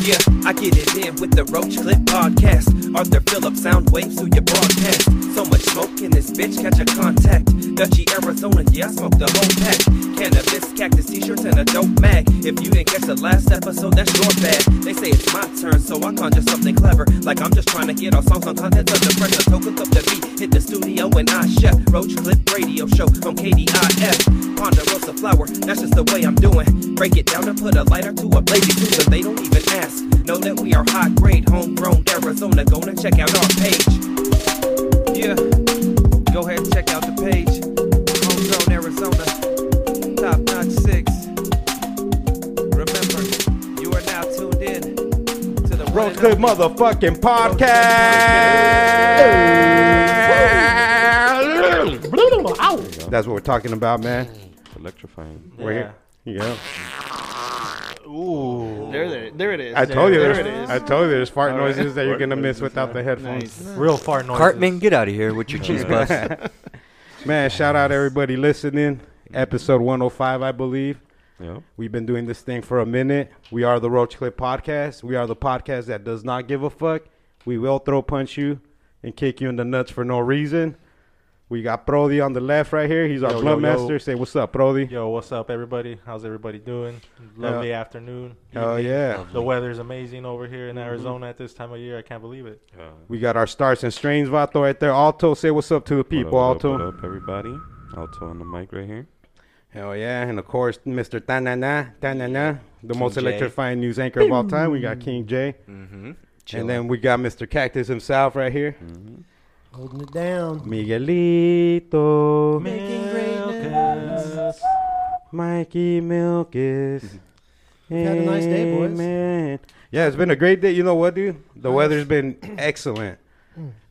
Yeah, I get it in with the Roach Clip Podcast. Arthur Phillips, sound waves through your broadcast. So much smoke in this bitch, catch a contact. Dutchy, Arizona, yeah, I smoke the whole pack. Cannabis, cactus t-shirts, and a dope mag. If you didn't catch the last episode, that's your bad. They say it's my turn, so I conjure something clever. Like I'm just trying to get our songs on content under pressure. So cook up the beat, hit the studio, and I chef. Roach Clip Radio Show on KDIF. Ponderosa flower, that's just the way I'm doing. Break it down and put a lighter to a blazing cruiser. They don't even ask. Know that we are high grade, homegrown Arizona. Go and check out our page. Yeah, go ahead and check out the page. Homegrown Arizona, top notch six. Remember, you are now tuned in to the Roach Clip motherfucking podcast. That's what we're talking about, man. Electrifying. We're here. Yeah. There, there, there it is. I There, told you. There There's, it is. I told you. There's fart noises that you're gonna miss without the headphones. Real far north. Cartman, get out of here with your cheese puffs. Man, shout out everybody listening. Episode 105, I believe. Yeah. We've been doing this thing for a minute. We are the Roach Clip Podcast. We are the podcast that does not give a fuck. We will throw punch you and kick you in the nuts for no reason. We got Brody on the left right here. He's our Yo, blood yo, yo. master. Say what's up, Brody. Yo, what's up, everybody? How's everybody doing? Lovely afternoon. Hell yeah. The weather's amazing over here in Arizona at this time of year. I can't believe it. Yeah. We got our starts and strains Vato right there. Alto, say what's up to the people, What up, Alto. what up, what up, everybody? Alto on the mic right here. Hell yeah. And of course, Mr. Tanana, Tanana, the most J. electrifying news anchor of all time. We got King J. mm-hmm. And then we got Mr. Cactus himself right here. Mm-hmm. Holding it down. Miguelito. greatness. Mikey Milkis. had a nice day, boys. Amen. Yeah, it's been a great day. You know what, dude? The weather's been excellent.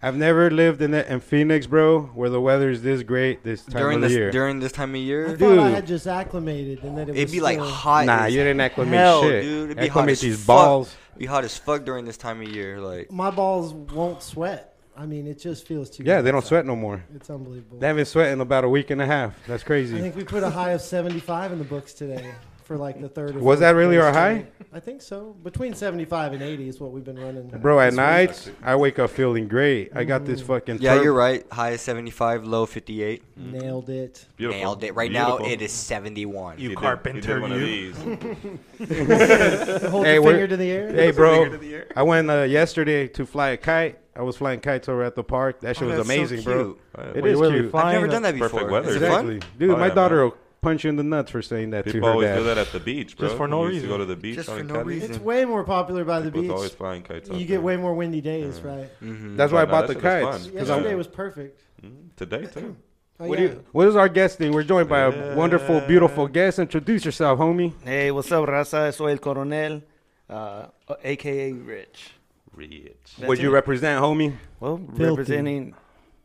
I've never lived in, the, in Phoenix, bro, where the weather's this great this time during of the this year. during this time of I year, thought I Dude. had just acclimated, and then it it'd was be like still- hot. nah, as you didn't acclimate hell, shit. dude. It'd be hot acclimate as these fuck. balls. Be hot as fuck during this time of year. Like My balls won't sweat. I mean, it just feels too. Yeah, good they don't outside. sweat no more. It's unbelievable. They haven't sweat in about a week and a half. That's I crazy. think we put a high of 75 in the books today for like the third. Or Was fourth that really day our straight. I think so. Between 75 and 80 is what we've been running. Bro, at this week. night, I wake up feeling great. I got this fucking Mm. yeah, turf- you're right. High is 75, low 58. Mm-hmm. nailed it. Beautiful. Nailed it. Right now Beautiful. it is 71. You He did- he carpenter, did one you. Of these. Hold Hey, your we're- finger to the air. Hey, Finger bro. to the air. I went uh, yesterday to fly a kite. I was flying kites over at the park. That shit Oh, was that's so amazing, bro. cute. Uh, It Well, is you really cute. fly- I've never Fine, done that perfect before. weather. Is it Exactly, fun? dude. Oh, my yeah, daughter man. will punch you in the nuts for saying that People to her always dad. do that at the beach, bro. Just for no We used to reason. go to the beach. Just out for in no Cali. reason. It's way more popular by the People's always beach. flying kites. out You get there. way more windy days, right? Mm-hmm. That's why I No, no, bought that the shit was kites. fun. 'cause I'm- Yesterday was perfect. Mhm. today too. Oh, What, do yeah. you, what is our guest thing? We're joined by a wonderful, beautiful guest. Introduce yourself, homie. Hey, what's up, raza? Soy el coronel, uh, aka Rich. Rich. That's what you it. represent, homie? Well, representing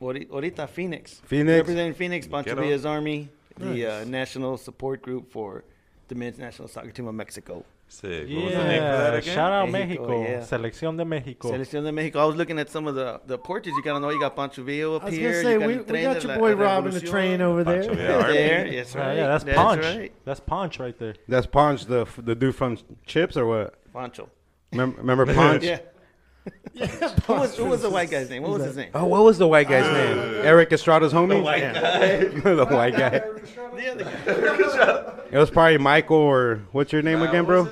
ori- ahorita Phoenix. Phoenix. Representing Phoenix, Pancho Get up. Villa's Army, the uh, Nice. national support group for the men's national soccer team of Mexico. Sick. What was the name for that Yeah. again? Shout out Mexico, Mexico. yeah. Selección de Mexico. Selección de Mexico. I was looking at some of the, the porches. You gotta know you got Pancho Villa up I was here. gonna you say got we, el we Tren got de your la boy robbing the Revolucion. train over Pancho there. Villa. There, yes, Yeah, right. yeah, that's, that's Ponch. right. That's Ponch right there. That's Ponch, the f- the dude from Chips, or what? Pancho. Remem- Remember Ponch? Yeah. Who was, who was the white guy's name? What was his name? Oh, what was the white guy's name? Eric Estrada's homie. The white guy. the white guy. The other guy. It was probably Michael or what's your name again, bro?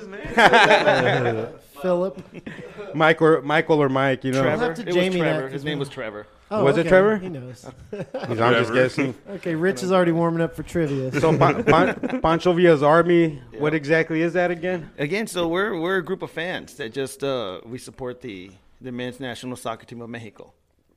Philip. Mike or Michael or Mike, you know. Trevor. have to It was Jamie Trevor. that, His name was Trevor. Oh, Was it okay. Trevor? He knows. He's- I'm just Trevor. guessing. Okay, Rich is already warming up for trivia. So So Pon- Pon- Pancho Villa's army. What exactly is that again? Again, so we're we're a group of fans that just uh, we support the the men's national soccer team of Mexico.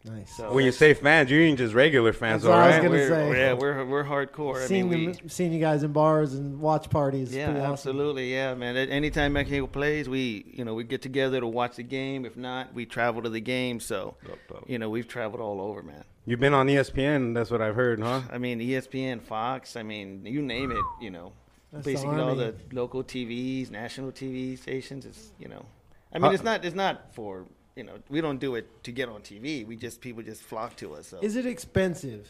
nice. So When you say fans, you ain't just regular fans, That's what I was all right? gonna we're, say. yeah, we're we're hardcore. I seeing mean, we, you, seeing you guys in bars and watch parties. is yeah, pretty awesome. absolutely, yeah, man. At anytime Mexico plays, we you know we get together to watch the game. If not, we travel to the game. So Dope, dope. you know we've traveled all over, man. You've been on E ESPN. That's what I've heard, huh? I mean, E ESPN, Fox. I mean, you name it. You know, That's the basically all army. the local TVs, national TV stations. It's you know, I mean, it's not it's not for you know we don't do it to get on TV. We just people just flock to us. So Is it expensive?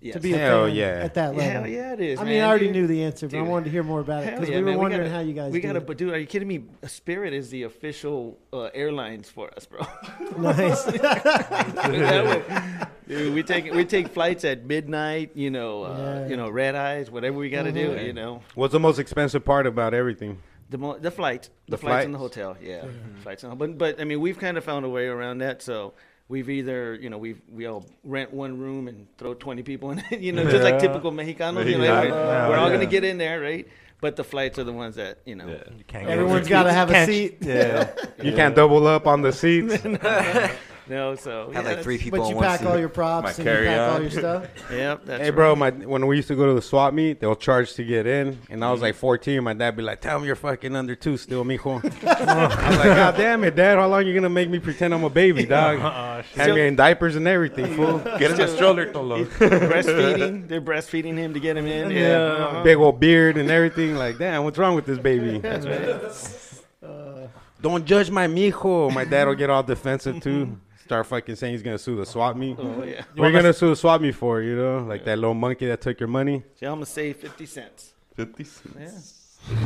Yes. to be a Hell fan yeah. at that level. Hell yeah, it is. I mean, man, I already dude. knew the answer, but I Dude. wanted to hear more about it Hell because yeah, we were man, wondering gotta- how you guys. We do gotta, it. but dude, are you kidding me? Spirit is the official uh, airlines for us, bro. nice. Put it that way. Dude, we take we take flights at midnight. You know, uh, Yeah. Uh-huh. you know, red eyes, whatever we gotta do. You know, What's the most expensive part about everything? the mo- the flight, the, The flights, and the flights. hotel. Yeah, flights and but but I mean, we've kind of found a way around that. So. We've either, you know, we've we all rent one room and throw twenty people in, it, you know, just like Yeah. typical Mexicanos. You know, Mexicano. every- we're all gonna Yeah. get in there, right? But the flights are the ones that, you know, Yeah. You can't go Everyone's to- got to have a Can't- seat. Yeah. You can't double up on the seats. no. So Have yeah, like three that's- people But on you one pack seat. all your props My and you pack all carry-on. your stuff. Yep, that's Hey, bro, my when we used to go to the swap meet, they'll charge to get in, and I was like 14. My dad be like, "Tell him you're fucking under two still, mijo." I was like, "God damn it, dad! How long you gonna make me pretend I'm a baby, dog? Uh-uh, Have me in diapers and everything, fool. Get in the stroller, Tolo. breastfeeding. They're breastfeeding him to get him in. Yeah. uh-huh. Big old beard and everything. Like, damn, what's wrong with this baby? Don't judge my mijo. My dad will get all defensive too. Start fucking saying he's gonna sue the swap meet. Oh, yeah. We're gonna sue the swap meet for it, you know, like that little monkey that took your money. See, I'm gonna save fifty cents. 50 cents. Yeah.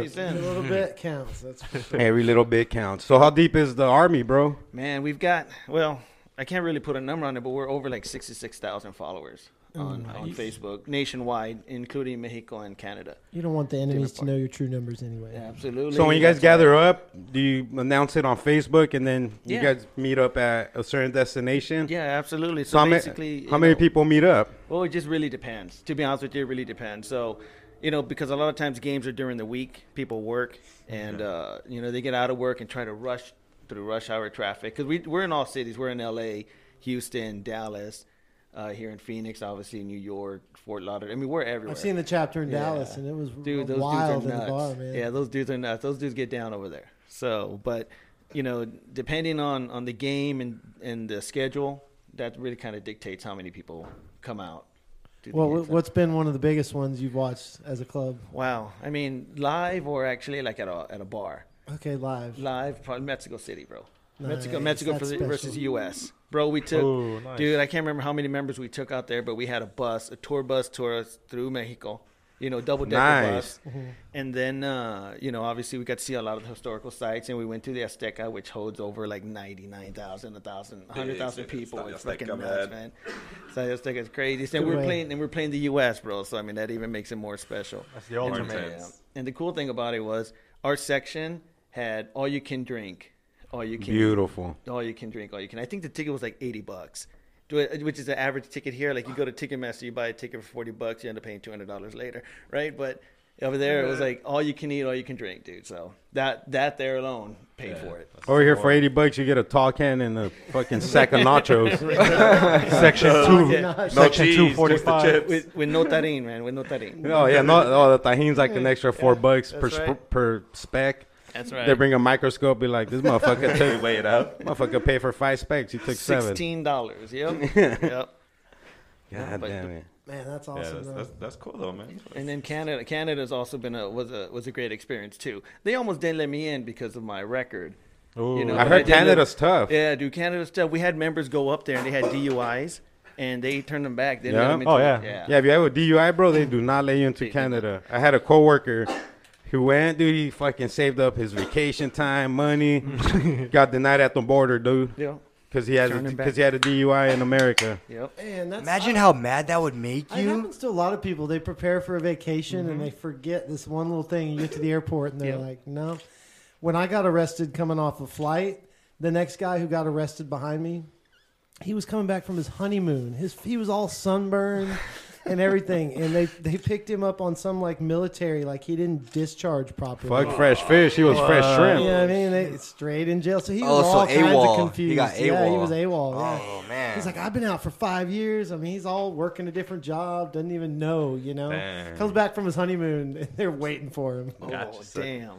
Fifty A cents. little bit counts. That's for sure. Every little bit counts. So how deep is the army, bro? Man, we've got well, I can't really put a number on it, but we're over like sixty six thousand followers Mm, on, on Facebook nationwide, including Mexico and Canada. You don't want the enemies to know your true numbers anyway. Absolutely. So when you guys That's gather up, do you announce it on Facebook and then you Yeah. guys meet up at a certain destination? right. Yeah, absolutely. So So how ma- basically, how you many know, people meet up? Well, it just really depends. To be honest with you, it really depends. So, you know, because a lot of times games are during the week, people work, and uh, you know they get out of work and try to rush through rush hour traffic. Because we we're in all cities. We're in L.A., Houston, Dallas, uh, here in Phoenix, obviously New York, Fort Lauderdale. I mean, we're everywhere. I've seen the chapter in Yeah. Dallas, and it was Dude, those wild dudes in are the nuts. bar, man. Yeah, those dudes are nuts. Those dudes get down over there. So, but you know, depending on on the game and and the schedule, that really kind of dictates how many people come out. to the Well, game. wh- what's been one of the biggest ones you've watched as a club? Wow. I mean, live or actually like at a at a bar. Okay, live. Live, probably Mexico City, bro. Mexico, Nice, Mexico that's vers- special. versus U.S. Bro, we took, Ooh, Oh, nice. dude. I can't remember how many members we took out there, but we had a bus, a tour bus, tour us through Mexico. You know, double decker Nice. bus, and then uh, you know, obviously we got to see a lot of the historical sites, and we went to the Azteca, which holds over like 99,000, 1,000, 100,000 Big people. Azteca, It's fucking man. nuts, man. So Azteca's crazy. And Good we're way. playing, and we're playing the U.S., bro. So I mean, that even makes it more special. That's the ultimate. Yeah. And the cool thing about it was our section had all you can drink, all you can Beautiful. all Oh, you can drink, all you can. I think the ticket was like eighty bucks, do it- which is the average ticket here. Like you go to Ticketmaster, you buy a ticket for forty bucks, you end up paying two hundred dollars later, right? But over there, it was like all you can eat, all you can drink, dude. So that that there alone paid for it. Over here for 80 bucks, you get a tall can and a fucking sack of nachos. Section two. Nice. No Section cheese, just the 245. chips. With, with no tarin, man, with no tarin. Oh yeah, no, oh the tahine's like an extra four bucks per that's sp- right. per spec. That's They bring a microscope, be like, this motherfucker You took weigh it out. motherfucker paid for five specs, he took seven. Sixteen dollars. Yep. yep. God But- damn it. Man, that's Yeah, awesome. that's, though. that's, that's cool though, man. And then Canada, Canada's also been a was a was a great experience too. They almost didn't let me in because of my record. Ooh. know, I but heard did look- Canada's tough. Yeah, dude, Canada's tough. We had members go up there and they had DUIs, and they turned them back. They didn't let Yeah? them into Oh, it. yeah. Yeah, if you have a DUI, bro, they do not let you into Canada. I had a coworker who went, dude. He fucking saved up his vacation time, money. got denied at the border, dude, yeah. because he had Turn him back. because he had a DUI in America. Yep. Man, that's Imagine how mad that would make It you. happens to a lot of people. They prepare for a vacation and they forget this one little thing. You get to the airport and they're Mm-hmm. Yeah. like, no. When I got arrested coming off a flight, the next guy who got arrested behind me, he was coming back from his honeymoon. His he was all sunburned and everything, and they they picked him up on some like military, like he didn't discharge properly. Oh. Fuck fresh fish. He was fresh You know shrimp. what Oh, I mean? They straight in jail. So he was Oh, so all kinds AWOL. of He confused. got Yeah, he AWOL. was AWOL. Yeah. Oh man. He's like, I've been out for five years. I mean, he's all working a different job, doesn't even know, you know. Dang. Comes back from his honeymoon, and they're waiting for him. oh damn.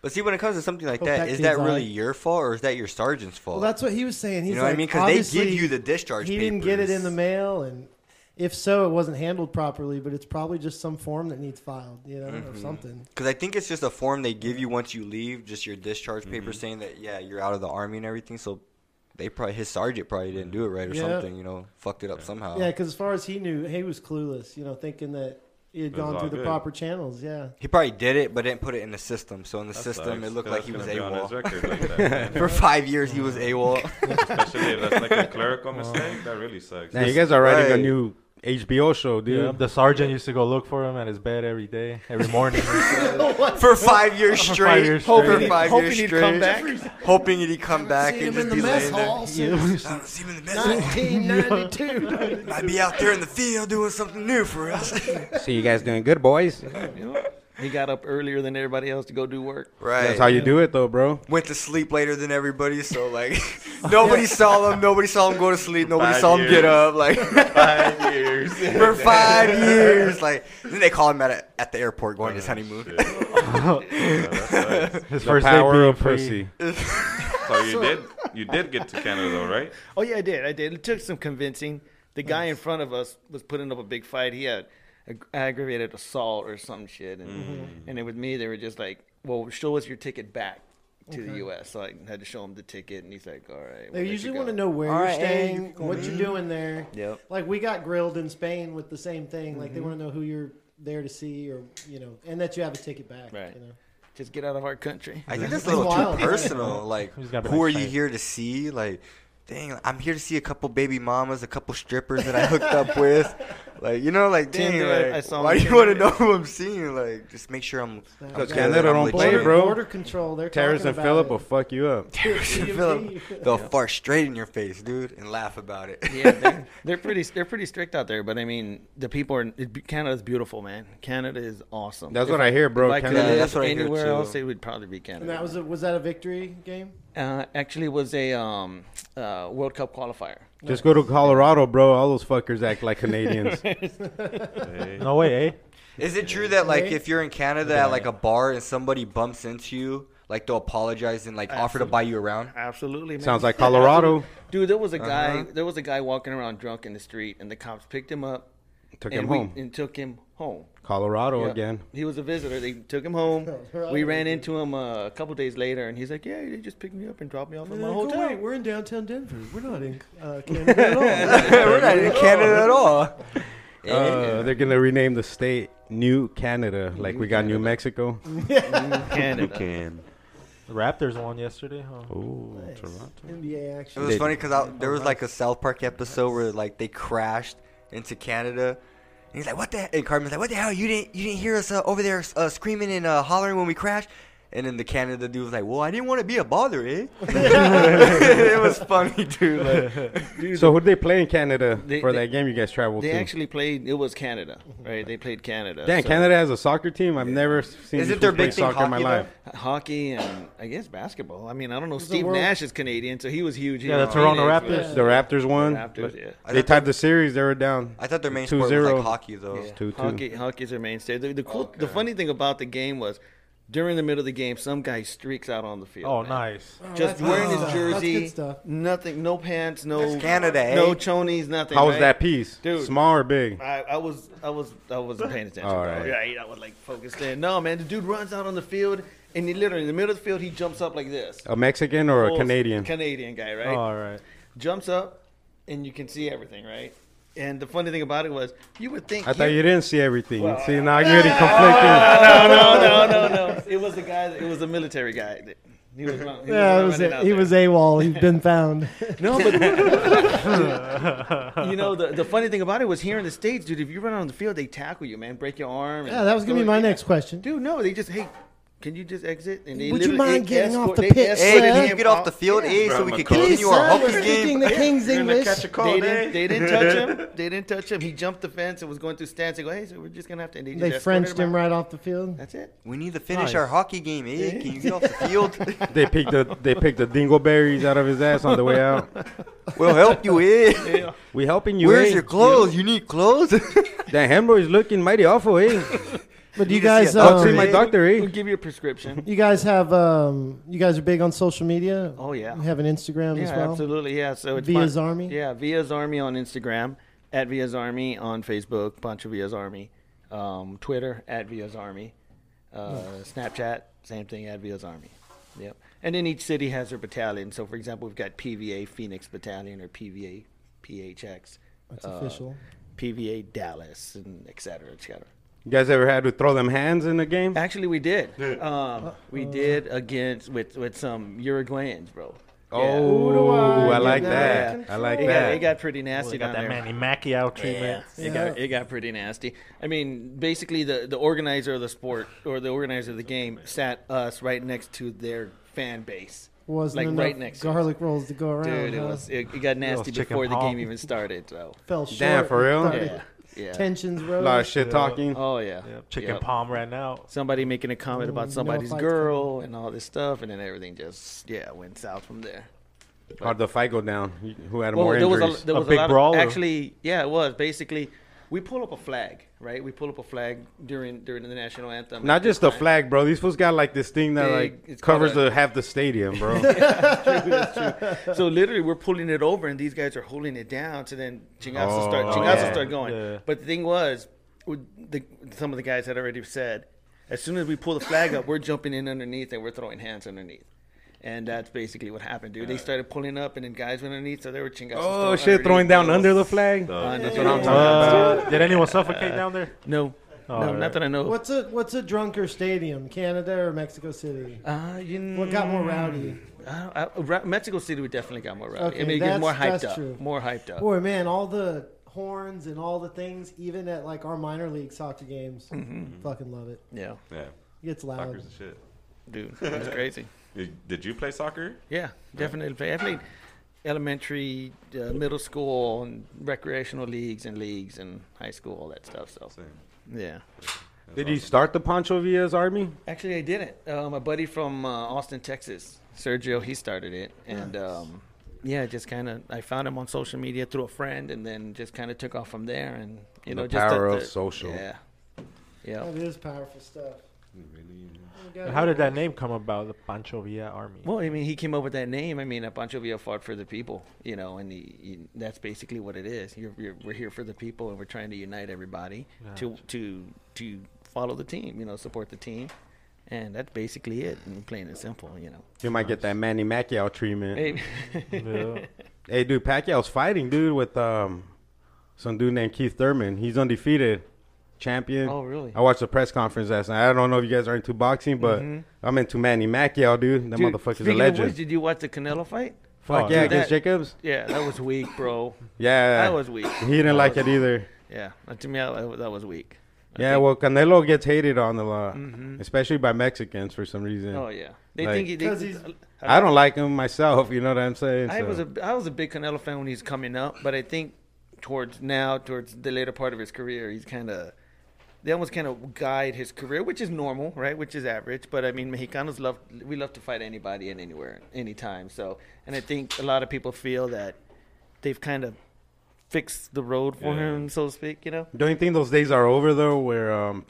but see, when it comes to something like Hope that, that is kid's that really alright. your fault or is that your sergeant's fault? Well, that's what he was saying. He's you know like, what I mean? Because they give obviously, you the discharge. He didn't get it in the papers. mail, and if so, it wasn't handled properly. But it's probably just some form that needs filed, you know, Mm-hmm. or something. Because I think it's just a form they give you once you leave, just your discharge paper saying that yeah you're out of the army and everything. So they probably his sergeant probably didn't do it right or Yeah. something. You know, fucked it up somehow. Yeah, because as far as he knew, he was clueless. You know, thinking that he had It was gone all through the good. proper channels. Yeah. He probably did it, but didn't put it in the system. So in the That system, sucks, it looked 'cause that's like he was gonna be on his AWOL. record like that, man. For five years, he was AWOL. Especially if that's like a clerical mistake, that really sucks. Now you guys are writing Right. a new HBO show, dude. Yeah, the sergeant used to go look for him at his bed every day, every morning. for five For five years straight. years hoping, straight. five Hoping years he'd straight. come Hoping he'd come back and him just in be the mess laying there. hall since I don't see him in the mess hall. 1992. Might be out there in the field doing something new for us. See you guys doing good, boys. You know, he got up earlier than everybody else to go do work. right. That's how you do it, though, bro. Went to sleep later than everybody, so like nobody saw him. Nobody saw him go to sleep. Nobody Five saw him get years. up. Like Five years. for five years. Like then they call him at a, at the airport going to his honeymoon. Shit. Yeah, that sucks. His The first day power being of free. pussy. So you did you did get to Canada though, right? Oh yeah, I did. I did. It took some convincing. The guy in front of us was putting up a big fight. He had ag- aggravated assault or some shit, and and it was me. They were just like, "Well, show us your ticket back to the U.S." So I had to show him the ticket, and he's like, "All right." They usually want to know where you're staying, what you're doing there. Yep. Like we got grilled in Spain with the same thing. Like they want to know who you're there to see, or you know, and that you have a ticket back. Right. You know? Just get out of our country. I think that's That's a little wild. too personal. Like, He's gotta be who are like you five. here to see? Like, dang, I'm here to see a couple baby mamas, a couple strippers that I hooked up with. Like, you know, like, dang, Tinder, I- like, I saw him why on do you want to Tinder. know who I'm seeing? Like, just make sure I'm. I'm Because good, Canada I'm don't legit. play, Border, bro. border control. They're Terrence talking and about Philip it. will fuck you up. Terrorist and DMV. Philip, they'll fart straight in your face, dude, and laugh about it. yeah, they're, they're pretty. They're pretty strict out there. But I mean, the people are. it be- Canada's beautiful, man. Canada is awesome. That's If- what I hear, bro. If I could Canada- live That's what I hear, anywhere too. else, it would probably be Canada. And that was a, was that a victory game? uh, actually was a um, uh, World Cup qualifier. Just go to Colorado, bro. All those fuckers act like Canadians. No way, eh? Is it true that, like, Okay. if you're in Canada at, like, a bar and somebody bumps into you, like, they'll apologize and, like, offer to buy you around? Absolutely, man. Sounds like Colorado. Uh-huh. Dude, there was a guy. There was a guy walking around drunk in the street, and the cops picked him up. Took and him we- home. and took him home. Colorado Yeah. again. He was a visitor. They took him home. we ran into him uh, a couple days later, and he's like, "Yeah, they just picked me up and dropped me off at my Like, hotel." oh, wait, we're in downtown Denver. We're not in uh, Canada at all. We're not in Canada at all. Uh, they're gonna rename the state New Canada, like we got New Mexico. Canada. Can. The Raptors won yesterday. Huh? Oh, Toronto. NBA It action. was funny 'cause funny because there was like a South Park episode where like they crashed into Canada, and he's like, "What the?" Hell? And Carmen's like, "What the hell? You didn't you didn't hear us uh, over there uh, screaming and uh, hollering when we crashed?" And then the Canada dude was like, "Well, I didn't want to be a bother, eh?" it was funny, dude. Like, So who they play in Canada They- for they- that game you guys traveled They to? actually played. It was Canada, right? They played Canada. Damn, so- Canada has a soccer team. I've never seen Is these it their fools play big thing, soccer in my hockey, life. hockey and I guess basketball. I mean, I don't know. a Steve world- Nash is Canadian, so he was huge. here Yeah, the in Toronto Phoenix, Raptors. The Raptors but- won. Raptors, They yeah. I thought their- tied the series. They were down. I thought their main sport was 2-0. like hockey though. Yeah. two-two. Hockey, hockey's their mainstay. The, the, cool, Oh, the funny thing about the game was, during the middle of the game, some guy streaks out on the field. Oh, man. nice. Just that's wearing good his stuff. That's good jersey, stuff. nothing, no pants, no That's Canada, eh? no chonies, nothing. How was right? that piece? Dude. Small or big? I, I was I was I wasn't paying attention. All All right. right. I was like focused in. No man, the dude runs out on the field and he literally in the middle of the field he jumps up like this. A Mexican or a Full Canadian? Canadian guy, right? Oh. All right. jumps up and you can see everything, right? And the funny thing about it was you would think I thought he- you didn't see everything. see, now you're getting conflicting. No, no, no, no, no. It was the guy that, it was a military guy. that- He was wrong. He Yeah, it was was running a, out he there. was AWOL. He's been found. No, but you know the, the funny thing about it was here in the states, dude. If you run on the field, they tackle you, man, break your arm. and- Yeah, that was gonna be my Yeah. next question. Dude, no, they just hey, can you just exit? And they Would you literally- mind they getting escort- off the they pitch, escorted Hey, can Yeah. you him get off the off- field, yeah. eh? Bro, So I'm we can a coach. Please, continue our sir, we're hockey speaking game. the King's You're gonna English. catch a cold, They eh? didn't, they didn't touch him. They didn't touch him. He jumped the fence and was going through stands. They go, hey, so we're just gonna have to. and just They escorted Frenched him out. right off the field. That's it. We need to finish Nice. our hockey game, eh? Can you get off the field? they picked the they picked the dingleberries out of his ass on the way out. we'll help you, eh? Yeah. We helping you. Where's eh? your clothes? You need clothes? That hemorrhoid is looking mighty awful, eh? But do You you can see guys, a Go doctor, see um, my doctor, eh? We'll give you a prescription. you guys have, um, you guys are big on social media. Oh, yeah. you have an Instagram as yeah, well. absolutely. Yeah. So it's Via's Pon- Army? Yeah, Via's Army on Instagram, at Via's Army on Facebook, Pancho Via's Army, um, Twitter at Via's Army, uh, Snapchat, same thing at Via's Army. Yep. And then each city has their battalion. So, for example, we've got PVA Phoenix Battalion or PVA PHX. That's uh, official. PVA Dallas and et cetera, et cetera. You guys ever had to throw them hands in the game? Actually, we did. Uh, Um, we did against with with some Uruguayans, bro. Oh, I like Yeah. that. I like it Got, it that. got pretty nasty They got down that Manny there. Pacquiao treatment. It got it got pretty nasty. I mean, basically the the organizer of the sport or the organizer of the game sat us right next to their fan base. Wasn't like enough right next to us. garlic rolls to go around. Dude, it huh? was it, it got nasty chicken before the paw. game even started. So fell short. Damn, for real? Started- yeah, yeah. Tensions A rose. lot of shit talking. Oh yeah. Yep, Chicken Yep. palm ran out. Somebody making a comment No about somebody's fights girl and all this stuff, and then everything just yeah went south from there. How'd the fight go down? Who had Well, more there was injuries? a, there A was a, big lot brawl, or- Of, actually, yeah, it was basically we pull up a flag, right? We pull up a flag during during the national anthem. Not just the flag, bro. These fools got like this thing that Big- like it's covers called a- the half the stadium, bro. So literally, we're pulling it over, and these guys are holding it down. So then Chingasa Oh, start oh, Chingasa yeah. start going. Yeah. But the thing was, with the, some of the guys had already said, as soon as we pull the flag up, we're jumping in underneath and we're throwing hands underneath. And that's basically what happened, dude. They started pulling up, and then guys went underneath, so they were Chingasa. oh shit, throwing down under the flag. That's what I'm talking Uh, did anyone suffocate down there? No, no, All right. not that I know. of. What's a what's a drunker stadium? Canada or Mexico City? Uh, you What got more rowdy? I, I, Ra- Mexico City we definitely got more rowdy. Okay, I mean, it gets that's- more hyped that's up, true. more hyped up. Boy, man, all the horns and all the things, even at like our minor league soccer games, Mm-hmm. fucking love it. Yeah, Yeah. It gets loud. Soccer's the shit. dude, it's crazy. Did, did you play soccer? Yeah, definitely. Play. I played elementary, uh, middle school, and recreational leagues and leagues and high school, all that stuff. So Same. yeah, Did you start the Pancho Villa's army? actually, I didn't. Uh, my buddy from uh, Austin, Texas, Sergio, he started it, and um, yeah, just kind of I found him on social media through a friend, and then just kind of took off from there. And The you know, just power of social. Yeah, yeah. That is powerful stuff. Really? How did that name come about, the Pancho Villa Army? Well, I mean, he came up with that name. I mean, a bunch of you fought for the people, you know, and he, he, that's basically what it is. You're, you're, we're here for the people, and we're trying to unite everybody to to to follow the team, you know, support the team, and that's basically it. And plain and simple, you know. You might get that Manny Pacquiao treatment. Hey, Hey, Yeah. dude, Pacquiao's fighting, dude, with um some dude named Keith Thurman. He's undefeated, champion. Oh, really? I watched the press conference last night. I don't know if you guys are into boxing, but I'm into Manny Pacquiao, dude. That Mm-hmm. motherfucker's dude, a speaking of legend. which, did you watch the Canelo fight? Fuck Oh, yeah, dude, against that- Jacobs. Yeah, that was weak, bro. Yeah, That was weak. He didn't like it either. Yeah, to me, that that was weak. I Yeah, think- Mm-hmm. well, Canelo gets hated on a lot, especially by Mexicans for some reason. Oh yeah, they Like- think he, they, 'Cause he's- I don't like him myself. You know what I'm saying? I So, was a I was a big Canelo fan when he's coming up, but I think towards now, towards the later part of his career, he's kind of they almost kind of guide his career, which is normal, right? Which is average, but I mean, Mexicanos love we love to fight anybody and anywhere, anytime. So, and I think a lot of people feel that they've kind of fixed the road for him, so to speak. You know? don't you think those days are over though, where um,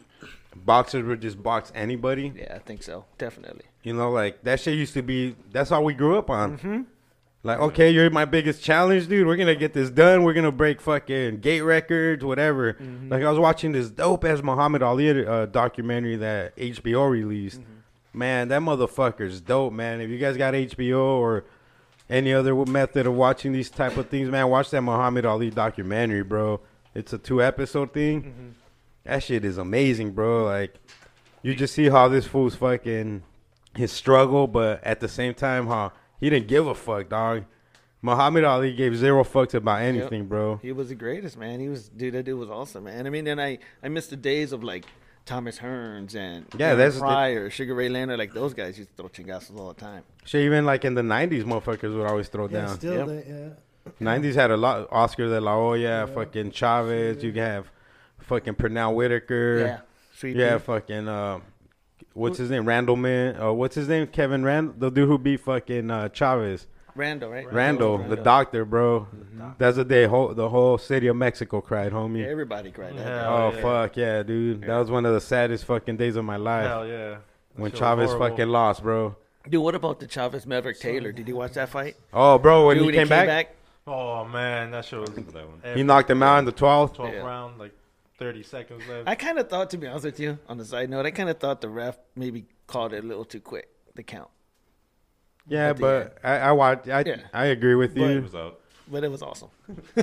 boxers would just box anybody? Yeah, I think so, definitely. You know, like that shit used to be. That's all we grew up on. Mm-hmm. Like, okay, you're my biggest challenge, dude. We're gonna get this done. We're gonna break fucking gate records, whatever. Mm-hmm. Like, I was watching this dope ass Muhammad Ali uh, documentary that HBO released. Mm-hmm. Man, that motherfucker's dope, man. If you guys got HBO or any other w- method of watching these type of things, man, watch that Muhammad Ali documentary, bro. It's a two episode thing. That shit is amazing, bro. Like, you just see how this fool's fucking his struggle, but at the same time, how he didn't give a fuck, dog. Muhammad Ali gave zero fucks about anything, bro. He was the greatest, man. He was dude. That dude was awesome, man. I mean, and I I miss the days of like Thomas Hearns and Yeah, Aaron that's the- Pryor, Sugar Ray Leonard, like those guys used to throw chingasos all the time. Shit, even like in the '90s, motherfuckers would always throw Yeah, down. still, Yep. they- yeah. '90s had a lot. Oscar De La Hoya, fucking Chavez. You have fucking Pernell Whitaker. Yeah, sweet. Yeah, Pea. fucking uh, what's his name? Randleman. Uh, what's his name? Kevin Rand, the dude who beat fucking uh, Chavez. Randall, right? Randall, the doctor, bro. Mhm. That's the day whole, the whole city of Mexico cried, homie. Yeah, everybody cried that. Yeah. day. Oh yeah. fuck yeah, dude! That was one of the saddest fucking days of my life Hell yeah. That when shit was Chavez horrible. fucking lost, bro. Dude, what about the Chavez Maverick Taylor? Did you watch that fight? Oh, bro, when Dude, he, came back, Oh man, that shit was. That one. he knocked him out in the twelfth. 12th Yeah. round, like 30 seconds left. I kind of thought, to be honest with you, on the side note, I kind of thought the ref maybe called it a little too quick. The count. Yeah, At the but I, I watch. I Yeah. I agree with It you. was out. But it was awesome.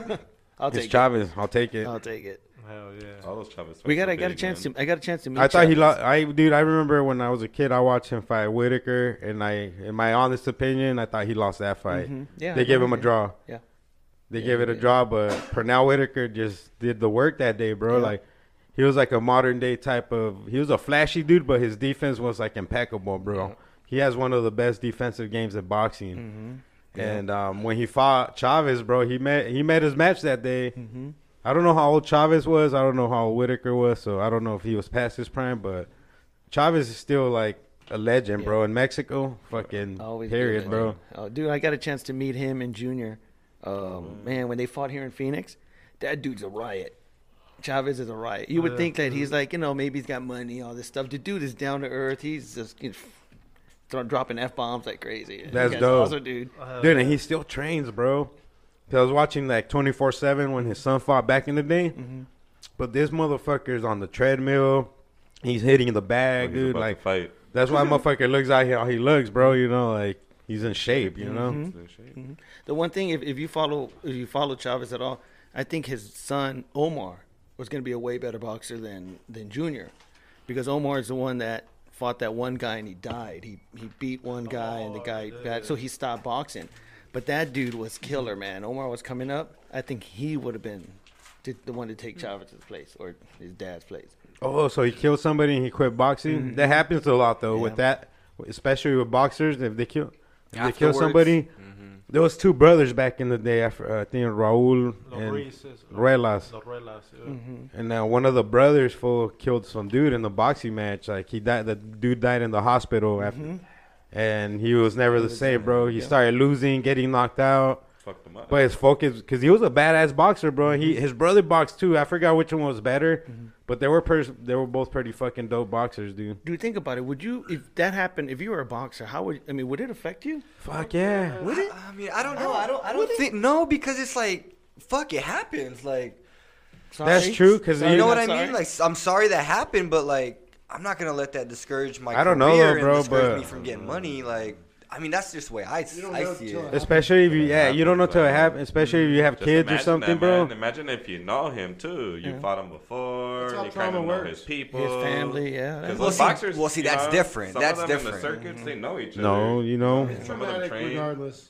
I'll It's take Uh, Chavez. I'll take it. it. I'll take it. Hell yeah. All those Chavez. We got. fights I were got a big, chance man. to. I got a chance to meet. I thought he Chavez. lost. I dude, I remember when I was a kid, I watched him fight Whitaker, and I, in my honest opinion, I thought he lost that fight. Mhm. Yeah, they I gave know him a he did. draw. Yeah. They Yeah, gave it a yeah. draw, but Pernell Whitaker just did the work that day, bro. Yeah. Like he was like a modern day type of. He was a flashy dude, but his defense was like impeccable, bro. He has one of the best defensive games in boxing. Mm-hmm. And um, when he fought Chavez, bro, he met he met his match that day. Mm-hmm. I don't know how old Chavez was. I don't know how old Whitaker was. So I don't know if he was past his prime, but Chavez is still like a legend, bro. In Mexico, fucking Always been period, a- bro. Oh, dude, I got a chance to meet him and Junior. Um, man, when they fought here in Phoenix, that dude's a riot. Chavez is a riot. You would think that he's like, you know, maybe he's got money, all this stuff. The dude is down to earth. He's just you know, throwing, dropping f bombs like crazy. That's That's dope. awesome, dude. Dude, and he still trains, bro. 'Cause I was watching like twenty four seven when his son fought back in the day. But this motherfucker's on the treadmill. He's hitting the bag, Oh, He's dude. about to Like fight. that's why motherfucker looks out here how he looks, bro. You know, like he's in shape. You know. The one thing, if, if you follow if you follow Chavez at all, I think his son Omar was going to be a way better boxer than than Junior, because Omar is the one that fought that one guy and he died. He he beat one guy and the Oh, guy bad, so he stopped boxing. But that dude was killer, man. Omar was coming up. I think he would have been the the one to take Chavez's place or his dad's place. Oh, so he killed somebody and he quit boxing. That happens a lot though. With Yeah. that, especially with boxers, if they kill, if they kill Afterwards. somebody. Mm-hmm. There was two brothers back in the day. I, f- uh, I think Raul and Ruelas. Mm-hmm. And uh, one of the brothers full killed some dude in the boxing match. Like he died. The dude died in the hospital after, and Mm-hmm. he was never the same, bro. He started losing, getting knocked out. Fucked them up. But his focus, because he was a badass boxer, bro. He his brother boxed too. I forgot which one was better, but they were pers- they were both pretty fucking dope boxers, dude. Dude, think about it. Would you, if that happened, if you were a boxer, how would I mean? Would it affect you? Fuck yeah. Would it? I mean, I don't know. I don't. I don't think no because it's like fuck. It happens. Like That's Sorry? true, 'cause Sorry, you- you know what not I sorry. mean. Like I'm sorry that happened, but like I'm not gonna let that discourage my. I don't know, career though, and bro, discourage but- me from getting money. Like I mean, that's just the way I, I see don't know it. till- Especially if you yeah, you don't know till it Happens, like- happens. Especially if you have Just kids or imagine something, that, man. bro. Imagine if you know him too. You fought him before. That's how you kind trauma of know works. his people, His family, yeah. 'Cause Well, the see- boxers, well, see, you that's know, different. Some That's of them different. In the circuits, they know each other. No, you know. Some of them Traumatic train. regardless.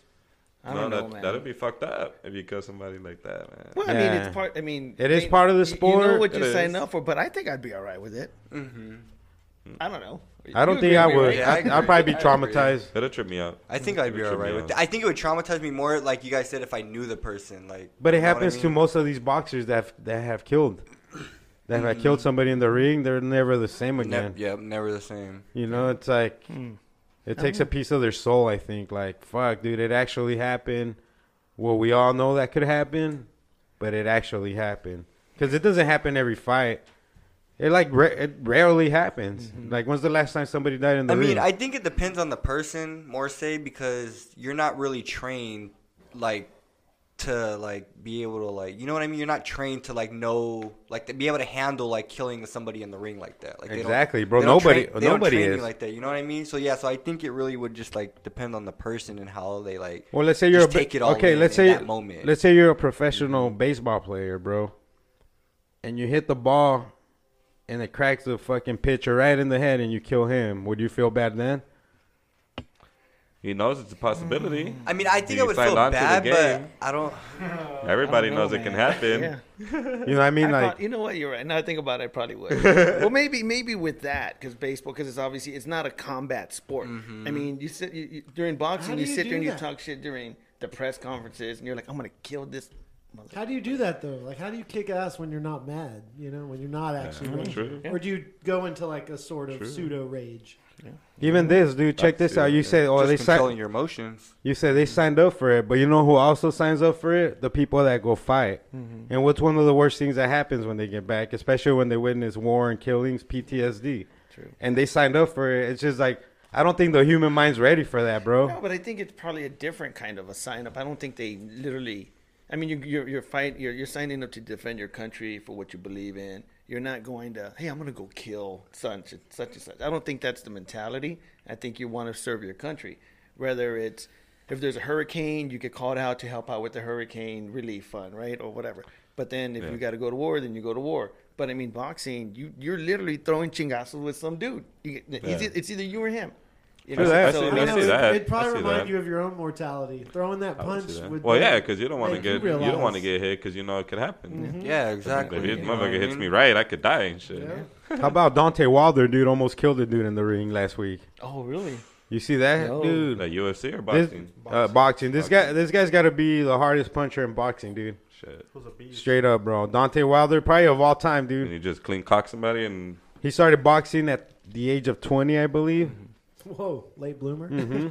I no, don't know, that, man. that'd be fucked up if you kill somebody like that, man. Well, I mean, Yeah. it's part. I mean, It is they- part of the you- You know sport. Mm-hmm. what you It sign is. up for, but I think I'd be all right with it. I don't know. I don't You think agree I with me, would. right? Yeah, I I, I'd probably be agree. I agree. traumatized. That'll trip me out. I think I'd be Trip me alright with out. that. I think Mm, it would traumatize me more, like you guys said, if I knew the person. Like, But it you know what I happens to mean? most of these boxers that have, that have killed. That have killed somebody in the ring, they're never the same again. Ne- Mm-hmm. yeah, Hmm. never the same. You know, it's like it takes a piece of their soul. I think, like, fuck, dude, it actually happened. Well, we all know that could happen, but it actually happened because it doesn't happen every fight. It like ra- it rarely happens. Like, when's the last time somebody died in the Mm-hmm. I ring? mean, I think it depends on the person more say because you're not really trained like to like be able to like you know what I mean. You're not trained to like know like to be able to handle like killing somebody in the ring like that. Like they don't- Exactly, bro. they don't Nobody- train- they don't nobody train you is. like that. You know what I mean? So yeah, so I think it really would just like depend on the person and how they like. Well, let's say you're a just ba- take it all okay. in let's in say that moment. Let's say you're a professional baseball player, bro, and you hit the ball, and it cracks the fucking pitcher right in the head, and you kill him. Would you feel bad then? He knows it's a Mm. possibility. I mean, I think You I would signed feel on to the bad, but game. I don't. Everybody I don't knows know, it can man. happen. Yeah. You know what I mean? I like, prob- you know what? You're right. Now I think about it, I probably would. well, maybe maybe with that because baseball because it's obviously it's not a combat sport. Mm-hmm. I mean, you sit you, you, during boxing, do you you sit there do and you that? talk shit during the press conferences, and you're like, I'm gonna kill this. mother- How do you do that though? Like, how do you kick ass when you're not mad? You know, when you're not actually raging? true. or do you go into like a sort of pseudo rage? even this, dude. Check this out. You said, oh, just they controlling signed. your emotions. Mm. You said they signed up for it, but you know who also signs up for it? The people that go fight. And what's one of the worst things that happens when they get back, especially when they witness war and killings, PTSD. True. And they signed up for it. It's just like I don't think the human mind's ready for that, bro. No, but I think it's probably a different kind of a sign up. I don't think they literally. I mean, you're you're, you're fight you're, you're signing up to defend your country for what you believe in. You're not going to, hey, I'm going to go kill such and such and such. I don't think that's the mentality. I think you want to serve your country whether it's if there's a hurricane, you get called out to help out with the hurricane relief fund, right, or whatever. But then if Yeah. you got to go to war, then you go to war. But I mean, boxing, you you're literally throwing chingazos with some dude. You, get- it's, it's either you or him. You True that. I so- see- I I know, see it, that. It'd probably I see remind that. you of your own mortality. Throwing that I would punch see that. with Well, that yeah, because you don't want to make you get you don't want to realize. Mm-hmm. get hit because you know it could happen. Yeah, exactly. If this you know what motherfucker I hits mean? me right, I could die and shit. How about Dante Wilder, dude? Almost killed a dude in the ring last week. oh, really? You see that, No. dude? Like UFC or this, boxing. Uh, boxing. This guy. This guy's got to be the hardest puncher in boxing, dude. Shit. Who's a beast? Straight up, bro. Dante Wilder, probably of all time, dude. And you just clean cock somebody and He started boxing at the age of 20, I believe. Whoa, late bloomer. Mm-hmm.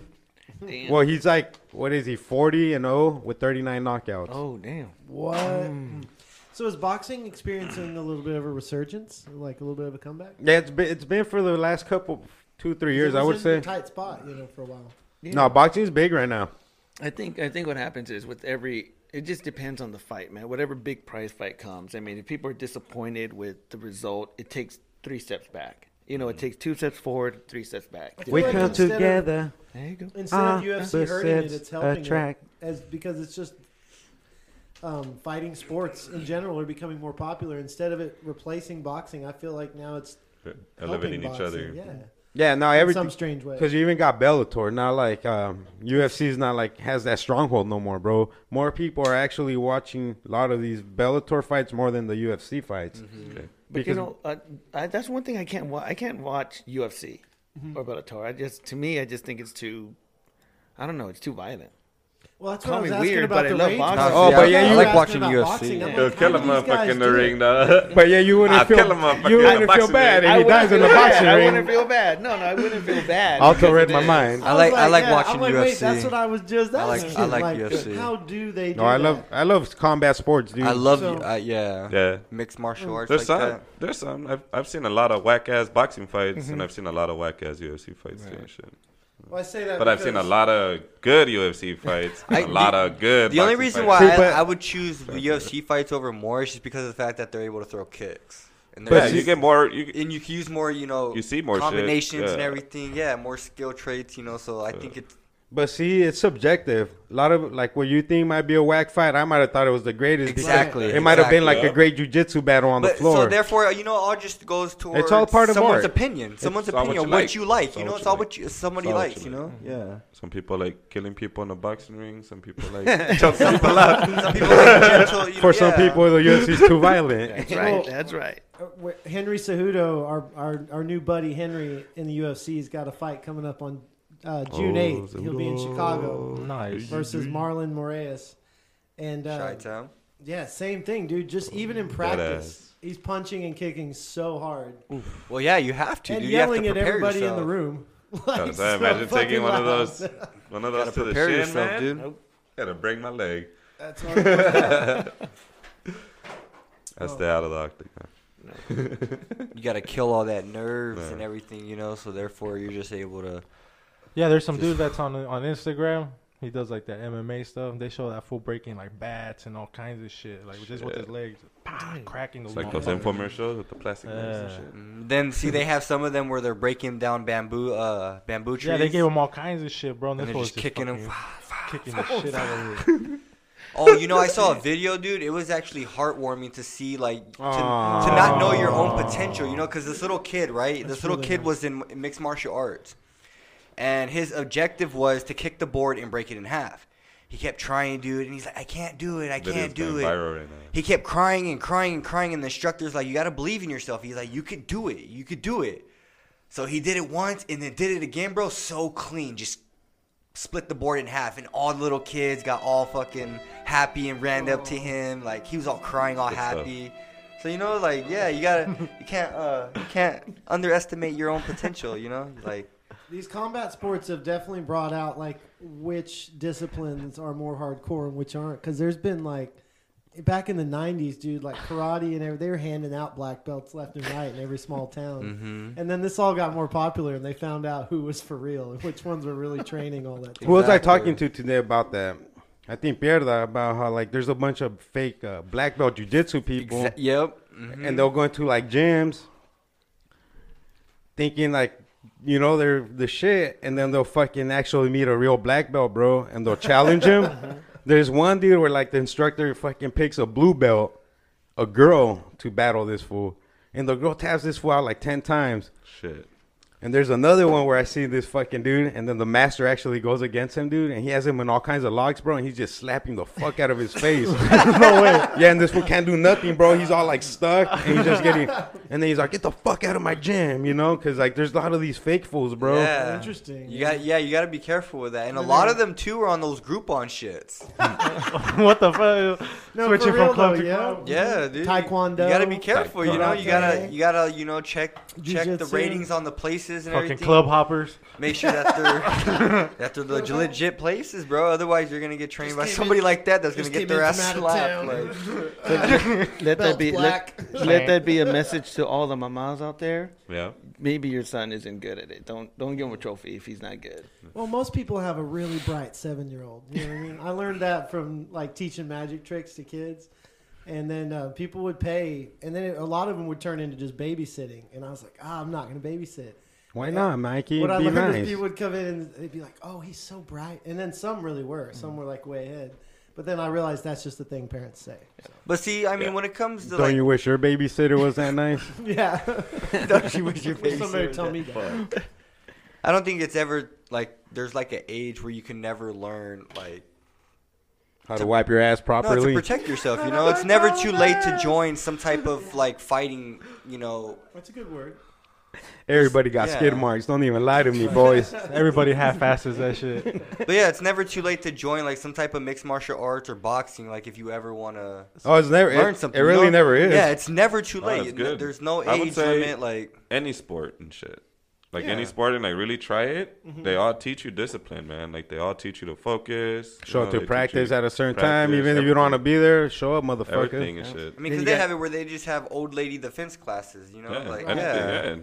Damn. Well, he's like, what is he, 40 and 0 with 39 knockouts. Oh, damn. What? Mm. So is boxing experiencing a little bit of a resurgence, like a little bit of a comeback? Yeah, it's been, it's been for the last couple, two, three years, It I was would in say. a tight spot, you know, for a while. Yeah. No, boxing's big right now. I think I think what happens is with every it just depends on the fight, man. Whatever big prize fight comes, I mean, if people are disappointed with the result, it takes three steps back. You know, it takes two steps forward, three steps back. We like come instead of- together. There you go. Instead Ah, of UFC hurting it, percepts it's helping attract. it as because it's just um, fighting sports in general are becoming more popular. Instead of it replacing boxing, I feel like now it's elevating helping each boxing. other. Yeah, Yeah, now in everything. some strange way. Because you even got Bellator. Now, like, um, UFC's not like has that stronghold no more, bro. More people are actually watching a lot of these Bellator fights more than the UFC fights. Okay. Mm-hmm. But Because- you know, uh, I, that's one thing I can't watch. I can't watch UFC or Bellator. I just to me, I just think it's too. I don't know. It's too violent. Well, that's what Call I was me asking weird, about but I the love rage. boxing. part. Oh, Yeah, but yeah, you you were like asking watching about UFC. boxing. I'm Yeah. like, Yo, how kill a do these guys motherfucker in the do it? ring, dog. But yeah, you wouldn't I'll feel, kill a motherfucker you in wouldn't a feel boxing bad. ring. He dies in the feel bad. boxing I ring. wouldn't feel bad. No, no, I wouldn't feel bad. Also because read of my this. mind. I like- was I like yeah, watching I'm like, Wait, that's UFC. what I was just I like- asking. I like UFC. How do they? Do No, I that? love I love combat sports, dude. I love So- Mm. you. Uh, yeah. Yeah. Mixed martial arts There's like some. that. There's some. I've, I've seen a lot of whack ass boxing fights, Mm-hmm. and I've seen a lot of whack ass UFC fights too and shit. Well, I say that But I've seen a because- lot of good UFC fights. and I- a lot of good. The only boxing reason fights. why See, I, but- I would choose UFC fights over more is just because of the fact that they're able to throw kicks. And But Yeah, they're you just- get more. You, and you can use more, you know, You see more shit, combinations and yeah. everything. Yeah, more skill traits, you know. So I think it's But see, it's subjective. A lot of like what you think might be a whack fight, I might have thought it was the greatest. because Exactly, It might have been like exactly. a great jujitsu battle on the But floor. so therefore, you know, all just goes towards It's all part of someone's art. opinion. Someone's all what opinion you of what like. you like. It's you all know, what it's you all like. what you, somebody It's all what likes. You you know, like. yeah. some people like killing people in the boxing ring. Some people like choking people out. Some people like gentle. You know, For some yeah. people, the UFC is too violent. That's right. Well- That's right. Uh, wh- Henry Cejudo, our, our our new buddy Henry in the UFC, has got a fight coming up on uh, June Oh, 8th. He'll be in Chicago Nice. versus Marlon Moraes. And uh, Chi-town. yeah, same thing, dude. Just even in practice, he's punching and kicking so hard Well, yeah, you have to. and dude. yelling you at have to prepare everybody yourself. in the room. Like, so imagine fucking taking one of loud. those, one of You those gotta to the prepare shin, yourself, man. dude. Gotta break my leg. That's hard. I stay Oh. out of the octagon. You gotta kill all that nerves and everything, you know. So therefore, you're just able to. Yeah, there's some dude that's on on Instagram. He does like that MMA stuff. They show that full breaking like bats and all kinds of shit, like just with his legs, pow, cracking the It's like wall. those infomercials with the plastic bags and Yeah. shit. Mm, Then see, they have some of them where they're breaking down bamboo, uh, bamboo trees. Yeah, they gave him all kinds of shit, bro. And, and this they're was just kicking fucking, him. kicking the shit out of it. Oh, you know, I saw a video, dude. It was actually heartwarming to see, like, to, to not know your own potential, you know, because this little kid, right? this little really kid was in mixed martial arts, and his objective was to kick the board and break it in half. He kept trying, dude, and he's like, I can't do it. I Video's can't do going it. viral right now. He kept crying and crying and crying, and the instructor's like, "You got to believe in yourself." He's like, "You could do it. You could do it." So he did it once, and then did it again, bro. So clean, just split the board in half, and all the little kids got all fucking happy and ran up to him. Like he was all crying, all Good stuff. happy. So you know, like yeah, you gotta, you can't, uh, you can't underestimate your own potential. You know, like These combat sports have definitely brought out like which disciplines are more hardcore and which aren't. Because there's been like back in the '90s, dude, like karate and everything. They were handing out black belts left and right in every small town. Mm-hmm. And then this all got more popular, and they found out who was for real and which ones were really training all that. Time. Who was I Exactly. talking to today about that? I think Pierda about how like there's a bunch of fake uh, black belt jujitsu people, exa- yep. and they'll go into like gyms, thinking like you know, they're the shit, and then they'll fucking actually meet a real black belt, bro, and they'll challenge him. There's one dude where like the instructor fucking picks a blue belt, a girl to battle this fool, and the girl taps this fool out like ten times. Shit. And there's another one where I see this fucking dude, and then the master actually goes against him, dude, and he has him in all kinds of locks, bro, and he's just slapping the fuck out of his face. no way. Yeah, and this fool can't do nothing, bro. He's all like stuck, and he's just getting, and then he's like, "Get the fuck out of my gym," you know, because like there's a lot of these fake fools, bro. Yeah. Interesting. You got yeah, you got to be careful with that. And a lot of them too are on those Groupon shits. what the fuck? No, Switching for real from club though, to yeah. club. Yeah, dude. you- Taekwondo. You gotta be careful. You know, you gotta Karate. you gotta you know check check the Jiu-jitsu. ratings on the places and Fucking everything. club hoppers. Make sure that they're that they're leg- legit places, bro. Otherwise, you're gonna get trained by somebody like that that's gonna just get came their in ass from out slapped. of Like, Let that Belt's be let, black. let that be a message to all the mamas out there. Yeah. Maybe your son isn't good at it. Don't don't give him a trophy if he's not good. Well, most people have a really bright seven year old. You know what I mean? I learned that from like teaching magic tricks to kids. And then uh, people would pay, and then a lot of them would turn into just babysitting. And I was like, ah, I'm not going to babysit. Why not, Mikey? what I Be learned nice. is people would come in and they'd be like, oh, he's so bright. And then some really were. Some were like way ahead. But then I realized that's just the thing parents say. So, but see, I mean, when it comes to Don't like, you wish your babysitter was that nice? yeah. don't you wish your face Somebody was told that- me that. I don't think it's ever like there's like an age where you can never learn like How to wipe your ass No, properly? to protect yourself. You know, it's never too late to join some type of like fighting. You know, That's a good word. Everybody got Yeah. skid marks. Don't even lie to me, boys. Everybody half asses that shit. but yeah, it's never too late to join like some type of mixed martial arts or boxing. Like if you ever want to Oh, it's never. learn it, something, It you really know? never is. Yeah, it's never too No, late. it's No- good. There's no I would age say- limit. Like Any sport and shit. Like any Yeah. Mm-hmm. sport and like really try it. They all teach you discipline, man. Like they all teach you to focus. you Show know, up they to teach practice you at a certain Oh, practice, time, even if you don't want to everything- be there. Show up, motherfucker. everything and shit. I mean, 'cause you they got- have it where they just have old lady defense classes. You know, Yeah, like anything, yeah. yeah.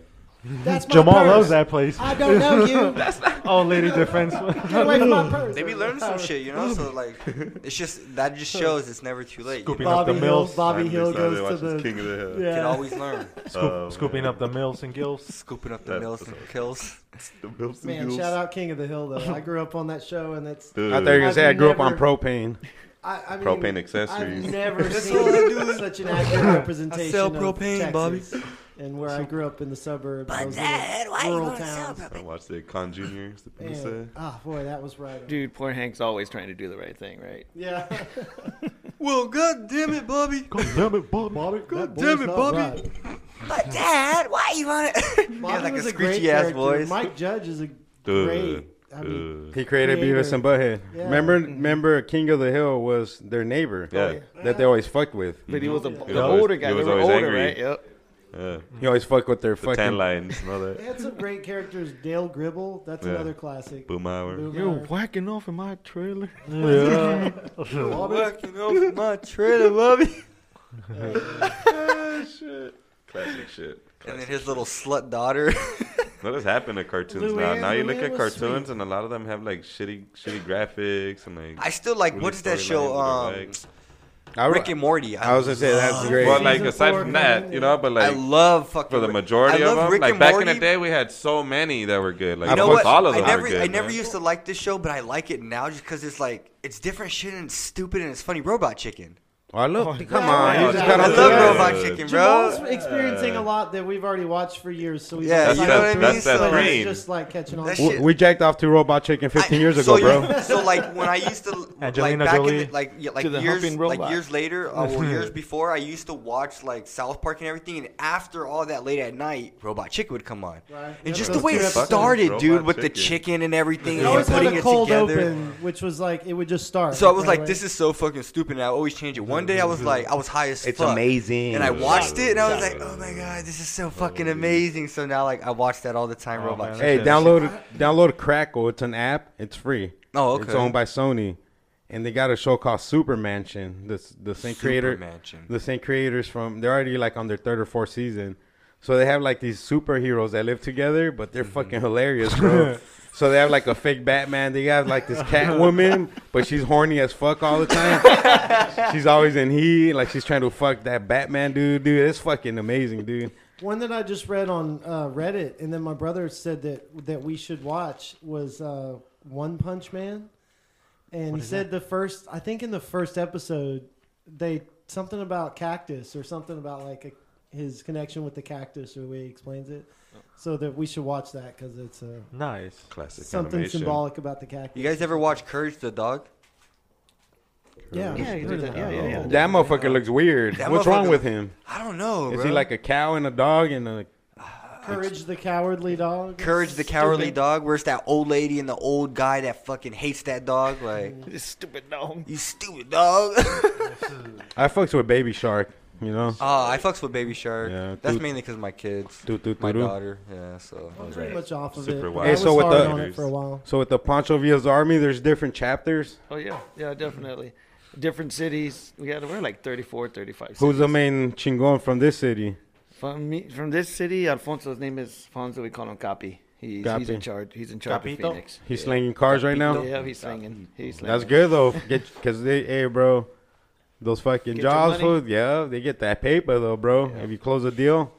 That's my Jamal purse. loves that place. I don't know you. That's Oh, lady defense. Get away from my purse. They be learning some shit, you know. So like, it's just that just shows it's never too late. You Scooping know? up Bobby the Hill, mills. Bobby I'm Hill excited to goes watch to this the King of the Hill. Um, You can Yeah. always learn. Scoop, scooping up the mills and gills. Scooping up the That's mills what's and up. kills. The Bills and Man, Bills. shout out King of the Hill though. I grew up on that show, and that's Dude, I thought you were gonna I've say I grew up on never- propane. I, I mean, Propane accessories. I've never That's seen all I do is- such an accurate representation. I sell of propane, Texas Bobby. And where I grew up in the suburbs, those Dad, little why you rural gonna sell towns. I watched the Con Junior. the people And, said. ah, boy, that was right. on. Dude, poor Hank's always trying to do the right thing, right? Yeah. Well, god damn it, Bobby. God damn it, Bob. God damn it, Bobby. But dad, why you want it? Bobby yeah, like was a a great screechy ass character. voice. Mike Judge is a Dude, great. I mean, dude. He created Creator. Beavis and Butthead. Yeah. Remember, remember, King of the Hill was their neighbor Yeah. that they always fucked with. But he was a, He the was always- older guy. he They was were always older, angry. right? Yep. Yeah. He always fucked with their The tan fucking. lines and all they that. had some great characters. Dale Gribble, that's Yeah. another classic. Boom hour. Boom You're Hour. whacking off in my trailer. Yeah. Fucking off my trailer, Bobby. shit. Classic shit. And then Classic. his little slut daughter. What has happened to cartoons now? Luann- Now you look Luann at was cartoons sweet. and a lot of them have like shitty, shitty graphics and like. I still like. really What is that storylines show? that I Um, like. I, Rick and Morty. I was gonna say that's great. Well, like Season aside four from that, coming, you know, but I like love fucking for the Rick- majority I of love them, Rick like and back in Morty. the day, we had so many that were good. Like You You know Almost what? all of I them never, are good. I never man. used to like this show, but I like it now just because it's like it's different shit and it's stupid and it's funny. Robot Chicken. Oh, I love. come yeah, on, yeah, you just yeah. got I on don't love think- Robot Chicken, Jamal's bro. experiencing a lot that we've already watched for years, so he's Yeah, on you top know of what I three, mean? That's that so brain. He's just like catching on. That to shit- it. We, we jacked off to Robot Chicken 15 I- years ago, so you- bro. so like when I used to like Angelina back Jolie. in the, like yeah, like To the years humping like robot. years later, uh, well, years before, I used to watch like South Park and everything, and after all that late at night, Robot Chicken would come on, Right. and Yep. just the Those way two it episodes. started, Robot dude, with the Chicken. chicken and everything, It and always had putting a it cold together. open, which was like it would just start. So I was right like, away. this is so fucking stupid, and I always change it. One day I was like, I was high as fuck. amazing. And I watched it, and I was like, oh my god, this is so fucking amazing. So now, like, I watch that all the time, Oh, Robot man, Chicken. Hey, download download Crackle. It's an app. It's free. Oh, okay. It's owned by Sony, and they got a show called Super Mansion. The the same Super creator, Mansion. the same creators from they're already like on their third or fourth season, so they have like these superheroes that live together, but Mm-hmm. they're fucking hilarious, bro. So they have like a fake Batman. They have like this Catwoman, but she's horny as fuck all the time. she's always in heat, like she's trying to fuck that Batman dude. Dude, it's fucking amazing, dude. One that I just read on uh, Reddit, and then my brother said that that we should watch was uh, One Punch Man, and he said the first, I think in the first episode, they something about cactus or something about like a, his connection with the cactus or the way he explains it, so that we should watch that because it's uh, Nice. Classic something animation. symbolic about the cactus. You guys ever watch Courage the Dog? yeah, Yeah, yeah, you did that. yeah, yeah, yeah. That motherfucker looks weird. That What's wrong motherfucker- with him? I don't know. Is bro. he like a cow and a dog and a Courage the Cowardly Dog. Courage the Cowardly Stupid. Dog? Where's that old lady and the old guy that fucking hates that dog? Like, This stupid dog. you stupid dog. oh, I fucks with Baby Shark, you know? Oh, Ah, I fucks with Baby Shark. Yeah, That's doo- mainly because my kids, doo- doo- my doo- doo. daughter. Yeah, so. I'm pretty much off of Super it. wide. I Hey, was so with hard the- on it for a while. So with the Pancho Villa's army, there's different chapters. Oh yeah, yeah, definitely. Different cities. We had we're like 34, 35. cities. Who's the main chingon from this city? From me, from this city, Alfonso's name is Alfonso. We call him Capi. He's, he's Capi. in charge. He's in charge Capito? of Phoenix. He's slinging cars right now. Yeah, he's slinging. He's slinging. That's good though, because they, hey, bro, those fucking Get your jobs, money. fool, yeah, they get that paper though, bro. If you close a deal,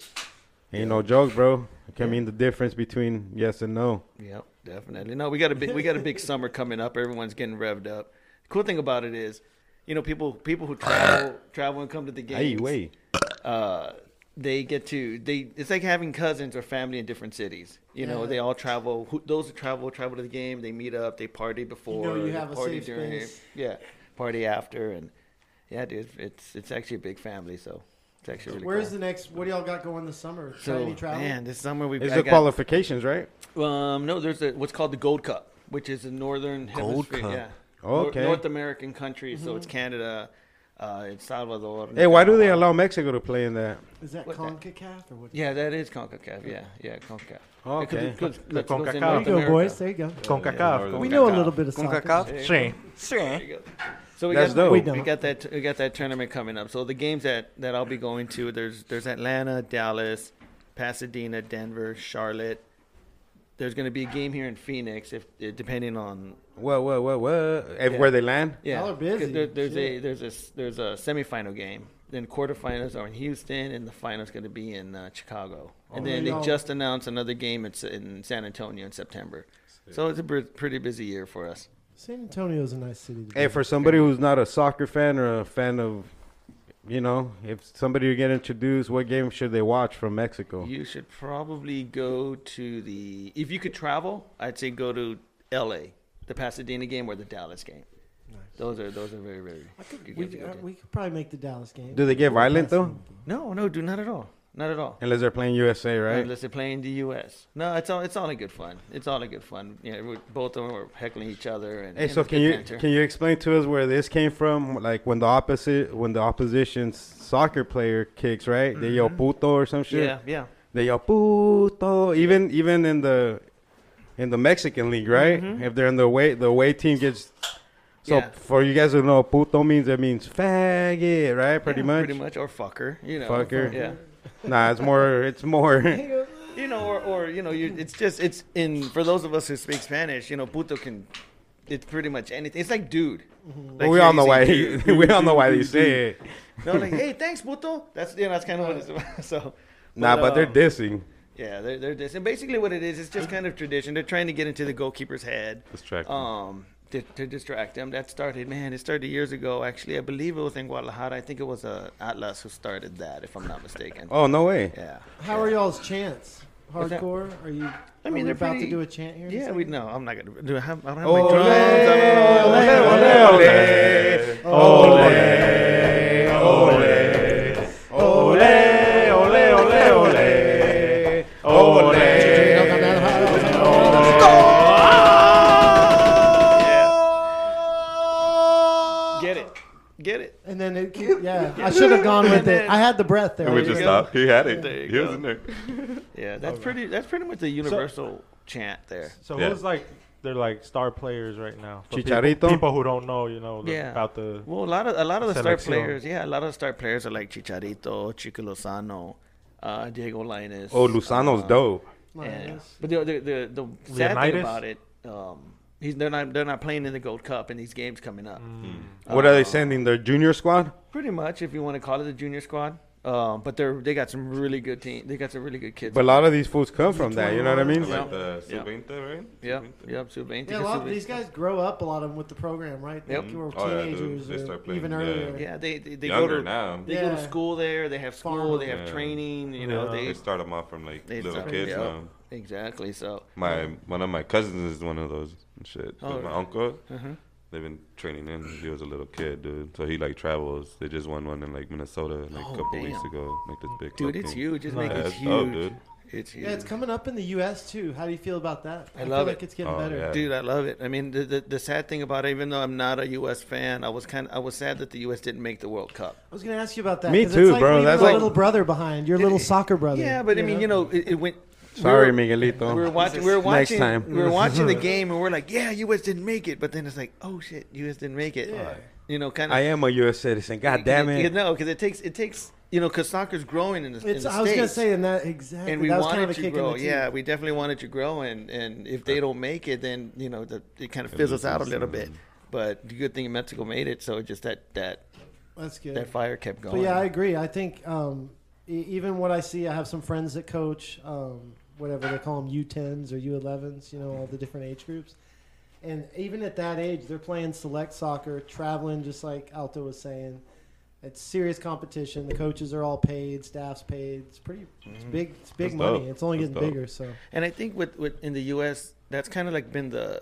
ain't no joke, bro. It can mean the difference between yes and no. Yep, definitely. No, we got a big we got a big summer coming up. Everyone's getting revved up. cool thing about it is, you know, people people who travel travel and come to the games. Hey, wait, uh, they get to they it's like having cousins or family in different cities you know Yeah. they all travel who, those who travel travel to the game they meet up they party before you they have a party safe space. yeah party after and yeah dude it's it's actually a big family so it's actually really Where's cool. the next? What do y'all got going this summer? Got so any travel? man this summer we've it's I the got- qualifications, right? um no there's a what's called the gold cup which is a northern Gold hemisphere Cup. yeah Okay. Nor- north american country so Mm-hmm. it's canada uh it's salvador Hey, why do they Nicaragua. allow Mexico to play in that? Is that What the- CONCACAF or what? Yeah, that is CONCACAF. Yeah, yeah, CONCACAF. Okay. It could- could- The that goes in CONCACAF. North There There you go, America. boys. There you go. Concacaf. We know a little bit of soccer. Concacaf? Shame. There Sure. you go. So we That's got dope. We, We don't. got that we got that tournament coming up. So the games that, that I'll be going to there's there's Atlanta, Dallas, Pasadena, Denver, Charlotte. There's going to be a game here in Phoenix if depending on What, what, what, what? If Where they land? yeah. Y'all are busy. 'Cause There, there's a Shit. there's a s- there's a semifinal game. Then quarterfinals are in Houston, and the finals going to be in uh, Chicago. Oh, And then they Y'all- just announced another game. It's in San Antonio in September. So it's a br- pretty busy year for us. San Antonio is a nice city. To be. Hey, for somebody who's not a soccer fan or a fan of, you know, if somebody you get introduced, what game should they watch from Mexico? You should probably go to the if you could travel. I'd say go to L.A. the Pasadena game or the Dallas game. Those are those are very very. good we, games to go uh, to. we could probably make the Dallas game. Do they get violent though? no no do not at all not at all. Unless they're playing USA, right? Unless they're playing the U.S. No, it's all it's all in good fun. It's all in good fun. Yeah, we both of them were heckling each other. And, Hey, and so it's can good you banter. can you explain to us where this came from? Like when the opposite when the opposition's soccer player kicks, right? They yell puto or some shit. Mm-hmm. Yeah, yeah. They yell puto. Even even in the in the Mexican league, right? If they're in the way the away team gets. So Mm-hmm. Yeah. for you guys who know, puto means it means faggot, right? Pretty Yeah, much. Pretty much, or fucker. You know. Fucker. Yeah. Nah, it's more. It's more. You know, or, or you know, you, it's just it's in for those of us who speak Spanish. You know, puto can. It's pretty much anything. It's like dude. Like Mm-hmm. we here all you know say why. dude. we all know why they say it. no, like hey, thanks, puto. That's you know, that's kind of what it's about. So. Nah, but they're um, dissing. Yeah, they're, they're this. And basically, what it is, it's just kind of tradition. They're trying to get into the goalkeeper's head. Distract him. Um, to, to distract them. That started, man, it started years ago. Actually, I believe it was in Guadalajara. I think it was uh, Atlas who started that, if I'm not mistaken. Oh no way. Yeah. How are y'all's chants? What's that? Hardcore? Are you? I mean, are we Oh, they're about to pretty- do a Oh, chant here. in a Yeah, second? we know. I'm not going to do I have, I don't have Ole, my drums. I don't know. ole, ole, ole. Oh, Oh, Ole, ole. Oh, Ole, ole, ole, ole. Ole. Get it. Get it. And then it, yeah, I should have gone with it. I had the breath there. It would just go. stop. He had There you it. He was go. in there. Yeah, that's pretty That's pretty much the universal chant there. So Yeah. who's like they're like star players right now? For people- Chicharito? People, who don't know, you know, the- Yeah. about the Well, a lot of a lot of the star Selección. players, yeah, a lot of the star players are like Chicharito, Chico Lozano, uh, Diego Linus. Oh, Lusano's uh, dope. And, but the the the, the sad thing Leonidas? about it, um, he's they're not they're not playing in the Gold Cup and these games coming up. Mm. Hmm. Uh, What are they sending? Their junior squad? Pretty much, if you want to call it the junior squad, Um, but they're they got some really good team. They got some really good kids. But a lot of these fools come from that. You know what I mean? Like the sub 20, right? yeah, Sub-20. yep, sub 20. Yeah, a lot of these guys grow up a lot of them with the program, right? Yep. They were Oh, yeah, dude. teenagers They or start playing, even yeah. earlier. Yeah, they they, they go Younger to now. they go to Yeah. school there. They have school. Farmer. They have Yeah. training. You know, Yeah. they, They start them off from like they little start- kids yeah, now. Exactly. So My one of my cousins is one of those and shit. 'Cause Oh, my really? uncle, they've been training him. since He was a little kid, dude. So he like travels. They just won one in like Minnesota like a Oh, couple weeks damn. ago. Like this big. dude, club it's thing. huge. It's Nice. making Yeah, it's it's dope, huge. dude. It's huge. Yeah, it's coming up in the U.S. too. How do you feel about that? I love feel like it. it's getting Oh, better. Uh, yeah. Dude, I love it. I mean, the, the the sad thing about it, even though I'm not a U.S. fan, I was kind of I was sad that the U.S. didn't make the World Cup. I was going to ask you about that. Me 'cause too, it's like bro. leaving That's a like- little brother behind, your little soccer brother. Yeah, but I mean, you know, it, it went. we Sorry, were- Miguelito. We were watching. We were watching. time. We were watching the game, and we're like, "Yeah, U.S. didn't make it," but then it's like, "Oh shit, U.S. didn't make it." You know, kind of. I am a U.S. citizen. God damn You it. know, because it takes it takes you know, because soccer's growing in the, in It's, the I was going to States. say in that exactly. and we that was wanted kind of a to kick grow. in the teeth. yeah, we definitely wanted to grow, and and if Uh, they don't make it, then you know the, it kind of fizzles out a little bit. But the good thing Mexico made it, so just that that that's good. that fire kept going. But yeah, I agree. I think um, e- even what I see, I have some friends that coach, um, whatever they call them, U10s or U11s, you know, all the different age groups. And even at that age, they're playing select soccer, traveling, just like Alto was saying. It's serious competition. The coaches are all paid, staff's paid. It's pretty, it's big, it's big Mm-hmm. That's money. dope. It's only That's getting dope. bigger. So and I think with with in the U.S. that's kind of like been the,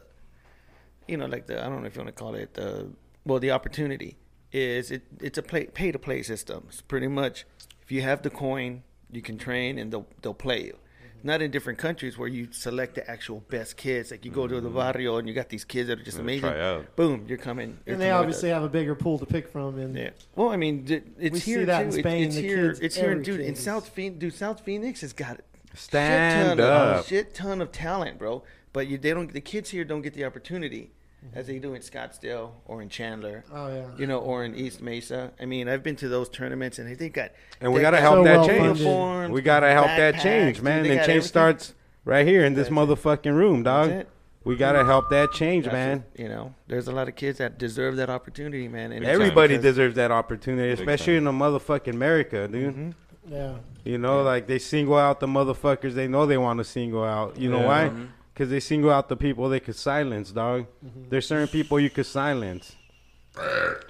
you know, like the I don't know if you want to call it the well the opportunity is it it's a play pay to play system. It's pretty much if you have the coin, you can train and they'll they'll play you. Mm-hmm. Not in different countries where you select the actual best kids. Like you go to the barrio and you got these kids that are just And they amazing. Mm-hmm. try out. Boom, you're coming. you're and they coming with obviously us. have a bigger pool to pick from. And Yeah. Well, I mean, d- it's We see here that in too. It- Spain, it's the here. kids- it's here, every dude. In kid South is- Phoenix, dude, South Phoenix has got Stand shit ton up. of shit ton of talent, bro. But you, they don't. The kids here don't get the opportunity as they do in Scottsdale or in Chandler. Oh, yeah. You know, or in East Mesa. I I mean, I've been to those tournaments, and they got And we they gotta got help So that well change. funded. We gotta help that Backpacks, change, dude, man. they and got change everything. starts right here in this That's motherfucking room, dog. it. We gotta help that change, That's man. it, You know, there's a lot of kids that deserve that opportunity, man. And it's- Everybody because- deserves that opportunity, especially in the motherfucking America, dude. Mm-hmm. yeah. You know, like they single out the motherfuckers they know they want to single out. You know why? Mm-hmm. Because they single out the people they could silence, dog. Mm-hmm. There's certain people you could silence,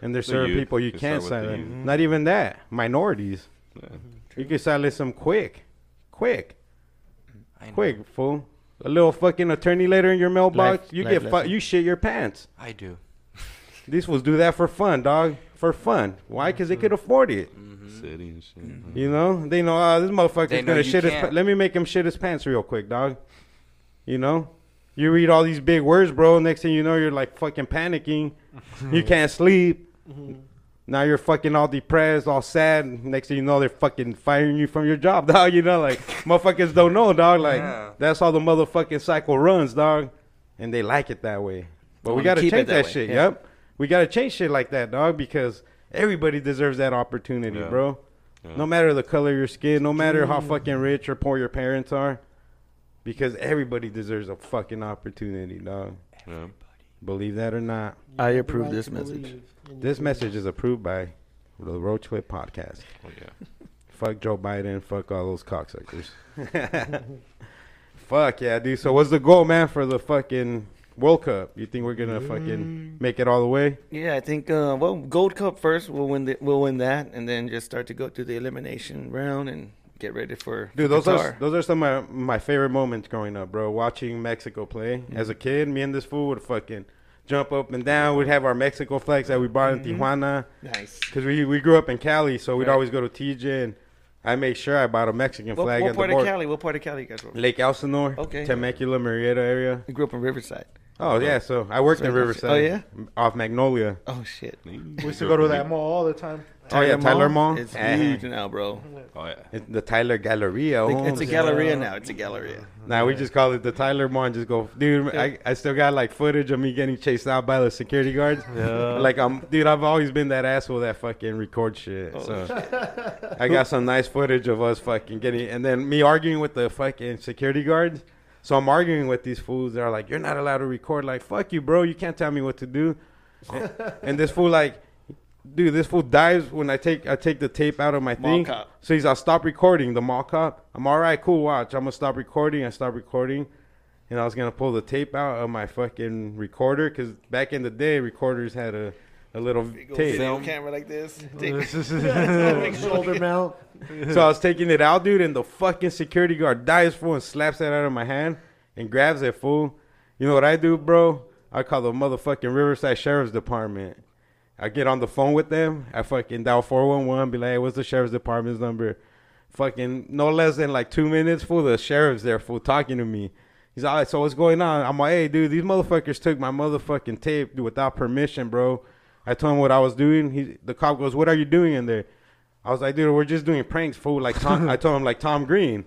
and there's The certain youth. people you Just can't start with the silence. youth. Not even that. Minorities. Yeah. Mm-hmm. You can silence them quick, quick, I know. quick, fool. A little fucking attorney letter in your mailbox, Life- you life get fu- lesson. you shit your pants. I do. These fools do that for fun, dog. For fun. Why? Because they could afford it. Mm-hmm. City and shit. Mm-hmm. huh? You know, they know ah, this They motherfucker's know gonna you shit his. Pa- can't. Let me make him shit his pants real quick, dog. You know, you read all these big words, bro. Next thing you know, you're like fucking panicking. you can't sleep. Now you're fucking all depressed, all sad. Next thing you know, they're fucking firing you from your job, dog. You know, like motherfuckers don't know, dog. Like Yeah. that's how the motherfucking cycle runs, dog. And they like it that way. But we wanna gotta keep it change that that way, shit. yeah. Yep, we gotta change shit like that, dog. Because everybody deserves that opportunity, Yeah. bro. No matter the color of your skin, no matter how fucking rich or poor your parents are, because everybody deserves a fucking opportunity, dog. Yeah. Believe that or not, I The approve right this to message. believe in this your- message is approved by the Road Clip Podcast. Oh yeah. Fuck Joe Biden. Fuck all those cocksuckers. fuck yeah, dude. So what's the goal, man, for the fucking World Cup? You think we're gonna fucking make it all the way? Yeah, I think uh, well, Gold Cup first. We'll win. The, we'll win that, and then just start to go through the elimination round and get ready for Dude, those Qatar. are those are some of my, my favorite moments growing up, bro. Watching Mexico play Mm-hmm. as a kid, me and this fool would fucking jump up and down. We'd have our Mexico flags that we bought in Tijuana nice. because we we grew up in Cali, so we'd Mm-hmm. Right. always go to TJ and I made sure I bought a Mexican What, flag what at the part of board. Cali? What part of Cali you guys were? from? Lake Elsinore, Okay. Temecula, Marietta area. I grew up in Riverside. Oh yeah, so I worked Right in there. Riverside. Oh, yeah? off Magnolia. Oh shit! We used to go to that mall all the time. oh yeah, Tyler Mall. It's Eh. huge now, bro. Oh yeah. It's the Tyler Galleria. oh, It's a galleria now. It's a galleria. Nah, we just call it the Tyler Mall and just go, dude. I, I still got like footage of me getting chased out by the security guards. Like I'm, dude. I've always been that asshole that fucking record shit. Oh, so I got some nice footage of us fucking getting, and then me arguing with the fucking security guards. So I'm arguing with these fools. They're like, "You're not allowed to record." Like, fuck you, bro. You can't tell me what to do. and this fool like dude, this fool dives when I take I take the tape out of my Mall thing. cop. So he's, I'll stop recording. The mall cop. I'm all right, cool. Watch, I'm gonna stop recording. I stop recording, and I was gonna pull the tape out of my fucking recorder because back in the day, recorders had a a little Go tape. video camera like this. Take- Shoulder mount. so I was taking it out, dude, and the fucking security guard dives fool and slaps that out of my hand and grabs that fool. You know what I do, bro? I call the motherfucking Riverside Sheriff's Department. I get on the phone with them. I fucking dial four one one. Be like, hey, what's the sheriff's department's number? Fucking no less than like two minutes. Fool, the sheriff's there. Fool, talking to me. He's all right. So what's going on? I'm like, hey, dude, these motherfuckers took my motherfucking tape without permission, bro. I told him what I was doing. He, the cop goes, what are you doing in there? I was like, dude, we're just doing pranks, fool. Like Tom, I told him like Tom Green.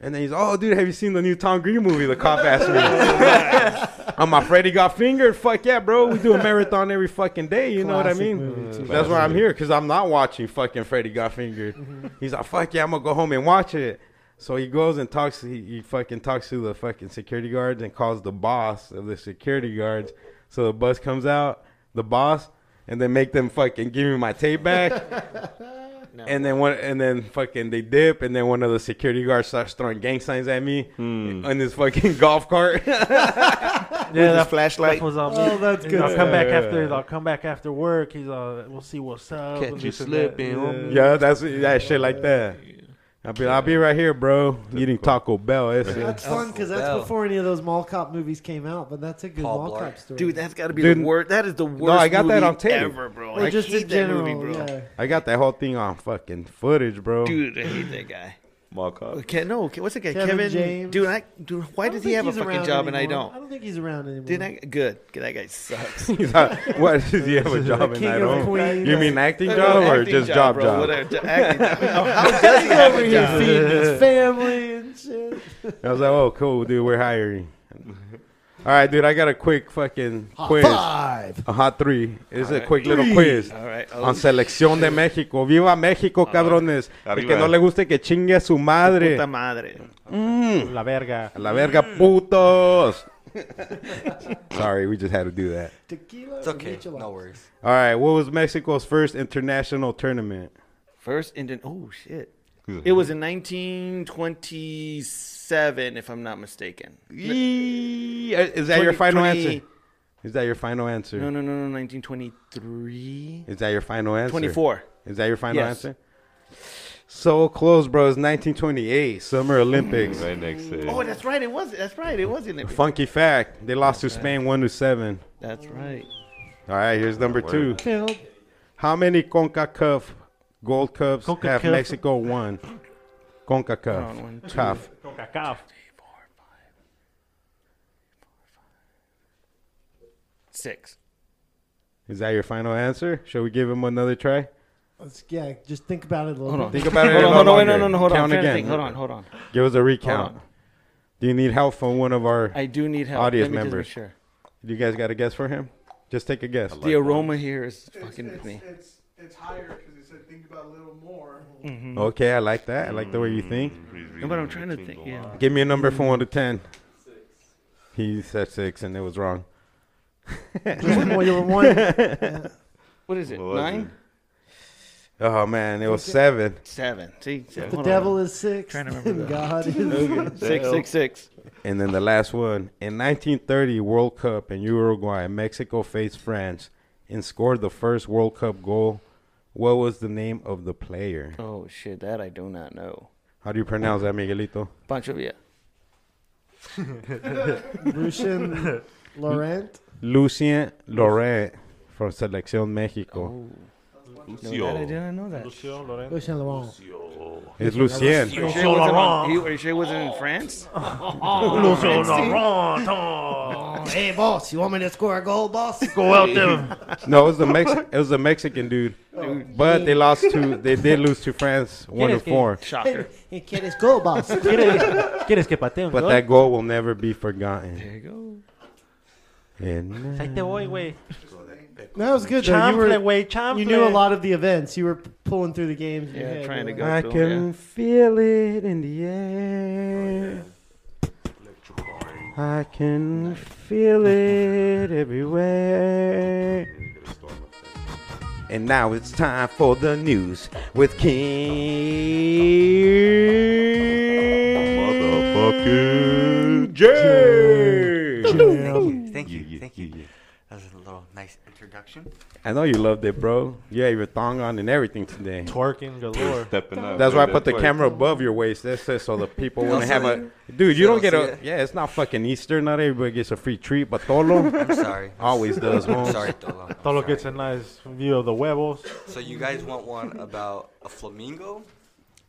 And then he's, oh, dude, have you seen the new Tom Green movie? The cop asked me. I'm afraid he got fingered. Fuck yeah, bro. We do a marathon every fucking day. You know what I Classic mean? movie, too. That's why I'm here because I'm not watching fucking Freddy Got Fingered. Mm-hmm. He's like, fuck yeah, I'm gonna go home and watch it. So he goes and talks. He, he fucking talks to the fucking security guards and calls the boss of the security guards. So the bus comes out, the boss, and then make them fucking give me my tape back. And then one, and then fucking they dip, and then one of the security guards starts throwing gang signs at me on this fucking golf cart. yeah, that flashlight. That was all Oh, me. that's And good. I'll come back Yeah. after. I'll come back after work. He's uh, we'll see what's up. Catch and you this and that. slipping, homie. yeah, that's that shit like that. I'll be, I'll be right here, bro, eating Taco Bell. It's, That's fun because that's Wow. before any of those mall cop movies came out. But that's a good Paul mall Blart. cop story, Dude, that's got to be Dude, the worst. That is the worst. I got that movie on tape. Ever, bro. Or I just hate in that general, movie, bro. yeah. I got that whole thing on fucking footage, bro. Dude, I hate that guy. Mall cop. Okay, no, okay, what's that guy? Kevin Kevin, James. Dude, I, dude, why I don't does he think have a he's fucking around job and I anymore. I don't? don't think he's around anymore. Didn't I? Good. That guy sucks. He's like, what does he have a job and King I of don't? Queens. You mean acting job or Acting just job bro, job? whatever, j- acting job. How does he have over a here job? feeding his family and shit? I was like, oh, cool, dude, we're hiring. All right, dude, I got a quick fucking quiz. Five. A hot three. It's a right. quick little quiz. All right. Oh, On Selección de México. Viva México, cabrones. El que Arriba. no le guste que chingue a su madre. Ah, eh. Mm. puta Mm. madre. La verga. A la verga, putos. Sorry, we just had to do that. Tequila. It's okay. No worries. All right, what was Mexico's first international tournament? First Indian. Oh shit. It was in 1927, if I'm not mistaken. Yee- Is that your 20 final 20 answer? Is that your final answer? No, no, no, no. 1923. Is that your final answer? 24. Is that your final Yes. answer? So close, bro. It's 1928, Summer Olympics. Right next to it. Oh, that's right. It was. That's right. It was in it. Funky fact: They lost to Spain one to seven. That's right. All right, here's number two. Word. Count. How many CONCACAF Gold Cups have CONCACAF? Mexico won? Oh, one, CONCACAF. two. Cuff. Concacaf. Six. Is that your final answer? Shall we give him another try? Let's, yeah, just think about it a little Hold on. bit. Think about it. Hold a on, little hold on, wait, no, longer. no, no, hold on. I'm Count trying to again. think. Hold on, hold on. Give us a recount. on. Do you need help from one of our? I do need help. Audience Let me just members. make sure. you guys got a guess for him? Just take a guess. The aroma here is fucking with me. It's it's higher because it said think about a little more. Okay, I like that. I like the way you think. No, but I'm trying to think. Yeah. Give me a number from one to ten. He said six, and it was wrong. Just one, you were one. What is it? What was Nine? Oh man, it was seven. Seven. See? Seven. The Hold devil is six. Trying to remember and God is. on. Six, six, six. And then the last one in 1930 World Cup in Uruguay, Mexico faced France and scored the first World Cup goal. What was the name of the player? Oh, shit. That I do not know. How do you pronounce that, Miguelito? Pancho Villa. Lucian Laurent. Lucien Laurent from Selección Mexico. Oh. No, that I Lucio. did not know that. Lucio Lorenzo. Lucian Laurent. It's Lucien. Are you sure it wasn't on- he- Are you sure it wasn't in France? Lucio Lorenzo. Oh, Hey, boss, you want me to score a goal, boss? Go out Hmm, there. No, it was the Mex. It was the Mexican dude. But they lost to. They did lose to France, one to it's- four. Shocker. Hey, quieres goal, boss? ¿Quieres- ¿Quieres que patee un But gol? that goal will never be forgotten. There you go. And Ahí te voy, güey. That was good, though. You, Chample, were, güey, chample. you knew a lot of the events. You were p- pulling through the games. in your Yeah, head, trying to you go. know? I Goes through, can yeah. feel it in the air. Oh, I can feel it everywhere. And now it's time for the news with King Motherfucking J. Thank you. Thank you. Yeah, yeah, thank you. yeah, yeah. That was a little nice introduction. I know you loved it, bro. You had your thong on and everything today. Twerking galore. Stepping up. That's baby, why I put the quick. camera above your waist. That's it, so the people want to Also, have a they- dude. You so don't get also, a yeah. It's not fucking Easter. Not everybody gets a free treat, but Tolo I'm sorry. always does. I'm Holmes. sorry, Tolo. I'm Tolo sorry. gets a nice view of the huevos. So you guys want one about a flamingo,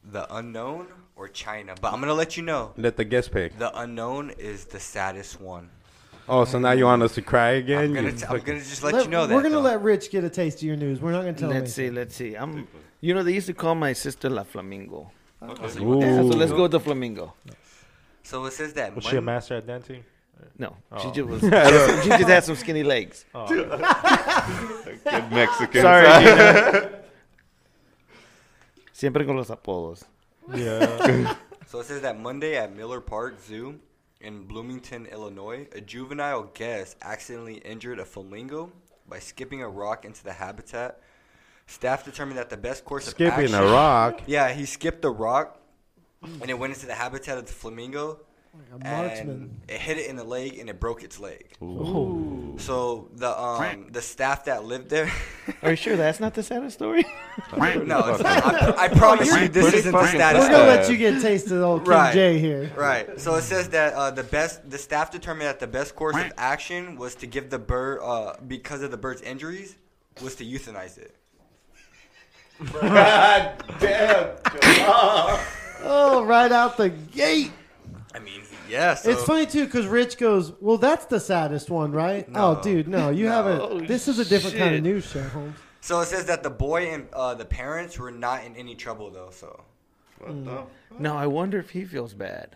the unknown, or China? But I'm gonna let you know. Let the guest pick. The unknown is the saddest one. Oh, so now you want us to cry again? I'm gonna, You t- I'm fucking- gonna just let, Let- you know that. we're gonna though. let Rich get a taste of your news. We're not gonna tell Let's him. see, let's see. I'm, you know, they used to call my sister La Flamingo. Ooh. Yeah, so let's go with the Flamingo. So it says that. Was she a Mon- master at dancing? No, she just was, she just had some skinny legs. Good Mexican. Sorry. Sorry. Gina. Siempre con los apodos. Yeah. so it says that Monday at Miller Park Zoo in Bloomington, Illinois, a juvenile guest accidentally injured a flamingo by skipping a rock into the habitat. Staff determined that the best course of skipping action. a rock. Yeah, he skipped the rock, and it went into the habitat of the flamingo. a marksman. and it hit it in the leg, and it broke its leg. So the um the staff that lived there. Are you sure that's not the saddest story? no, it's not. I, I promise you, this Pretty isn't the fucking status. We're gonna quo. let you get a taste of old King Right. J here. Right. So it says that uh, the best the staff determined that the best course of action was to give the bird uh, because of the bird's injuries was to euthanize it. Oh, right out the gate. I mean, yes. It's funny too because Rich goes, "Well, that's the saddest one, right?" Oh, dude, no, you haven't. This is a different kind of shit. news show, Holmes. So it says that the boy and uh, the parents were not in any trouble though. So No, I wonder if he feels bad.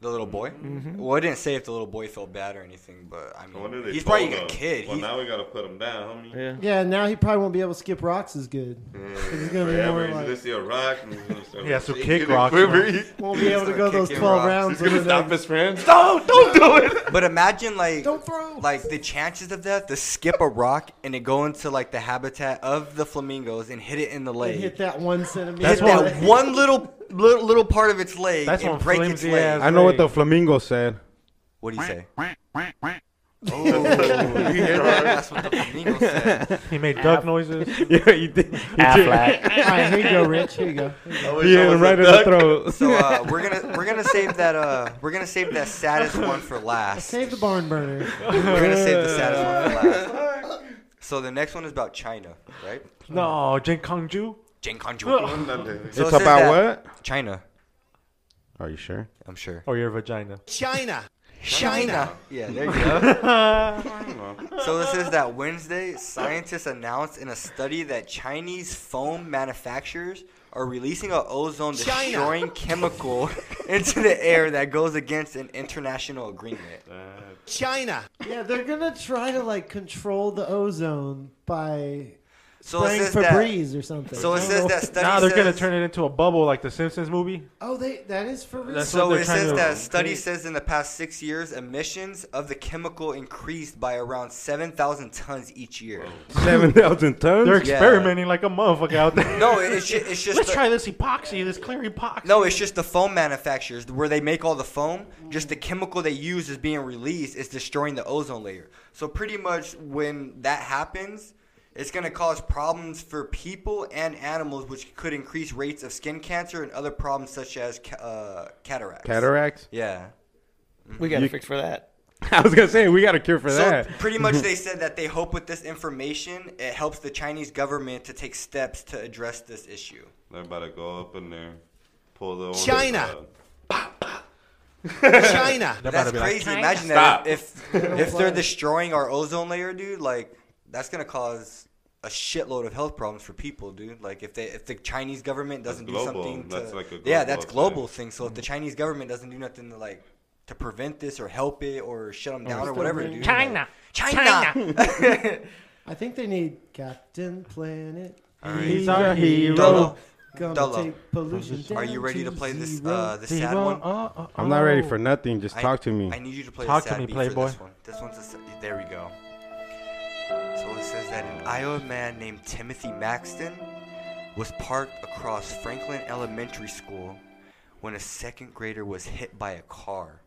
the little boy. Mm-hmm. Well, I didn't say if the little boy felt bad or anything, but I I wonder mean, they he's probably told a him. kid. Well, He's- now we gotta put him down, homie. Yeah. Yeah, now he probably won't be able to skip rocks as good. 'Cause He's gonna be Forever, more he's like gonna see a rock. And he's gonna start He has to shaking kick and rocks, quivering. won't be able to gonna go those kick in twelve rocks. rounds. He's gonna with an- stop his friends. No, don't do it. But imagine like Don't throw. like the chances of that to skip a rock and it go into like the habitat of the flamingos and hit it in the and leg. hit that one centimeter. hit that one little, little little part of its leg That's and one break its flimsy leg. ass- I know what the flamingo said. What do you say? oh, that's what the flamingo said. he made duck noises. yeah, you did. All right, here you go, Rich. Here you go. He hit him right in the throat. So uh, we're gonna we're gonna save that uh we're gonna save that saddest one for last. Save the barn burner. We're gonna save the saddest one for last. So the next one is about China, right? No, Jin Kong Ju. Jane Conju. So it's it says about that- what? China, Are you sure? I'm sure. Or Oh, your vagina. China. Yeah, there you go. so this is that Wednesday, scientists announced in a study that Chinese foam manufacturers are releasing a ozone destroying chemical into the air that goes against an international agreement. Yeah, they're gonna try to like control the ozone by So it spraying says that. Febreze or something. Oh. So I it don't says know. that study. Now they're gonna says- turn it into a bubble like the Simpsons movie. Oh, they that is for real. That's So what it they're trying says to- that study says in the past six years, emissions of the chemical increased by around seven thousand tons each year. Seven thousand tons. They're experimenting like a motherfucker out there. No, it- it's just, it's just Let's the- try this epoxy, this clear epoxy. No, it's just the foam manufacturers where they make all the foam. Just the chemical they use is being released. It's destroying the ozone layer. So pretty much when that happens, it's gonna cause problems for people and animals, which could increase rates of skin cancer and other problems such as ca- uh, cataracts. cataracts. Yeah. We got to You- fix for that. I was gonna say we got a cure for So that. pretty much they said that they hope with this information it helps the Chinese government to take steps to address this issue. They're about to go up in there, pull the uh, China. China. That's crazy. Imagine that if if, if they're destroying our ozone layer, dude. Like that's gonna cause a shitload of health problems for people, dude. Like if they if the Chinese government doesn't do global. something, to, That's like a yeah, global that's thing. Mm-hmm. global thing. So if the Chinese government doesn't do nothing to like to prevent this or help it or shut them down or whatever, dude. Oh, China, China. I think they need Captain Planet. He's our Dolo, hero. Gonna Dolo. take pollution are down you ready to play this zero. uh, the sad one? I'm not ready for nothing. Just Oh. I- talk to me. I need you to play Talk the to sad me, beat for Playboy. this one. This one's a, sa- there we go. So it says that an Iowa man named Timothy Maxton was parked across Franklin Elementary School when a second grader was hit by a car.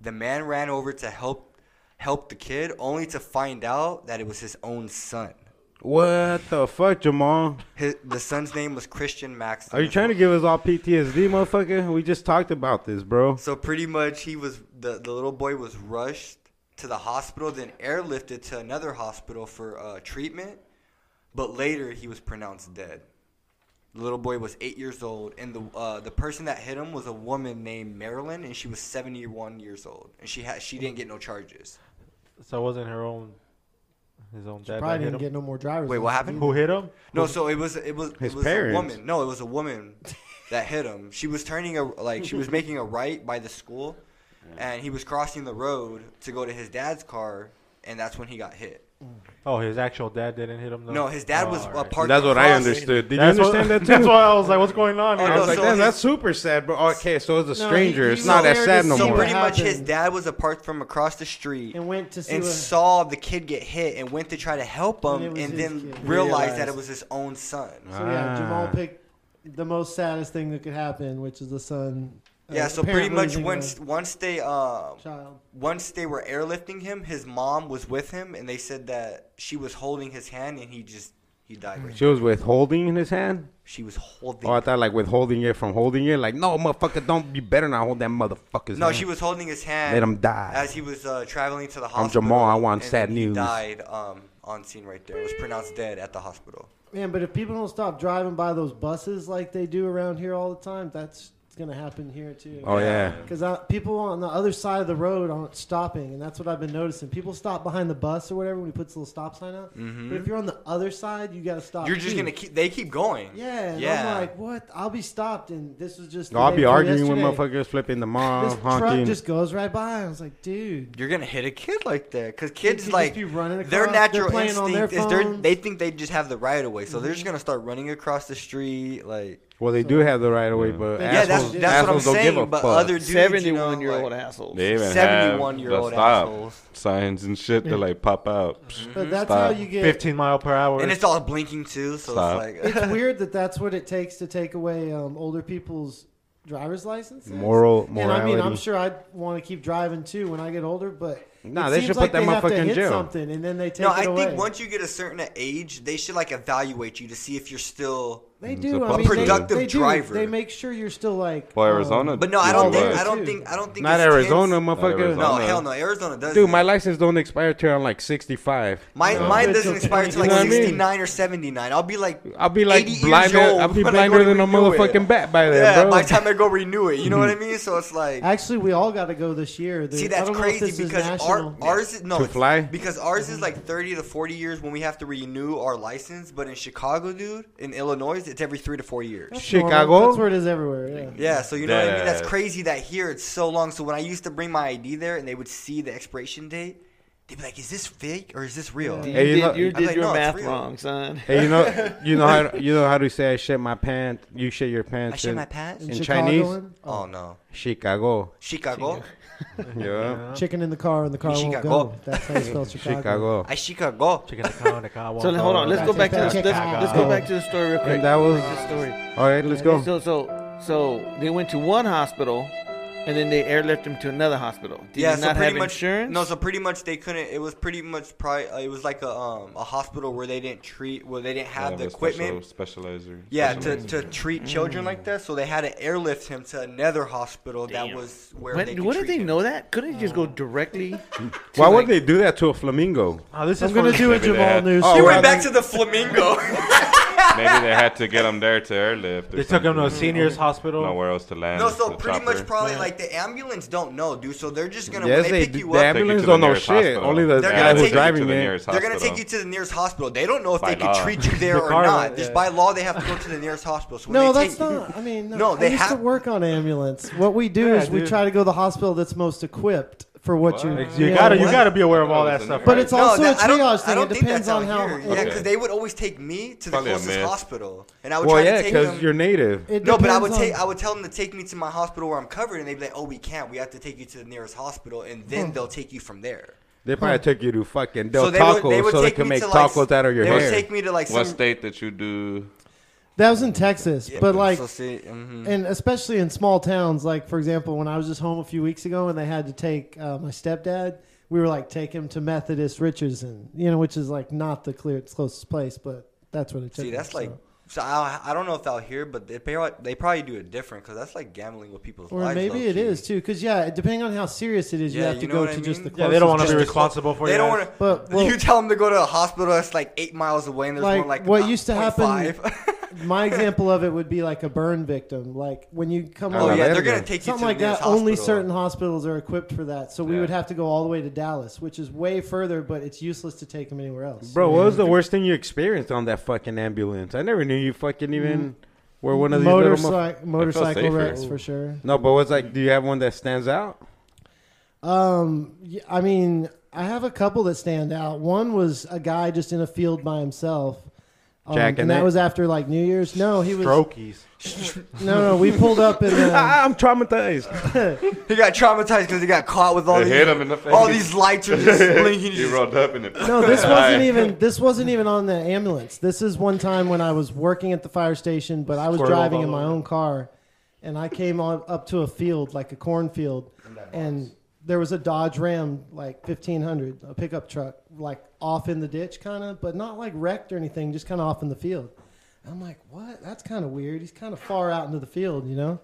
The man ran over to help help the kid only to find out that it was his own son. What the fuck, Jamal? His, the son's name was Christian Maxton. Are you as trying to well. give us all PTSD, motherfucker? We just talked about this, bro. So pretty much, he was the the little boy was rushed to the hospital, then airlifted to another hospital for uh, treatment. But later, he was pronounced dead. The little boy was eight years old, and the uh, the person that hit him was a woman named Marilyn, and she was seventy one years old, and she had she didn't get no charges. So it wasn't her own, his own dad that Probably hit didn't him. get no more drivers. Wait, what happened? Who hit him? No, so it was it was His it was parents. a woman. No, it was a woman that hit him. She was turning a like she was making a right by the school, and he was crossing the road to go to his dad's car, and that's when he got hit. Oh, his actual dad didn't hit him. Though? No, his dad Oh, was all uh, right. parked. That's what I across- understood. Did you That's understand that too? what- That's why I was like, "What's going on?" Oh, here? I no, was like, so damn, his- that's super sad, bro. Okay, so it's a No, he- stranger. he it's not was as there sad to no see So more. pretty what much his happened. dad was apart from across the street And went to see and what- saw the kid get hit and went to try to help him And it and, was his then kid. realized, that it was his own son. So yeah, Jamal Ah. picked the most saddest thing that could happen, which is the son. uh, yeah, so pretty apparently much losing once a once they um child. once they were airlifting him, his mom was with him, and they said that she was holding his hand, and he just he died. Hmm. Right She was withholding in his hand. She was holding. Oh, I thought like withholding it from holding it. Like, no, motherfucker, don't. You better not hold that motherfucker's no, hand. she was holding his hand. Let him die. As he was uh, traveling to the hospital. Jamal, I want and sad he news. Died um, on scene right there. Was pronounced dead at the hospital. Man, but if people don't stop driving by those buses like they do around here all the time, that's going to happen here too. Oh yeah. Because uh, people on the other side of the road aren't stopping, and that's what I've been noticing. People stop behind the bus or whatever when he puts a little stop sign out. Mm-hmm. But if you're on the other side, you got to stop. You're just too. gonna keep. They keep going. Yeah, and Yeah. I'm like, what? I'll be stopped, and this was just. the No, Oh, I'll day be before arguing with yesterday. motherfuckers, flipping them off, This honking. truck just goes right by. I was like, dude. You're gonna hit a kid like that because could kids just like be running their across, they're natural playing on their instinct is they're, phones. Mm-hmm. they think they just have the right of way, so they're just gonna start running across the street like. well, they do have the right of way, but Yeah, Yeah, assholes, that's, that's what I'm assholes don't give a saying. But fuck. other dudes, you know, Seventy-one year old like, assholes. They even 71 have year the old stop assholes. Mm-hmm. signs and shit that like pop out. Psh, Mm-hmm. But that's Stop. how you get. fifteen mile per hour. and it's all blinking too, so Stop. it's It's like weird that that's what it takes to take away um, older people's driver's licenses. Moral And I mean, I'm morality. sure I'd want to keep driving too when I get older, but Nah, it they seems should put like that they have to motherfucker in hit jail. Something, and then they take no. it I away. think once you get a certain age, they should like evaluate you to see if you're still. they It's do. a I mean, productive they, they do. driver. They make sure you're still like. Boy, um, Arizona. But no, I don't Yeah, think. there I too. don't think. I don't think. Not it's Arizona, kids- motherfucker. Arizona. No, hell no. Arizona doesn't. Dude, my license don't expire till I'm like 65. Mine, mine doesn't expire until like You know what I mean? 69 or 79. I'll be like, I'll be like 80 years blinder. old I'll be when I go blinder to than a renew it. motherfucking bat by then, yeah, bro. by the time I go renew it, you know what I mean? So it's like, Actually, we all got to go this year. The- see, I that's don't know if this crazy is because our, national. Mm-hmm. ours is no To it's- fly? because ours is like 30 to 40 years when we have to renew our license. But in Chicago, dude, in Illinois, it's every three to four years. That's normal. Chicago? That's where it is everywhere. Yeah. Yeah, so you know what I mean? That's That- crazy that here it's so long. So when I used to bring my ID there and they would see the expiration date, they'd be like, "Is this fake or is this real?" You Hey, you did, know- you I'm did like, your no, it's math real. wrong, son. Hey, you know, you know how you know how to say I shit my pants. You shit your pants. I shit in my pants. In Chinese? Chicagoan? Oh no, Chicago. Chicago. Yeah, Chicken in the car and the car won't Chicago. go. That's how you spell Chicago. Chicago. I Chicago. Chicken account, account, So hold on, let's go back to let's, let's go back to the story real quick. And that was. This story. All right, let's go. So so so they went to one hospital, and then they airlifted him to another hospital. Did yeah, he so not pretty have much, insurance? No, so pretty much they couldn't. It was pretty much probably uh, it was like a um a hospital where they didn't treat where they didn't have the equipment. Special, specializer. yeah, to, specialized. to treat children like that, so they had to airlift him to another hospital that was where When- they could what did treat they him. know that? Couldn't he just go directly? to, Why like- would they do that to a flamingo? Oh, this is I'm going for- to do a Maybe they Jamal had- news. Oh, He story. well, went back to the flamingo. Maybe they had to get him there to airlift. Or They took him to a something. seniors hospital. Nowhere else to land. no, so The pretty chopper. much probably like the ambulance don't know, dude. So they're just gonna Yes, when they they, do. pick you The up. Take you ambulance to the don't know nearest shit. hospital. Only the They're guy gonna who's take you to driving the it. nearest They're gonna take hospital. you to the nearest hospital. They don't know if By they could law. treat you there or car, not. Just yeah. by law, they have to go to the nearest hospital. So when No, they that's take you- not. I mean, no, No, I they used to have- work on ambulance. What we do Yeah, is we dude. try to go to the hospital that's most equipped for what you. You yeah. gotta, you what? gotta be aware of all that stuff. But right? it's also that- a triage thing. It think depends that's on out how. here. it- Yeah, because they would always take me to the Probably a closest myth. hospital, and I would Well, try yeah, to take them. because you're native. it no, but I depends would on- take. I would tell them to take me to my Hmm. hospital where I'm covered, and they'd be like, "Oh, we can't. We have to take you to the nearest hospital, and then they'll take you from there." They probably took you to fucking Del so they Taco would, they would so they take can me make to tacos like, out of your they hair. would take me to like some. What state that you do? That was in Texas, but like, so see, mhm. and especially in small towns, like for example, when I was just home a few weeks ago and they had to take uh, my stepdad, we were like, take him to Methodist Richardson, you know, which is like not the clearest closest place, but that's what it took. See, him, that's like. so. So I, I don't know if I'll hear, but they probably, they probably do it different because that's like gambling with people's or lives. maybe it low-key. is too, because yeah, depending on how serious it is, you Yeah, have to you know go what to I just the mean? closest. Yeah, they don't want to Just be the- responsible for They you. don't want to. But, well- you tell them to go to a hospital that's like eight miles away, and there's Like, one like what about used to happen- 0.5. My example of it would be like a burn victim, like when you come on- oh yeah, they're Orlando. gonna take you to Something the like that. nearest Only hospital. certain hospitals are equipped for that. So we Yeah. would have to go all the way to Dallas, which is way further, but it's useless to take them anywhere else. Bro, what was the worst thing you experienced on that fucking ambulance? I never knew you fucking Mm. even were one of these little. Mo- Motorci- motorcycle safer. wrecks for sure. no, but what's like? Do you have one that stands out? Um, y- I mean, I have a couple that stand out. One was a guy just in a field by himself. Um, Jacking and that it? was after like New Year's. No, he was Strokies. no, no. We pulled up in the, Ah, I'm traumatized. He got traumatized because he got caught with all They these, hit him in the face. all these lights are just blinking. You rolled up in it. no. This wasn't even this wasn't even on the ambulance. This is one time when I was working at the fire station, but I was Squirtle driving in bubble. my own car, and I came on, up to a field like a cornfield, and there was a Dodge Ram like fifteen hundred, a pickup truck, like off in the ditch, kind of, but not like wrecked or anything, just kind of off in the field. I'm like, what? That's kind of weird. He's kind of far out into the field, you know.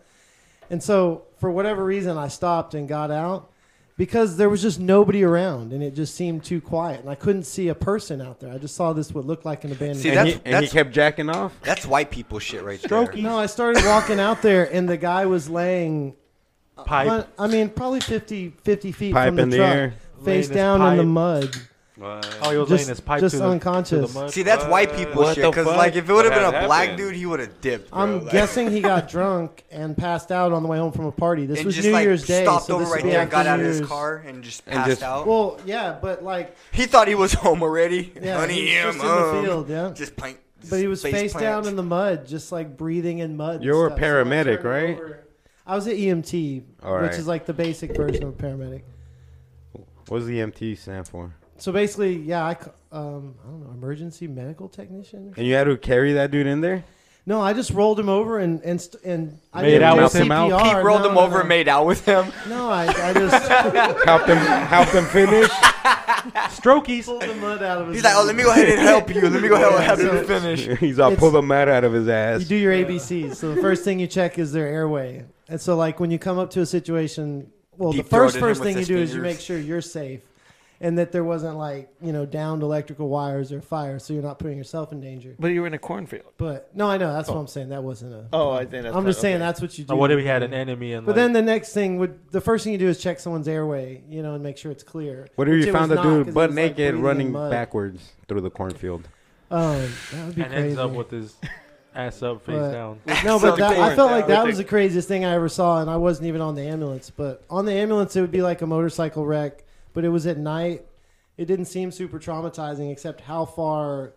And so, for whatever reason, I stopped and got out because there was just nobody around, and it just seemed too quiet, and I couldn't see a person out there. I just saw this what looked like an abandoned. See, and, that's- he, and he that's- kept jacking off. That's white people shit right there. No, I started walking out there, and the guy was laying. Pipe. I, I mean, probably 50, 50 feet Pipe from the, in the truck, air. Laying face his down in the pipe. mud. oh, he was Just- laying his pipe just to the- to the unconscious. mud. See, that's white people What shit. the Because fuck? like, if it would have That been a black happened. dude, he would have dipped. Bro. I'm like, guessing he got drunk and passed out on the way home from a party. This and was just New like Year's Day. stopped so over this would right be there, and after got out New of his Years. car, and just And passed just- out. Well, yeah, but like, he thought he was home already. yeah, Honey, he was just in I'm the home. field, yeah. Just plank. but he was face face, down in the mud, just like breathing in mud. and You were a stuff. So I paramedic, turned right? over. I was an EMT, All which right. is like the basic version of a paramedic. What does the MT stand for? So basically, yeah, I, c- um, I don't know, emergency medical technician. And you had to carry that dude in there. No, I just rolled him over and and st- and I Made didn't out do with him? CPR. Pete rolled No, him no, over no. and made out with him. No, I, I just Helped him. Helped him finish. Strokies. pulled the mud out of his. He's like, oh, let me go ahead and help you. Let me go Yeah, ahead and help so- you finish. He's all It's- pull the mat out of his ass. You do your ABCs. So the first thing you check is their airway. And so like when you come up to a situation, well, the Deep first throated him first with thing you his do is you fingers. make sure you're safe, and that there wasn't like you know downed electrical wires or fire, so you're not putting yourself in danger. But you were in a cornfield. But no, I know that's what I'm saying. That wasn't a. Oh, I think that's I'm just fine, saying okay. that's what you do. Or what if he had an enemy and But like, then the next thing would the first thing you do is check someone's airway, you know, and make sure it's clear. What if Which you it was found a not, 'cause dude it butt was, like, naked breathing in running mud. backwards through the cornfield? Um, that would be and crazy. ends up with his ass up, face But- down. no, but Something that, I different. felt like that was Everything. the craziest thing I ever saw, and I wasn't even on the ambulance. But on the ambulance, it would be like a motorcycle wreck, but it was at night. It didn't seem super traumatizing, except how far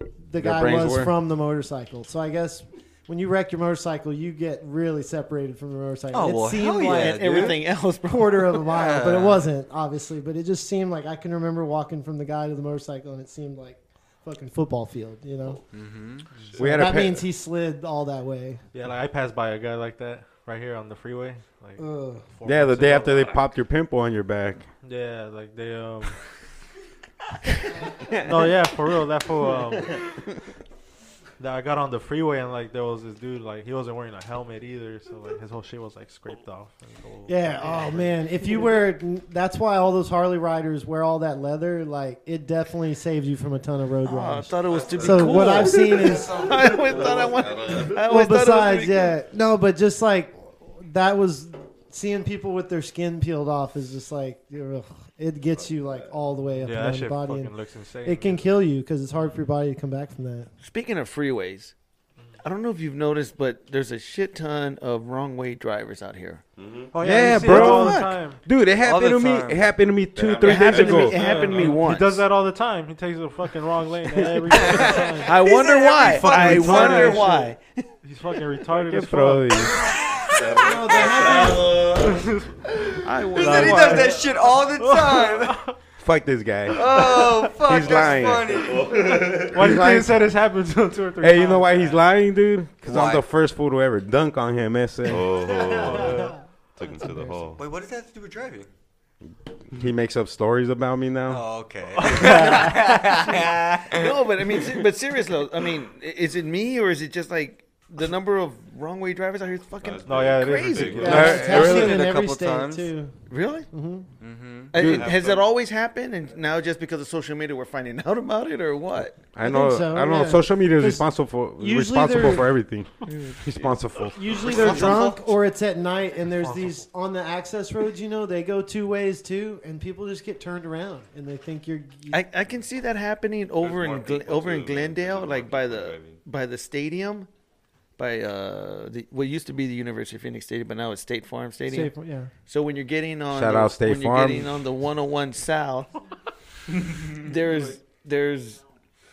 the Their guy brains was were. from the motorcycle. So I guess when you wreck your motorcycle, you get really separated from the motorcycle. Oh, it well, seemed hell like yeah, and everything else, bro. quarter of a mile, but it Yeah. wasn't obviously. But it just seemed like I can remember walking from the guy to the motorcycle, and it seemed like fucking football field. You know, We had a that pa- means he slid all that way. Yeah, like I passed by a guy like that right here on the freeway. Like Ugh. four yeah the months day ago. after they popped your pimple on your back. Yeah, like they um. no, yeah, for real. That for um. That I got on the freeway and like there was this dude like he wasn't wearing a helmet either, so like his whole shit was like scraped off. And the whole- Yeah. Oh man, if you wear, that's why all those Harley riders wear all that leather. Like it definitely saves you from a ton of road Oh, I rash. thought it was to be So cool. what I've seen is, I always thought I wanted. I well, always thought it besides, was to be yeah, no, but just like that was seeing people with their skin peeled off is just like ugh, it gets you like all the way up Yeah, that and down the shit body. fucking and looks insane. It can kill you because it's hard for your body to come back from that. cool. Speaking of freeways, I don't know if you've noticed, but there's a shit ton of wrong way drivers out here. Oh, Yeah, you see that bro. all the Fuck. time. Dude, it happened to the me. time. It happened to me two, happened- three it days happened to ago. me- it happened to me Yeah. once. He does that all the time. He takes the fucking wrong lane every fucking time. I wonder why. fucking I retarded wonder shit. why. He's fucking retarded Qué as fuck. fraude. Uh, I He said wonder he why. does that shit all the time. Fuck this guy. Oh fuck, He's lying. that's funny. Why do you lying. think said this happened to him two or three Hey, you know times? why he's lying, dude? Because Why? I'm the first fool to ever dunk on him, eh, SA. Oh, took him to the hall. Wait, what does that have to do with driving? He makes up stories about me now. Oh, okay. no, but I mean, se- but seriously, though, I mean, i- is it me or is it just like the number of wrong way drivers out here? Is fucking No, yeah, it is Crazy. ridiculous. Yeah, It's it happened really- in a every couple state times. too. really. Mm-hmm. has that always happened? And now just because of social media, we're finding out about it, or what? I I know. I, think so, don't know. yeah. Social media is 'Cause responsible for usually responsible they're- for everything. responsible. Usually they're drunk or it's at night, and there's these on the access roads. You know, they go two ways too, and people just get turned around, and they think you're. I, I can see that happening over There's more in Glen, people over in too, man. Glendale, There's like more by people the driving. by the stadium, by uh the what used to be the University of Phoenix Stadium, but now it's State Farm Stadium. Safe- yeah. So when you're getting on Shout the, out State when you're Farm. getting on the 101 South, there's there's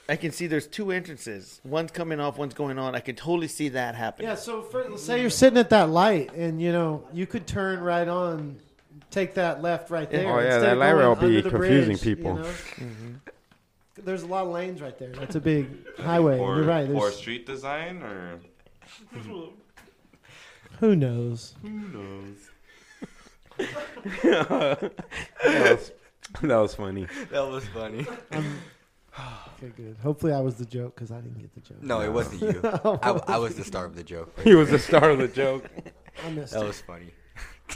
I can see there's two entrances. One's coming off, one's going on. I can totally see that happening. Yeah. So for, let's say you're sitting at that light, and you know you could turn right on, take that left right there. Oh, yeah, instead that of light going rail be under the confusing bridge, you people. know? There's a lot of lanes right there. That's a big highway. Or, you're right. Or There's, street design, or who knows? that, was, that was funny. that was funny. Okay, good. Hopefully, I was the joke because I didn't get the joke. No, it wasn't you. I, I was the star of the joke. He was the star of the joke. I missed That it. was funny.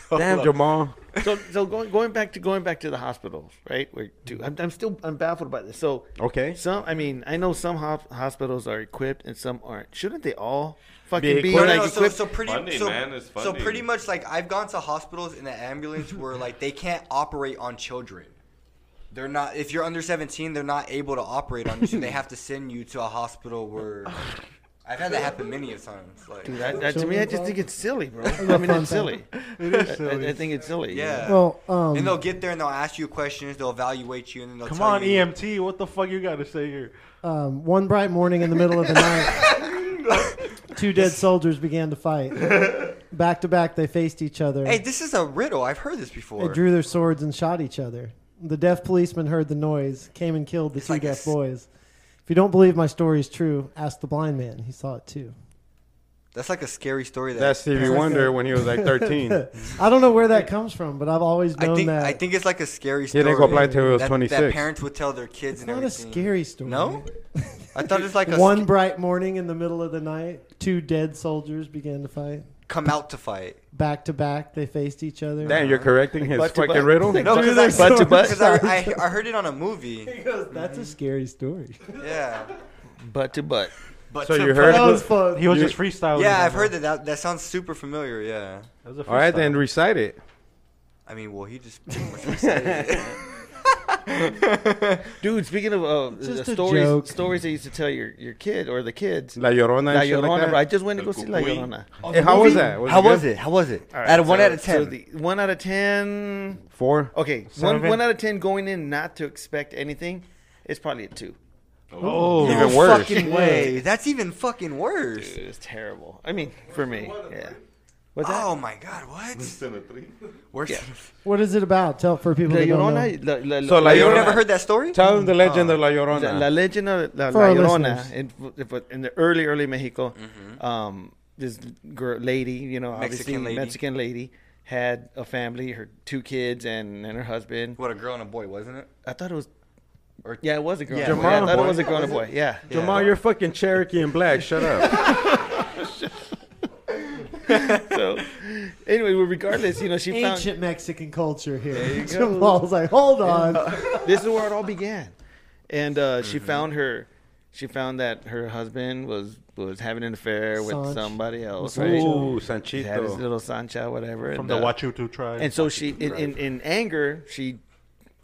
Damn, Jamal. So so going going back to going back to the hospitals, right? Where to, I'm, I'm still I'm baffled by this. So Okay. Some, I mean, I know some hos- hospitals are equipped and some aren't. Shouldn't they all fucking Be be, No, equipped? no, like no, so, equipped? so pretty Funding, so, man, it's so funding. pretty much like I've gone to hospitals in the ambulance where like they can't operate on children. They're not if you're under 17, they're not able to operate on you, so they have to send you to a hospital where I've had that happen many a times. Like That- that- to me, I just think it's silly, bro. I love mean, it's fun silly. It is I, silly. I think it's silly. you know? yeah. Well, um, and they'll get there and they'll ask you questions, they'll evaluate you and then they'll Come tell on, E you, EMT. What the fuck you got to say here? um, one bright morning in the middle of the night, two dead soldiers began to fight. Back to back, they faced each other. Hey, this is a riddle. I've heard this before. they drew their swords and shot each other. The deaf policeman heard the noise, came and killed the two like a deaf s- boys. If you don't believe my story is true, ask the blind man. He saw it too. That's like a scary story that That's Stevie Wonder when he was like 13. I don't know where that comes from, but I've always known I think that. I think it's like a scary He story. didn't go blind till he was that, 26. That parents would tell their it's kids and not a everything. scary story. No? I thought it's like a One sc- bright morning in the middle of the night, two dead soldiers began to fight. come out to fight. Back to back, they faced each other. Damn, you're correcting his Butt to fucking butt. riddle. Like No, butt- because I butt to butt. Because I, I, I heard it on a movie. He goes, That's a scary story. Yeah. butt to butt. But So to you put- heard- That was fun. He was You- just freestyling. Yeah, I've heard that, that. That sounds super familiar. Yeah. All right, then recite it. I mean, well, he just pretty much recited it. Dude, speaking of uh, Just the a stories, joke. stories they used to tell your, your kid or the kids. La Llorona and La shit like Llorona, that. bro. I just went to The go see La Cucuy. Llorona. Hey, how was that? How good? was it? How was it? All right, Out of one so- out of ten. So the one out of ten. Four. Okay, one Seven. one out of ten going in not to expect anything. It's probably a two. Oh, even No worse. Fucking way. That's even fucking worse. Dude, it's terrible. I mean, for me, yeah. What's that? Oh my god, what? Instead of three. Worse. Yeah. What is it about? Tell for people La that don't know. Llorona. La, la, So La Have you Llorona- never heard that story? Tell him the legend of La Llorona. La, la legend of La, For la our Llorona listeners. in, in the early, early Mexico, um, this girl, lady, you know, obviously Mexican lady. Mexican lady, had a family, her two kids and, and her husband. What a girl and a boy, wasn't it? I thought it was, Or- yeah, it was a girl. Yeah. Yeah, I Jamal thought boy. it was a girl and a boy. Yeah. Jamal, you're fucking Cherokee and black. Shut up. So, anyway, well, regardless, you know, she found Ancient Mexican culture here. you go. Jamal's like, hold on. this is where it all began. And uh, she found her, she found that her husband was was having an affair Sanch. with somebody else, right? Ooh, He had his Sanchito. little Sancha, whatever. From and, the uh, Wachutu tribe. And so she, in, in, in anger, she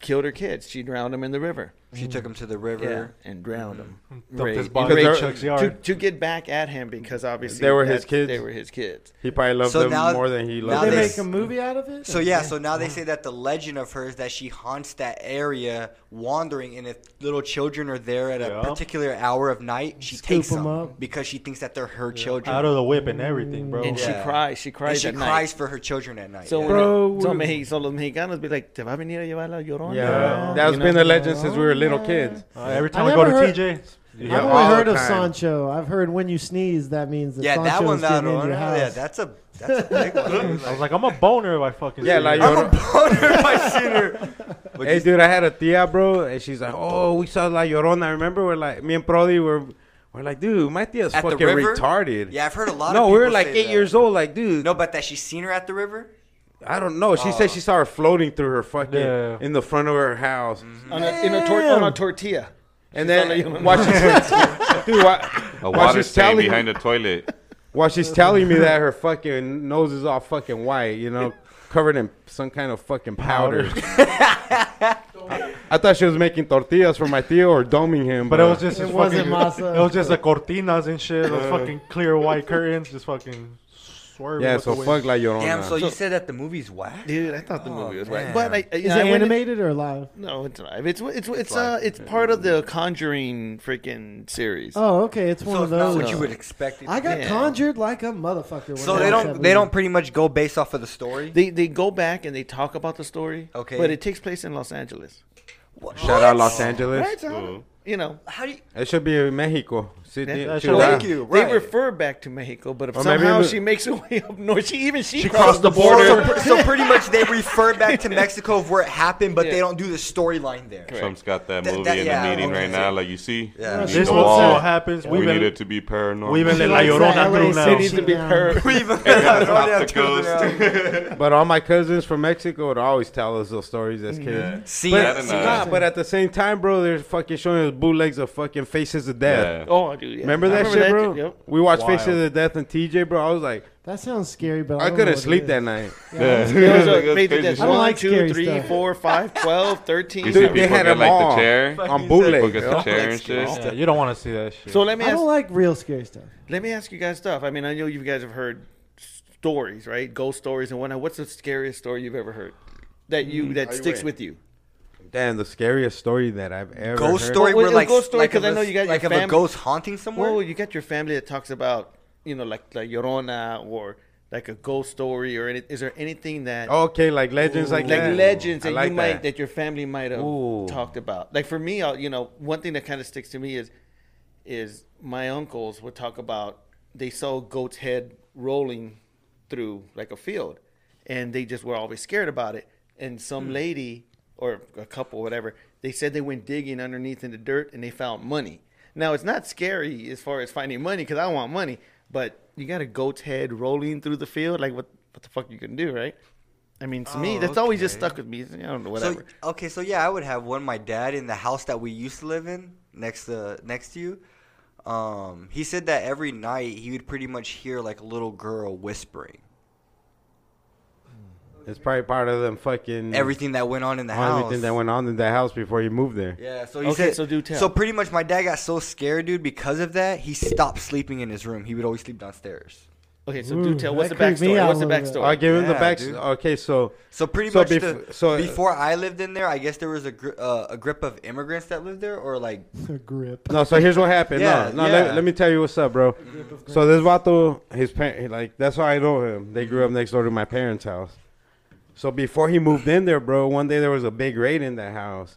killed her kids. She drowned them in the river. She took him to the yeah, river. and drowned him. Dumped his Ray- body Ray- in Chuck's to, yard. to get back at him because obviously They were his that's- kids? They were his kids. He probably loved So them now- more than he now loved They they them. make a movie out of it. So yeah, so now they say that the legend of her is that she haunts that area, wandering, and if little children are there at a Yeah. particular hour of night, she Scoop takes 'em them up. because she thinks that they're her children. Out of the whip and everything, bro. And Yeah. she cries. She cries. and she at cries Night. for her children at night. So, yeah. when- Bro, so, we- Mex- so los mexicanos be like, "Te va a venir a llevar la llorona." Yeah, that's You know? been a legend since we were little kids. Uh, every I time I go to never heard- TJ, Yeah, I've all only heard the of time. Sancho. I've heard when you sneeze, that means that yeah, Sancho's that one, that getting in one. your house. Yeah, that's a that's a big one. I was like, I'm a boner if I fucking. Yeah, see like you. I'm a boner by sinner. But Hey, just- dude, I had a tia, bro, and she's like, "Oh, we saw La Llorona." Remember, we're like, me and Prodi were, we're like, "Dude, my tia's At the fucking river? retarded." yeah, I've heard a lot. no, of we people were like say eight that. years old. Like, dude, No, but that she's seen her at the river. I don't know. She said she saw her floating through her fucking Yeah. in the front of her house, Mm-hmm. on a, in a tor- on a tortilla. and saw La Llorona. then while she's dude, while, A while water she's stain telling behind the toilet. while she's telling me that her fucking nose is all fucking white, you know, covered in some kind of fucking powder. I thought she was making tortillas for my tio or doming him, But it was just It his wasn't fucking- masa. It was just the cortinas and shit. Those fucking clear white curtains, just fucking swerving. yeah. with So the wind. fuck La Llorona. Damn. So you said that the movie's whack. Dude, I thought the movie was right, damn. Oh, but I, Is it animated or live? No, it's live. It's it's it's it's, uh, live. it's part of the Conjuring freaking series. Oh, okay. It's one So of it's not those. what you would expect. it I to got Yeah. conjured like a motherfucker. When be. So I they watched don't. that They movie. don't pretty much go based off of the story. They they go back and they talk about the story. Okay. but it takes place in Los Angeles. What? Shout out Los Angeles. Right? So, you know. How do you? It should be in Mexico. City. That should- Ciudad. Thank you. They Right. refer back to Mexico, but if Or maybe somehow the- she makes her way up north, she even she, crossed the So, pr- so pretty much they refer back to Mexico of where it happened, but they Yeah. don't do the storyline there. Trump's got that That- movie that- in yeah, the meeting okay. right now. Like you see, we Yeah. need This the one wall. still happens. We We've need been, it to be paranormal. we've been let La Like Llorona LA through City. now. needs to be Yeah. her. We even Everyone's Oh, off yeah, the turn it coast. around. But all my cousins from Mexico would always tell us those stories as kids. See, That see, and, Nah, uh, but at the same time, bro, they're fucking showing us bootlegs of fucking Faces of Death. yeah. Oh, dude, yeah. Remember I that shit, bro? Yep. We watched Wild. Faces of Death and TJ, bro. I was like, That sounds scary, but I, I don't know couldn't what it sleep is. that night. It Like, was, uh, that's made crazy it shit. I don't one, like two, scary three, stuff. four, five, twelve, thirteen. You Dude, see they people had get them like all. the chair. on People bootleg. get the chair and shit. Yeah, you don't want to see that shit. So let me I ask, don't like real scary stuff. let me ask you guys stuff. I mean, I know you guys have heard stories, right? Ghost stories and whatnot. What's the scariest story you've ever heard that you Mm, that sticks with you? Damn, the scariest story that I've ever ghost heard. story. Well, We're a like ghost story, like 'cause of I know a- you got your like of a fam- ghost haunting somewhere. Well, you got your family that talks about you know like La Llorona or like a ghost story or any, is there anything that Okay, Oh, like legends like like that. legends I that like you might that your family might have Ooh. talked about. Like for me, I'll, you know, one thing that kind of sticks to me is is my uncles would talk about they saw a goat's head rolling through like a field, and they just were always scared about it. And some Hmm. lady or a couple, whatever, they said they went digging underneath in the dirt and they found money. Now it's not scary as far as finding money because I want money, but you got a goat's head rolling through the field, like what what the fuck you can do, right? I mean, to me, Oh, that's always just okay. stuck with me. I don't know, so whatever. okay, so yeah, I would have one. My dad in the house that we used to live in next to next to you. Um, he said that every night he would pretty much hear like a little girl whispering It's probably part of them Mm. fucking everything that went on in the Oh, house. everything that went on in that house before you moved there. Yeah, so he Okay, said, so do tell. So pretty much, my dad got so scared, dude, because of that, he stopped sleeping in his room. He would always sleep downstairs. okay, so Ooh, do tell. What's the that creeped me backstory? out a What's the little bit. backstory? I'll give him the Yeah, back. dude. Okay, so So pretty So much, bef- the, so- uh, before I lived in there, I guess there was a gr- uh, a grip of immigrants that lived there, or like A grip. No, so here's what happened. Yeah, no, no yeah. Let, let me tell you what's up, bro. So this vato, his parent, like that's how I know him. They grew up next door to my parents' house. So before he moved in there, bro, one day there was a big raid in that house,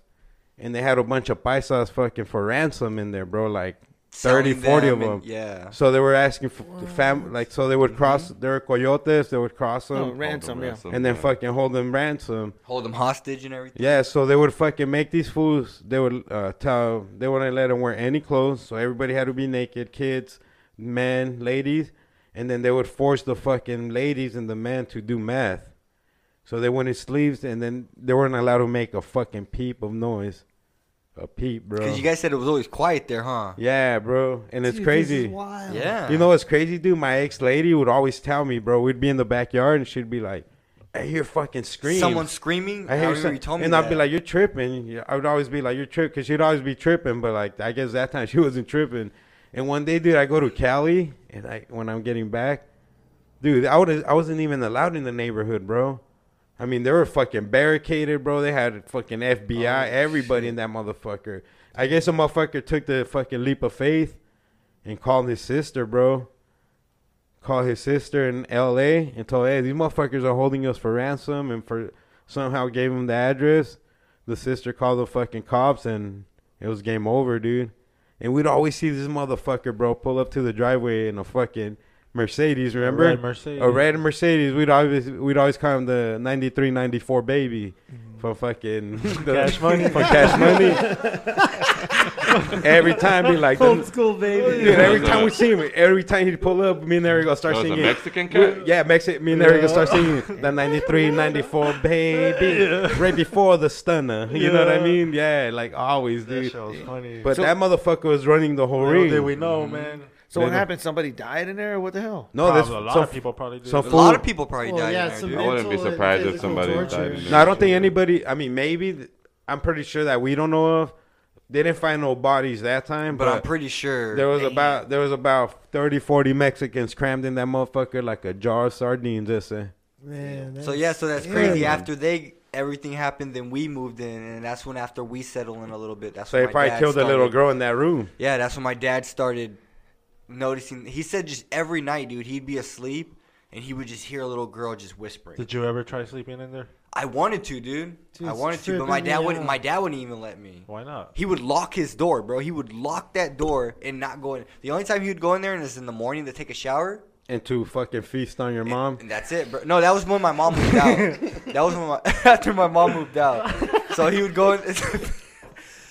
and they had a bunch of paisas fucking for ransom in there, bro. Like 30, selling 40 of them. and- yeah. Mm-hmm. So they were asking for the fam, like so they would cross. There were coyotes. They would cross them, Oh, ransom, yeah. and then fucking hold them ransom. Hold them hostage and everything. Yeah, so they would fucking make these fools. They would uh, tell they wouldn't let them wear any clothes, so everybody had to be naked, kids, men, ladies, and then they would force the fucking ladies and the men to do meth. So they went in sleeves, and then they weren't allowed to make a fucking peep of noise, a peep, bro. Because you guys said it was always quiet there, huh? yeah, bro, and it's Dude, This is crazy. wild. Yeah. You know what's crazy, dude? My ex lady would always tell me, bro. We'd be in the backyard, and she'd be like, I hear fucking screams. Someone screaming. I hear remember some- you told me and I'd be that. like, "You're tripping." Yeah, I would always be like, "You're tripping," because she'd always be tripping. But like, I guess that time she wasn't tripping. And one day, dude, I go to Cali, and I when I'm getting back, dude, I would I wasn't even allowed in the neighborhood, bro. I mean, they were fucking barricaded, bro. They had fucking Oh, FBI, everybody in that motherfucker. I guess a motherfucker took the fucking leap of faith and called his sister, bro. Called his sister in L.A. and told, "Hey, these motherfuckers are holding us for ransom," and for somehow gave him the address. The sister called the fucking cops, and it was game over, dude. And we'd always see this motherfucker, bro, pull up to the driveway in a fucking Mercedes. Remember red Mercedes. A red Mercedes. We'd always we'd always call him the '93, '94 baby from fucking the, Mm. Cash Money? From Cash Money. Every time be like, Old the, school baby. dude. Every time we see him, every time he'd pull up, me and Eric gonna start That was a singing. Mexican cat. Yeah, Mexican. Me and Eric gonna start singing the 93, 94, baby, right before the stunner. You know what I Yeah. mean? Yeah, like always, That dude. shit was funny. But that motherfucker was running the whole Little ring. did we know, man? So what Little- happened? Somebody died in there? Or what the hell? No, Probably that's a lot some, of people probably did. some a lot fool- of people probably Well, died. yeah, in there, some dude. I wouldn't be mental and surprised if physical somebody torture. died in there. No, I don't think Shit. anybody. I mean, maybe. th- I'm pretty sure that we don't know of. They didn't find no bodies that time, but but, I'm pretty sure there was about there was about 30, 40 Mexicans crammed in that motherfucker like a jar of sardines. That's it. Man, So that's- yeah, so that's crazy. Yeah. After they everything happened, then we moved in, and that's when after we settled in a little bit. That's So when they my probably dad killed a started- little girl in that room. Yeah, that's when my dad started noticing. He said just every night, dude, he'd be asleep and he would just hear a little girl just whispering. Did you ever try sleeping in there? I wanted to, dude. Dude, I it's wanted to, but tripping my dad me wouldn't. out. My dad wouldn't even let me. Why not? He would lock his door, bro. He would lock that door and not go in. The only time he would go in there is in the morning to take a shower. And to fucking feast on your mom. And that's it, bro. No, that was when my mom moved out. that was when my, after my mom moved out. So he would go in.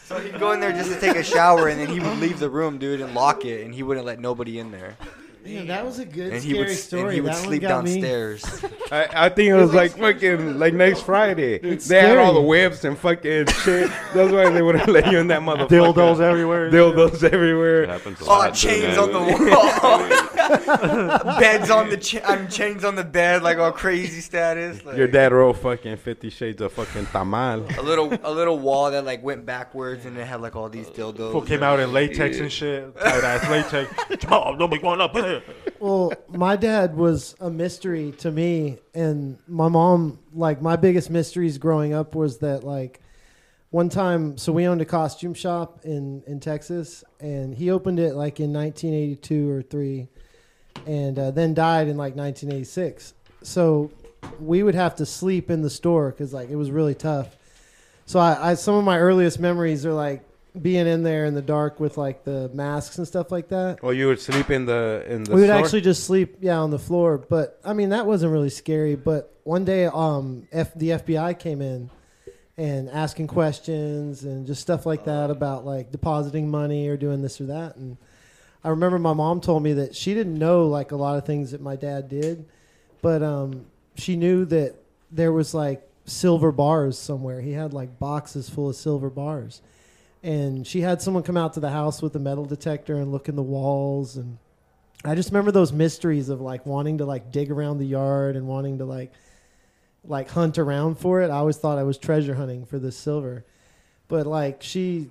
so he'd go in there just to take a shower, and then he would leave the room, dude, and lock it, and he wouldn't let nobody in there. Man, that was a good And he scary would s- story. and he would that sleep one got me. downstairs. I, I think it was like fucking like next Friday. They had all the scary. whips and fucking shit. That's why they wouldn't let you in that motherfucker. Dildos everywhere. Dildos It everywhere. happens a oh, lot, dude, chains man. on the wall, beds on the cha- um, chains on the bed, like all crazy status. Like, Your dad rolled fucking Fifty Shades of fucking Tamal. A little, a little wall that like went backwards, and it had like all these dildos. People came out in latex and shit. Tight ass latex. Oh, nobody going up in here. Well, my dad was a mystery to me, and my mom, like my biggest mysteries growing up was that like one time, so we owned a costume shop in in Texas, and he opened it like in 1982 or three, and uh, then died in like 1986. So we would have to sleep in the store because like it was really tough. So I, I some of my earliest memories are like being in there in the dark with like the masks and stuff like that Well, you would sleep in the in the. we would store? actually just sleep yeah on the floor but i mean that wasn't really scary but one day um F- the fbi came in and asking questions and just stuff like that about like depositing money or doing this or that and i remember my mom told me that she didn't know like a lot of things that my dad did but um she knew that there was like silver bars somewhere he had like boxes full of silver bars and she had someone come out to the house with a metal detector and look in the walls and I just remember those mysteries of like wanting to like dig around the yard and wanting to like like hunt around for it. I always thought I was treasure hunting for this silver. But like she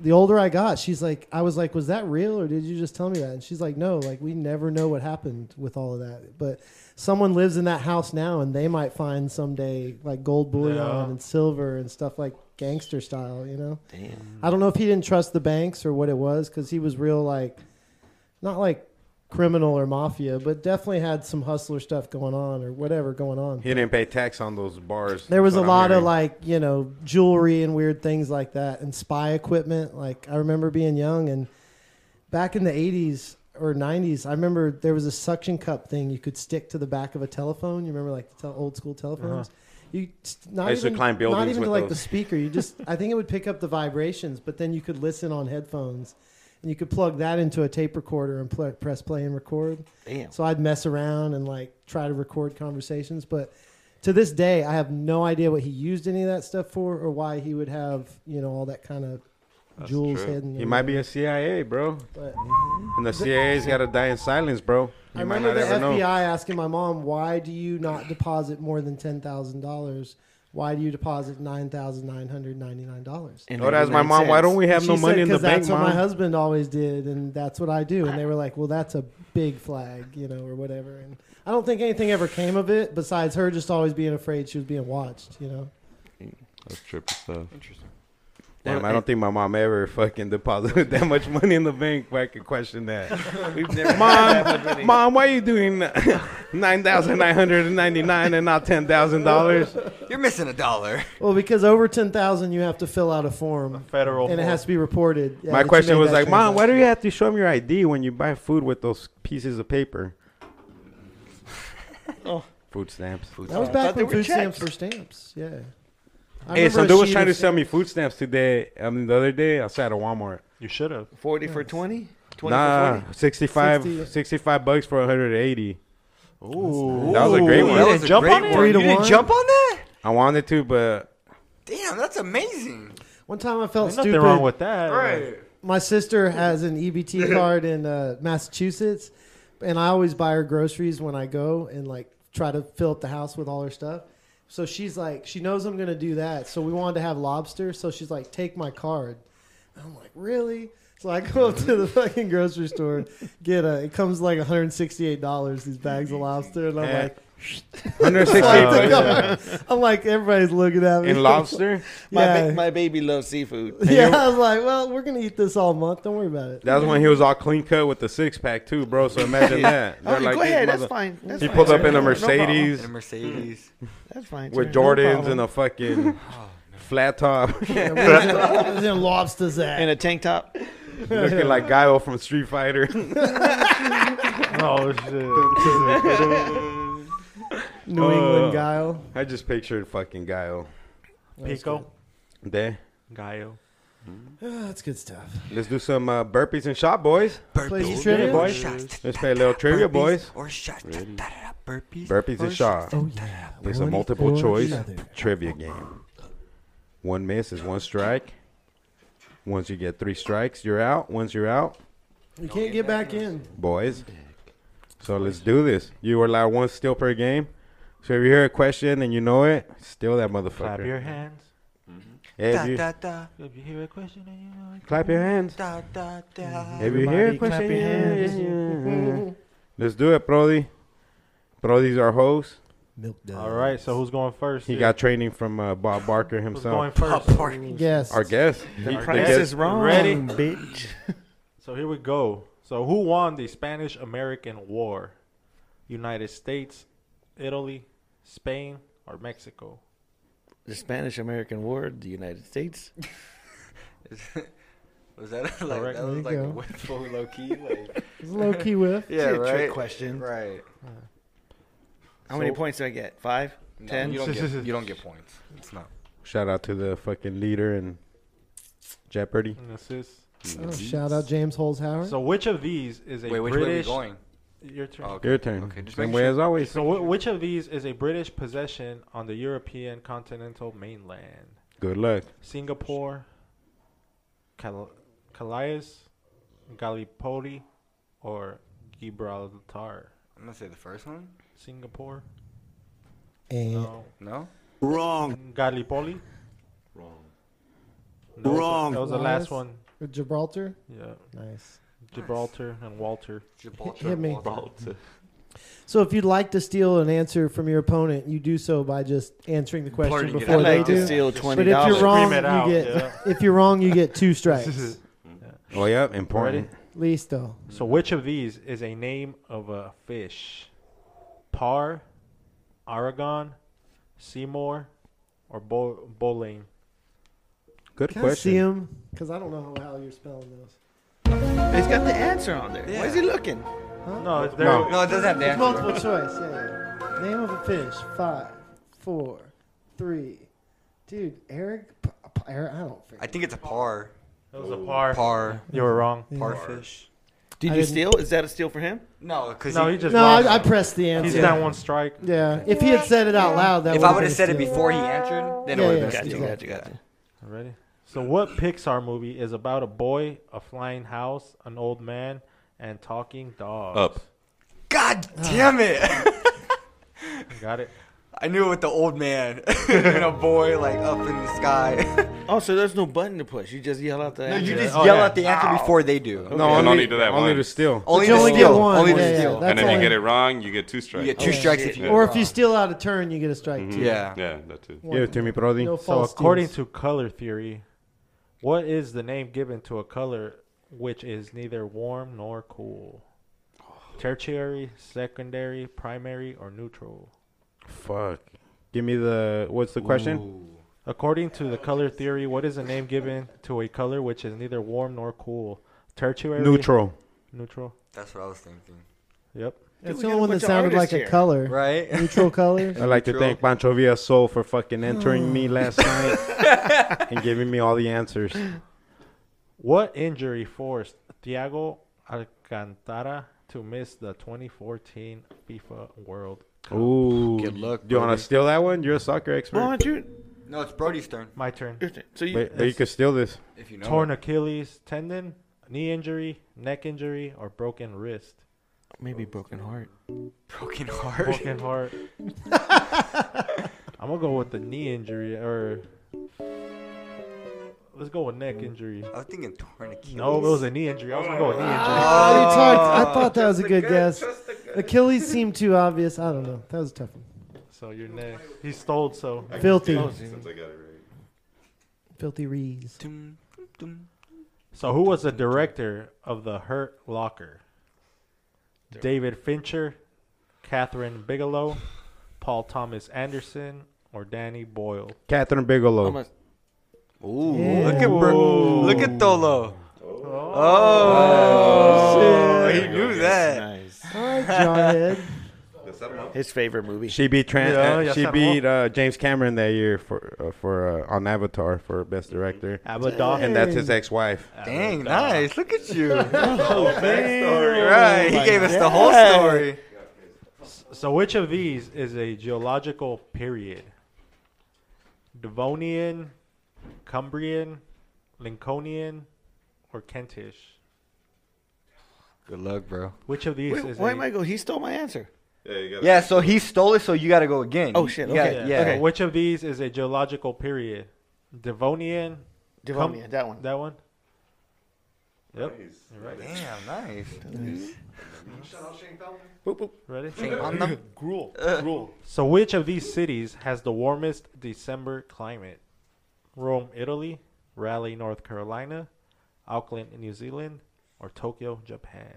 the older I got, she's like I was like, Was that real or did you just tell me that? And she's like, No, like we never know what happened with all of that. But someone lives in that house now and they might find someday like gold bullion Yeah. and silver and stuff like gangster style, you know? Damn. I don't know if he didn't trust the banks or what it was because he was real like not like criminal or mafia, but definitely had some hustler stuff going on or whatever going on. He didn't pay tax on those bars. There was a That's what I'm lot of hearing. like, you know, jewelry and weird things like that and spy equipment. Like I remember being young and back in the 80s or 90s, I remember there was a suction cup thing you could stick to the back of a telephone. You remember like the tel- old school telephones? You st- not Uh-huh. I used to even, climb not buildings even with to, like the those. speaker. You just I think it would pick up the vibrations, but then you could listen on headphones. And you could plug that into a tape recorder and pl- press play and record. Damn. So I'd mess around and like try to record conversations, but to this day, I have no idea what he used any of that stuff for or why he would have, you know, all that kind of jewels true. hidden. He might be a CIA, bro. But And the CIA's got to die in silence, bro. I You might remember the not ever know. FBI asking my mom, "Why do you not deposit more than ten thousand dollars? Why do you deposit nine thousand nine hundred ninety nine dollars?" And I'd ask my 99 mom, why cents. don't we have no money in the bank, That's what my mom? husband always did, and that's what I do. And they were like, "Well, that's a big flag, you know, or whatever." And I don't think anything ever came of it, besides her just always being afraid she was being watched, you know. That's trippy stuff. Interesting. Damn, I don't think my mom ever fucking deposited that much money in the bank where I could question that. We've never Mom, mom, why are you doing nine thousand nine hundred and ninety nine and not ten thousand dollars? You're missing a dollar. Well, because over ten thousand, you have to fill out a form, Federal. and it has to be reported. yeah, My that you question made was that like, mom, why do transaction." you have to show me your ID when you buy food with those pieces of paper? Oh. Food stamps. Food That was I thought back they when were food checks. stamps were stamps. Yeah. I Hey, remember some a dude was sheet trying to of sell me stamps. food stamps today. I mean, the other day outside of Walmart. You should have. 40 for 20? 20 for Nah, 40? 65, 60. 65 bucks for 180. Ooh, That was a great Ooh, one. that You was didn't a jump great on it? one. Three to you didn't one? jump on that? I wanted to, but Damn, that's amazing. One time I felt There's nothing stupid. wrong with that. Right. My sister has an EBT card in uh, Massachusetts, and I always buy her groceries when I go and like try to fill up the house with all her stuff. So she's like, she knows I'm gonna do that. So we wanted to have lobster. So she's like, take my card. I'm like, really? So I go up to the fucking grocery store, get a. It comes like 168 dollars these bags of lobster, and I'm Yeah. like, 168 Like, bucks I'm like, everybody's looking at me. in lobster. My, yeah. ba- my baby loves seafood. yeah, I was like, well, we're gonna eat this all month. Don't worry about it. That was when he was all clean cut with the six pack too, bro. So imagine that. Oh, They're like, go "This ahead. mother-" That's fine. That's He fine, pulled up sir. in a No problem. Mercedes In a Mercedes. That's fine. with sir. Jordans problem. and a fucking flat top, Yeah, where's, where's your lobsters at? And a tank top. looking like Guile from Street Fighter. Oh shit. New Uh, England guile. I just pictured fucking Guile. Pico. There. Gaio. Ah, that's good stuff. Let's do some uh, burpees and shot, boys. Play Burpees. some trivia, or boys. shots. Let's play a little trivia, Burpees boys. Or shots. Da-da-da-da. Burpees. Burpees and shot. Oh yeah. It's a multiple choice trivia game. One miss is one strike. Once you get three strikes, you're out. Once you're out, You can't get back in. boys. So let's do this. You are allowed one steal per game. So if you hear a question and you know it, steal that motherfucker. Clap your hands. Hey, if you- Da-da-da. If you hear a question and you know it. clap your hands. Da-da-da. If you hear a Everybody clap question, your yeah, yeah, yeah. let's do it, Brody. Brody's our host. Milk dud. All right, so who's going first? He here? got training from uh, Bob Barker who's going himself. first. Yes. Mm. Our guest. He- The the price guest- is wrong, Ready? bitch. So here we go. So who won the Spanish American War? United States, Italy, Spain, or Mexico? The Spanish American War, the United States. Was that like Correct. that was There like you a go. whistle low key? Like It's a low key whiff. Yeah, It's a right. Trick question. Right. How many So- points do I get? Five? No, Ten? You don't get you don't get points. It's not. Shout out to the fucking leader and Jeopardy. And assist. Oh, shout out James Holes Howard. So which of these is a Wait, which way are we British? going? Your turn. Oh, okay. Your turn. Okay, just Same making way sure. as always. So wh- which of these is a British possession on the European continental mainland? Good luck. Singapore, Cal- Calais, Gallipoli, or Gibraltar? I'm gonna say the first one. Singapore? And No. No. Gallipoli? Wrong. No, Wrong. That was the last one. Gibraltar. Yeah. Nice. Gibraltar and Walter. Gibraltar. hit me. Walter. So if you'd like to steal an answer from your opponent, you do so by just answering the question Blurting it before I'd out. they like do. to steal but twenty if you're dollars. wrong, you Scream it out, get yeah. if you're wrong, you get two strikes. Oh, yeah. Important. Listo. So which of these is a name of a fish? Par, Aragon, Seymour, or Bo- Bowling? Good Can I question. see him? Because I don't know how you're spelling those. He's got the answer on there. Why is he looking? No, it's there. No. No, it doesn't have the It's answer. multiple choice. Yeah, yeah. Name of a fish. Five, four, three. Dude, Eric. P- P- Eric I don't. I Think. think it's a par. It was a par. Par. You were wrong. Par fish. Did I you didn't- steal? Is that a steal for him? No, because No, he just No, lost. I, I pressed the He's answer. down one strike. Yeah, if he had said it out loud, that If I would've would have been a said it steal. before he answered, then Yeah, it would yeah, have Gotcha, been. yeah. a gotcha, steal. Ready? So, what Pixar movie is about a boy, a flying house, an old man, and talking dogs? Up. God damn it! Got it. I knew it with the old man and a boy like up in the sky. Oh, so there's no button to push. You just yell out the. no, you answer. just Oh, yell yeah. out the answer before they do. No, Okay. only, Only to that only one. to steal. Only You to only get steal. one. Only Yeah, to yeah, steal. that's and if you only- get it wrong, you get two You strikes. get two Oh, strikes shit. if you. Or if you steal out a turn, you get a strike too. Mm-hmm. Yeah. Oh, Yeah, that too. Give it to me, Brody. No So false according steals. to color theory, what is the name given to a color which is neither warm nor cool? Tertiary, secondary, primary, or neutral? Fuck. Give me the. What's the question? According to the color theory, what is a name given to a color which is neither warm nor cool? Tertiary. Neutral. Neutral. That's what I was thinking. Yep. That's the we got only a one that bunch of sounded like artists a here. color. Right? Neutral colors. I'd like to Neutral. thank Pancho Villasol for fucking entering me last night and giving me all the answers. What injury forced Thiago Alcantara to miss the 2014 FIFA World Cup? Ooh. Good luck, Do you want Brody. to steal that one? You're a soccer expert. Why don't you? no, it's Brody's turn. My turn. So you, But, but you could steal this. If you know. Torn it. Achilles tendon, knee injury, neck injury, or broken wrist? maybe broken heart. Broken heart. Broken heart. I'm gonna go with the knee injury, or let's go with neck injury. I was thinking torn Achilles. No, it was a knee injury. I was gonna go with knee injury. Oh, you talked- I thought that was a good guess. Achilles seemed too obvious. I don't know. That was a tough one. So your neck. He stole. So Filthy. Since I got it right. Filthy Rees. Dum, dum. So who was the director of the Hurt Locker? David Fincher, Catherine Bigelow, Paul Thomas Anderson, or Danny Boyle? Catherine Bigelow. I'm a- Ooh, Yeah. look at Bro- look at Dolo. Oh, he knew that. nice. Hi, Jarhead. His favorite movie. She beat Tran- Yeah, uh, yes, she I'm beat uh, James Cameron that year for uh, for uh, on Avatar for best director, Abaddon. and that's his ex-wife. Dang, nice. Look at you. right, he gave us the whole story. So which of these is a geological period? Devonian, Cumbrian, Lincolnian, or Kentish? Good luck, bro. Which of these Wait, is why a, am I going? He stole my answer. Yeah, you got Yeah, so he stole it, so you got to go again. Oh, shit, You gotta- okay, yeah. okay. Which of these is a geological period? Devonian, Devonian, that one. that one. Yep. You're right. Damn, nice. Ready? On Uh. the- Gruel. Gruel. So, which of these cities has the warmest December climate? Rome, Italy, Raleigh, North Carolina, Auckland, New Zealand, or Tokyo, Japan?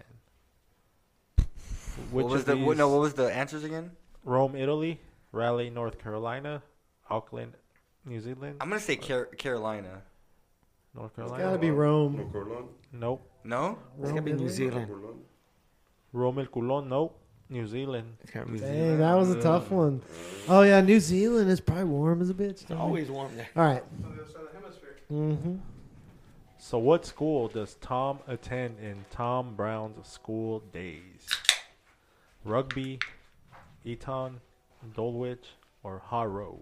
Which What was of the what, these- no? What was the answers again? Rome, Italy, Raleigh, North Carolina, Auckland, New Zealand, I'm gonna say Car- Carolina. North Gotta Carolina? be Rome. Nope. No, It's gonna be New Zealand. Rome, El Culon? Nope. New Zealand. It's gotta be New Zealand. Dang, that was a tough one. Oh yeah, New Zealand is probably warm as a bitch. It's always warm there. All right. on the other side of the hemisphere. Mm-hmm. So, what school does Tom attend in Tom Brown's school days? Rugby, Eton, Dulwich, or Harrow?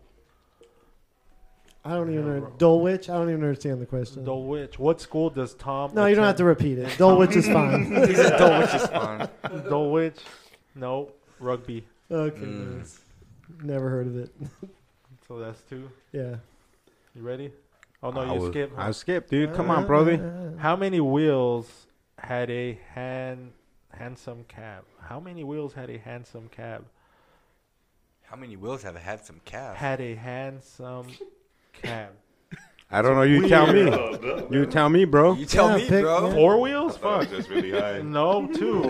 I don't even know. Dulwich. I don't even understand the question. Dulwich. What school does Tom? Mm. no, you don't have to attend? repeat it. Dulwich is fine. he said Dole, which is fine. Dulwich. No, rugby. okay. Mm. nice. Never heard of it. So that's two. Yeah. You ready? Oh no, I you was- skipped. I skipped, dude. Come Uh, on, Brody. How many wheels had a hand handsome cab? How many wheels had a handsome cab? How many wheels have had some calves? Had a handsome cab. I don't know. You tell me. You tell me, bro. You tell Yeah, me, pick- bro. yeah. Four wheels? That was Fuck. just really high. No, two.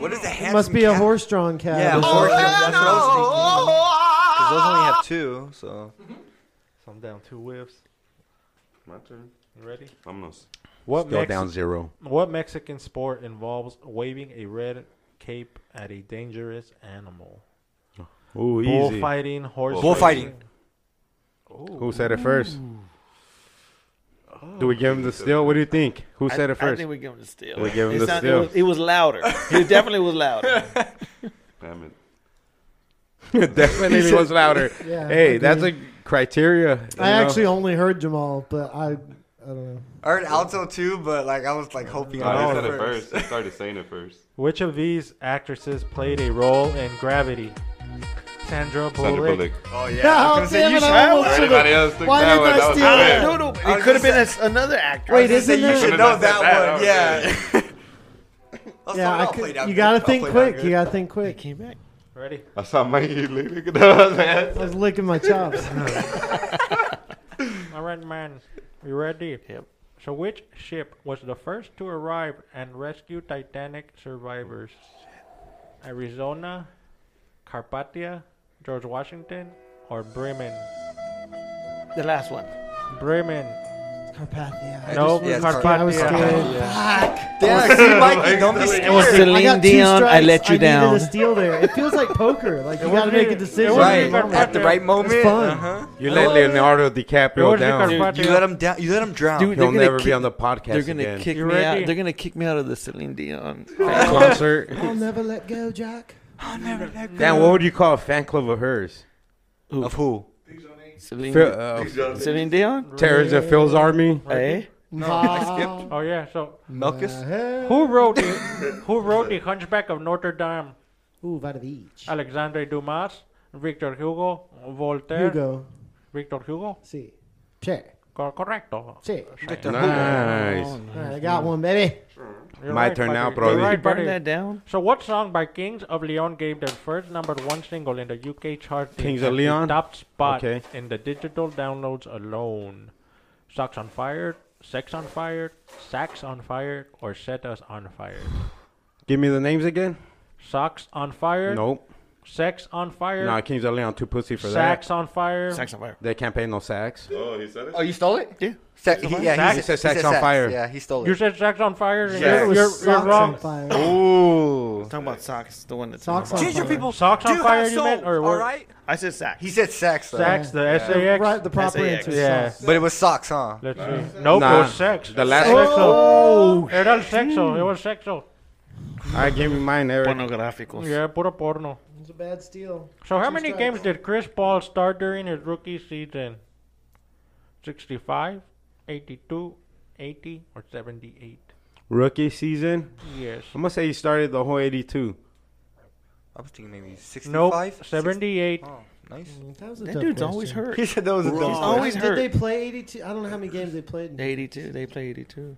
What is a handsome? It must be a calf? horse-drawn cab. Yeah, or horse. something. that's what I was thinking. Because those only have two, so So I'm down two whiffs. My turn. You ready? Vamos. What, Go Mex- down zero. what Mexican sport involves waving a red cape at a dangerous animal? Ooh, easy. Bullfighting, horse Bullfighting. racing. Who said it first? Do we give him the steal? What do you think? Who said it I, I first? think we give him the steal. We give him It the sound- steal. It was, it was louder. It definitely was louder. Damn it. Definitely was louder. Yeah, hey, I that's agree. a criteria. you I know? actually only heard Jamal, but I I don't know. I heard alto too, but like I was like hoping. Oh, I they Oh, said heard it first. They started saying it first. Which of these actresses played a role in Gravity? Sandra Bullock. Sandra Bullock. Oh yeah. I Oh, was gonna say, damn you it, should- I almost Anybody should've- else took Why that did one? I That was steal bad. that? No, no, it I was could have gonna been as- another actor. Wait, I was isn't gonna you it? say should should've know said that. that one. That Yeah. I'll- Yeah, I'll I play could, down you good. gotta I'll think play down quick. You good. gotta think quick. came back. Ready? I saw Mikey look at those I ass. was licking my chops. All right, man. You ready? Yep. So, which ship was the first to arrive and rescue Titanic survivors? Arizona, Carpathia, George Washington, or Bremen? The last one. Bremen. Carpathia. No, I just was- yeah, Carpathia. I was scared. Yeah, see, Mikey, don't be scared. It was I Celine got two Dion. I strikes. let you I down. needed a steal there. It feels like poker. Like you gotta wasn't make even- a it decision. wasn't in the even Carpathia. right moment. at the right moment. fun. Uh-huh. You let Oh, Leonardo DiCaprio George down. Carpathia. You let him down. You let him drown. Dude, He'll They're gonna never be kick- on the podcast They're gonna again. kick You me ready? out. They're gonna kick me out of the Celine Dion. concert. I'll never let go, Jack. Damn, what would you call a fan club of hers? of who? Celine, Phil, uh, Celine Dion. Terrors of Phil's Army. Hey, No, Oh yeah. So, Malchus? who wrote the, who wrote the Hunchback of Notre Dame? Ooh, by the beach. Alexandre Dumas, Victor Hugo, Voltaire. Hugo. Victor Hugo. See. Check. Cor- correcto. Check. Nice. All right, I got one, baby. You're My turn now, buddy. brody. You're right, burn buddy. that down. So, what song by Kings of Leon gave their first number one single in the UK chart? Kings and of the Leon? top spot Okay. in the digital downloads alone. Socks on fire, sex on fire, sax on fire, or set us on fire. Give me the names again. Socks on fire, Nope. sex on fire, Nah, Kings of Leon too pussy for sax that. on fire. Sax on fire. They can't pay no sax. Oh, he said it. Oh, you stole it? Yeah. Sa- he, yeah, Sax? he He said said sax on fire. Yeah, he stole it. You said sax on fire. and It You're, was you're, you're socks wrong. on fire. Ooh. Talking about socks, the one that's Socks on Ginger fire. people Socks on do fire, have you meant? soul, Or all what? right? I said sacks. He said sax though. Sax, the The SAX. right, the proper SAX. answer. is Yeah. socks. But it was socks, huh? Let's see. Nope, Nah. it was sex. The last- Oh, Era el sexo. It was sexo. I give me mine, Eric. Pornográficos. Yeah, puro porno. It's a bad steal. So how Two many strikes. games did Chris Paul start during his rookie season? 65, 82, 80, or 78? Rookie season. Yes. I'm gonna say he started the whole 82. I was thinking maybe Nope, 65? 78. Oh, nice. That, was a That tough dude's question. always hurt. He said that was a He's Oh, dumb always Did hurt. they play 82? I don't know how many games they played. 82. They play 82.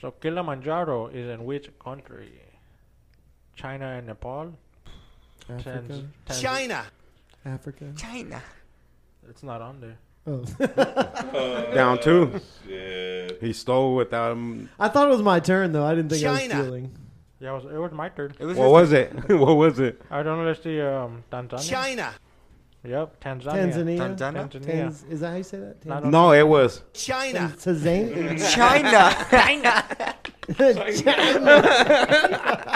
So Kilimanjaro is in which country? China and Nepal? Tanz- Africa. Tanz- Africa. China. It's not on there. Oh. Down two. Yeah. He stole without him. I thought it was my turn, though. I didn't think I was China. stealing. Yeah, it was, it was my turn. It was What was it? what was it? I don't know. Let's see. Um, Tanzania. China. Yep, Tanzania. Tanzania. Tanzania. Tanzania. Tanz- is that how you say that? Not Tanz- on- No, it was. China. Tanzania. China. China.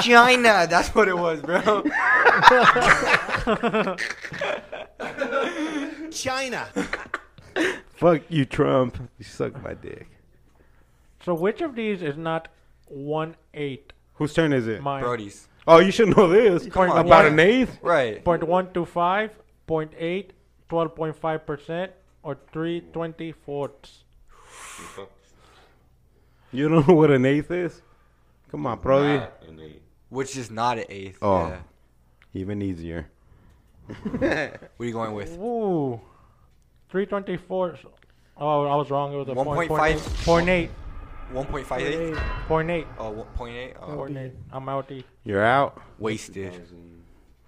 China. That's what it was, bro. China. Fuck you, Trump. You suck my dick. So which of these is not one eight? Whose turn is it? Mine. Brody's. Oh, you should know this. Come on. About Yeah. an eighth. Right. Point one two five, point eight, twelve point five percent, or three twenty fourths. You don't know what an eighth is? Come on, Brody. Which is not an eighth. Oh. Yeah. Even easier. What are you going with? Ooh, three twenty fourths. Oh, I was wrong. It was a point, 1.5. point eight, 1.58? point eight, Oh, 1.8? Oh, point eight. I'm outy. You're out. wasted.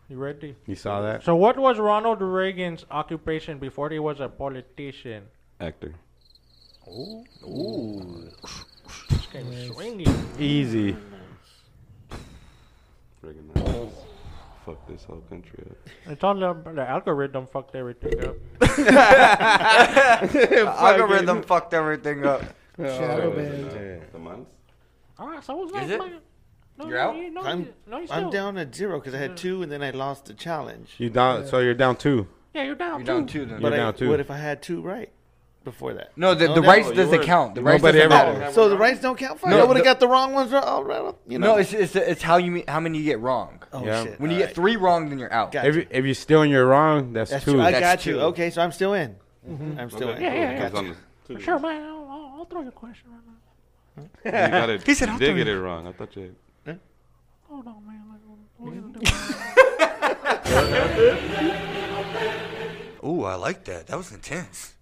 You ready? You saw that? So what was Ronald Reagan's occupation before he was a politician? Actor. This game is swinging. Easy. Recognize. Fuck this whole country up. It's all the, the algorithm fucked everything up. Algorithm fucked everything up. Shadow band. The months? Alright, so what's Is that? it? like- No, You're no, out? you- no, I'm, you- no, you I'm still- down at zero because I had two and then I lost the challenge. You down? So you're down two. Yeah, you're down. You're too. down two then. But You're I, down two. what if I had two right before that? No, the, No, the no, rights you doesn't were- count. The rights Nobody doesn't ever- matter. So the rights don't count. Fuck, No, I would the- have got the wrong ones right. All right, you know. No, it's, it's, it's how you mean, how many you get wrong. oh yeah. shit. When you all get right. three wrong, then you're out. Got If, you. you- if you're still and you're wrong, that's, That's two. true. I That's got you. two. Okay, so I'm still in. I'm still in. Yeah, yeah, yeah. Gotcha. It's oh, on the- For sure, man. I'll- I'll, I'll throw you a question right now. You got it. He said, you "I'll did throw get you." it wrong. I thought you. Hold on, man. Like, what are you gonna do? Ooh, I like that. That was intense.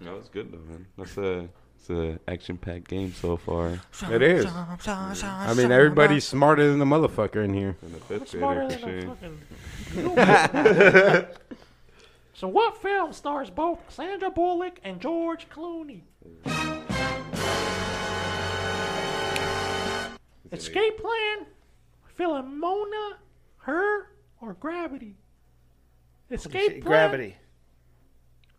That was good though, man. That's a it's a action-packed game so far. It is. I mean, everybody's smarter than the motherfucker in here. In the fifth Smarter grader, for than a sure. fucking. human. so, what film stars both Sandra Bullock and George Clooney? Escape Plan, Philomona, Her, or Gravity? Escape Plan. Gravity.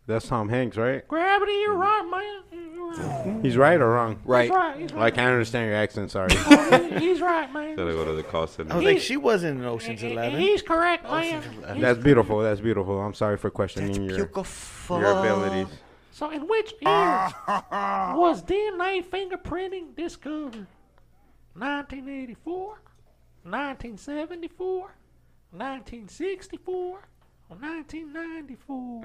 That's Tom Hanks, right? Gravity, you're Mm. right, man. You're right. He's right or wrong? Right. He's right. He's I right. can't understand your accent. Sorry. He- He's right, man. Gotta go to the call center. I was like, she wasn't in Ocean's And- and Eleven. He's correct, man. He's- That's beautiful. That's beautiful. I'm sorry for questioning your Beautiful. your abilities. So, in which year was DNA fingerprinting discovered? 1984, 1974, 1964, or 1994?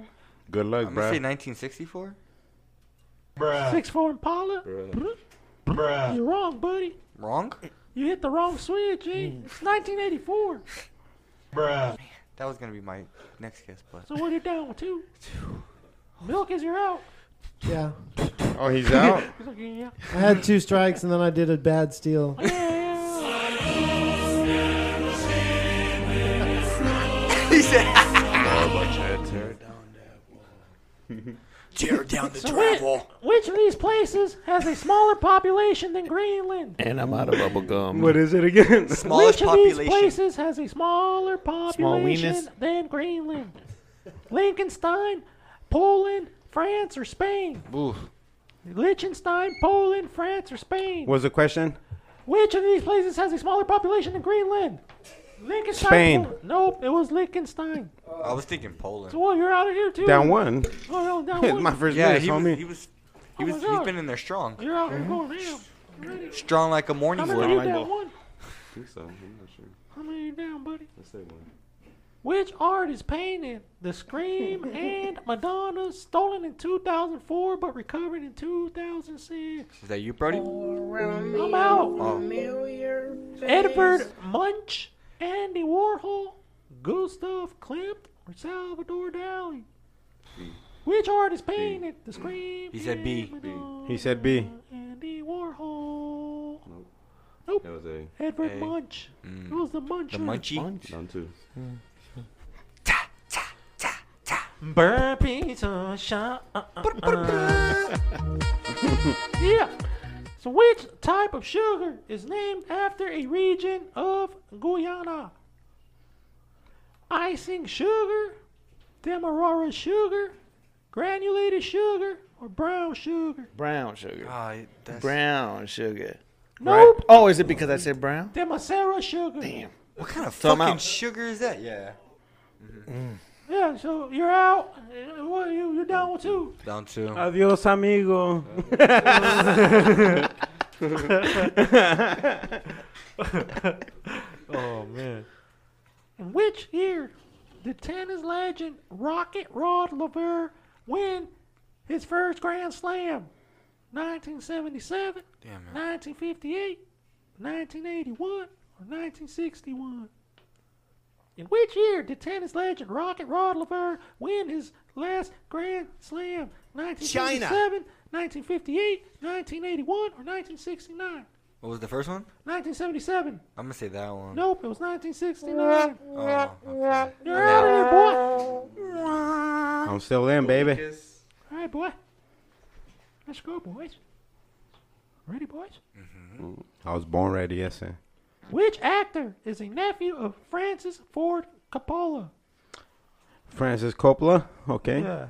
Good luck, I'm gonna bro. say 1964. Six four Impala? You're wrong, buddy. Wrong? You hit the wrong switch, eh? It's 1984. That was gonna be my next guess, but So what are you down with two? Milk is your out. Yeah. Oh, he's out. He's like, yeah, I had two strikes and then I did a bad steal. yeah. he said, Tear it "Tear down the So which, which of these places has a smaller population than Greenland? And I'm out of bubble gum. what is it again? Smallest Which of these population. places has a smaller population weenus. than Greenland? Liechtenstein, Poland, France, or Spain? Liechtenstein, Poland, France, or Spain? What's the question? Which of these places has a smaller population than Greenland? Liechtenstein. Spain. Poland- Nope, it was Liechtenstein. I was thinking Poland. So, well, you're out of here, too. Down one. Oh, no, down one. my first Yeah, miss, he was, homie. he was, he Oh my was, God. he's been in there strong, You're out here going down. strong like a morning How wood. many are you down one? I think so. I'm not sure. How many are you down, buddy? Let's say one. Which artist painted the Scream and Madonna stolen in 2004 but recovered in 2006? Is that you, Brody? I'm out. Edvard Munch, Andy Warhol, Gustav Klimt, or Salvador Dali? Which artist painted the Scream? He said B. and Madonna? He said B. Andy Warhol. That was a Edvard A. Mm. Munch. It was the Muncher. The munchie? down two. Burpees on shot. yeah. So, which type of sugar is named after a region of Guyana? Icing sugar, demerara sugar, granulated sugar, or brown sugar? Brown sugar. Ah, that's Brown sugar. Nope. Right. Oh, is it because I said brown? Demerara sugar. what kind of So I'm fucking out. sugar is that? Yeah, Yeah. So you're out. Uh, What you you down with two? down two. Adios, amigo. Oh man. In which year did tennis legend Rocket Rod Laver win his first Grand Slam? 1977, Damn it. 1958, 1981, or 1961? In which year did tennis legend Rocket Rod Laver win his last Grand Slam? 1977, 1958, 1981, or 1969? What was the first one? 1977. I'm gonna say that one. Nope, it was 1969. Oh, okay. You're out of here, boy. I'm still in, baby. All right, boy. Let's go, boys. Ready, boys? I was born ready, yes, sir. Which actor is a nephew of Francis Ford Coppola? Francis Coppola. Okay.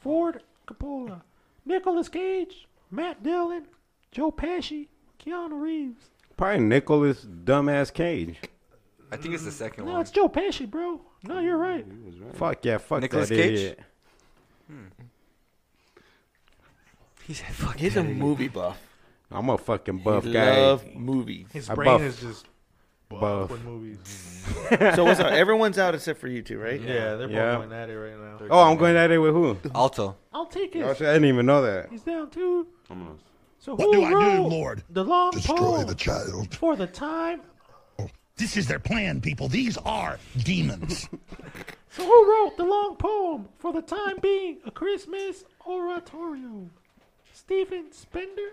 Ford Coppola. Nicolas Cage, Matt Dillon, Joe Pesci, Keanu Reeves. Probably Nicholas dumbass Cage. I think it's the second No, one. it's Joe Pesci, bro. No, you're right. Fuck yeah, fuck Nicolas that Cage? idiot. He said, "Fuck He's that a idiot." movie buff. I'm a fucking buff guy. Love movies. His I brain buff. is just Both. With movies. So what's up? Everyone's out except for you two, right? Yeah, they're Yeah. both going at it right now. Oh, I'm going at it with who? Alto. I'll take Oh, it. shit, I didn't even know that. He's down too. I'm gonna- So What do who I do, wrote Lord? The long Destroy pole the child. for the time. This is their plan, people. These are demons. So who wrote the long poem for the time being? A Christmas oratorio. Stephen Spender,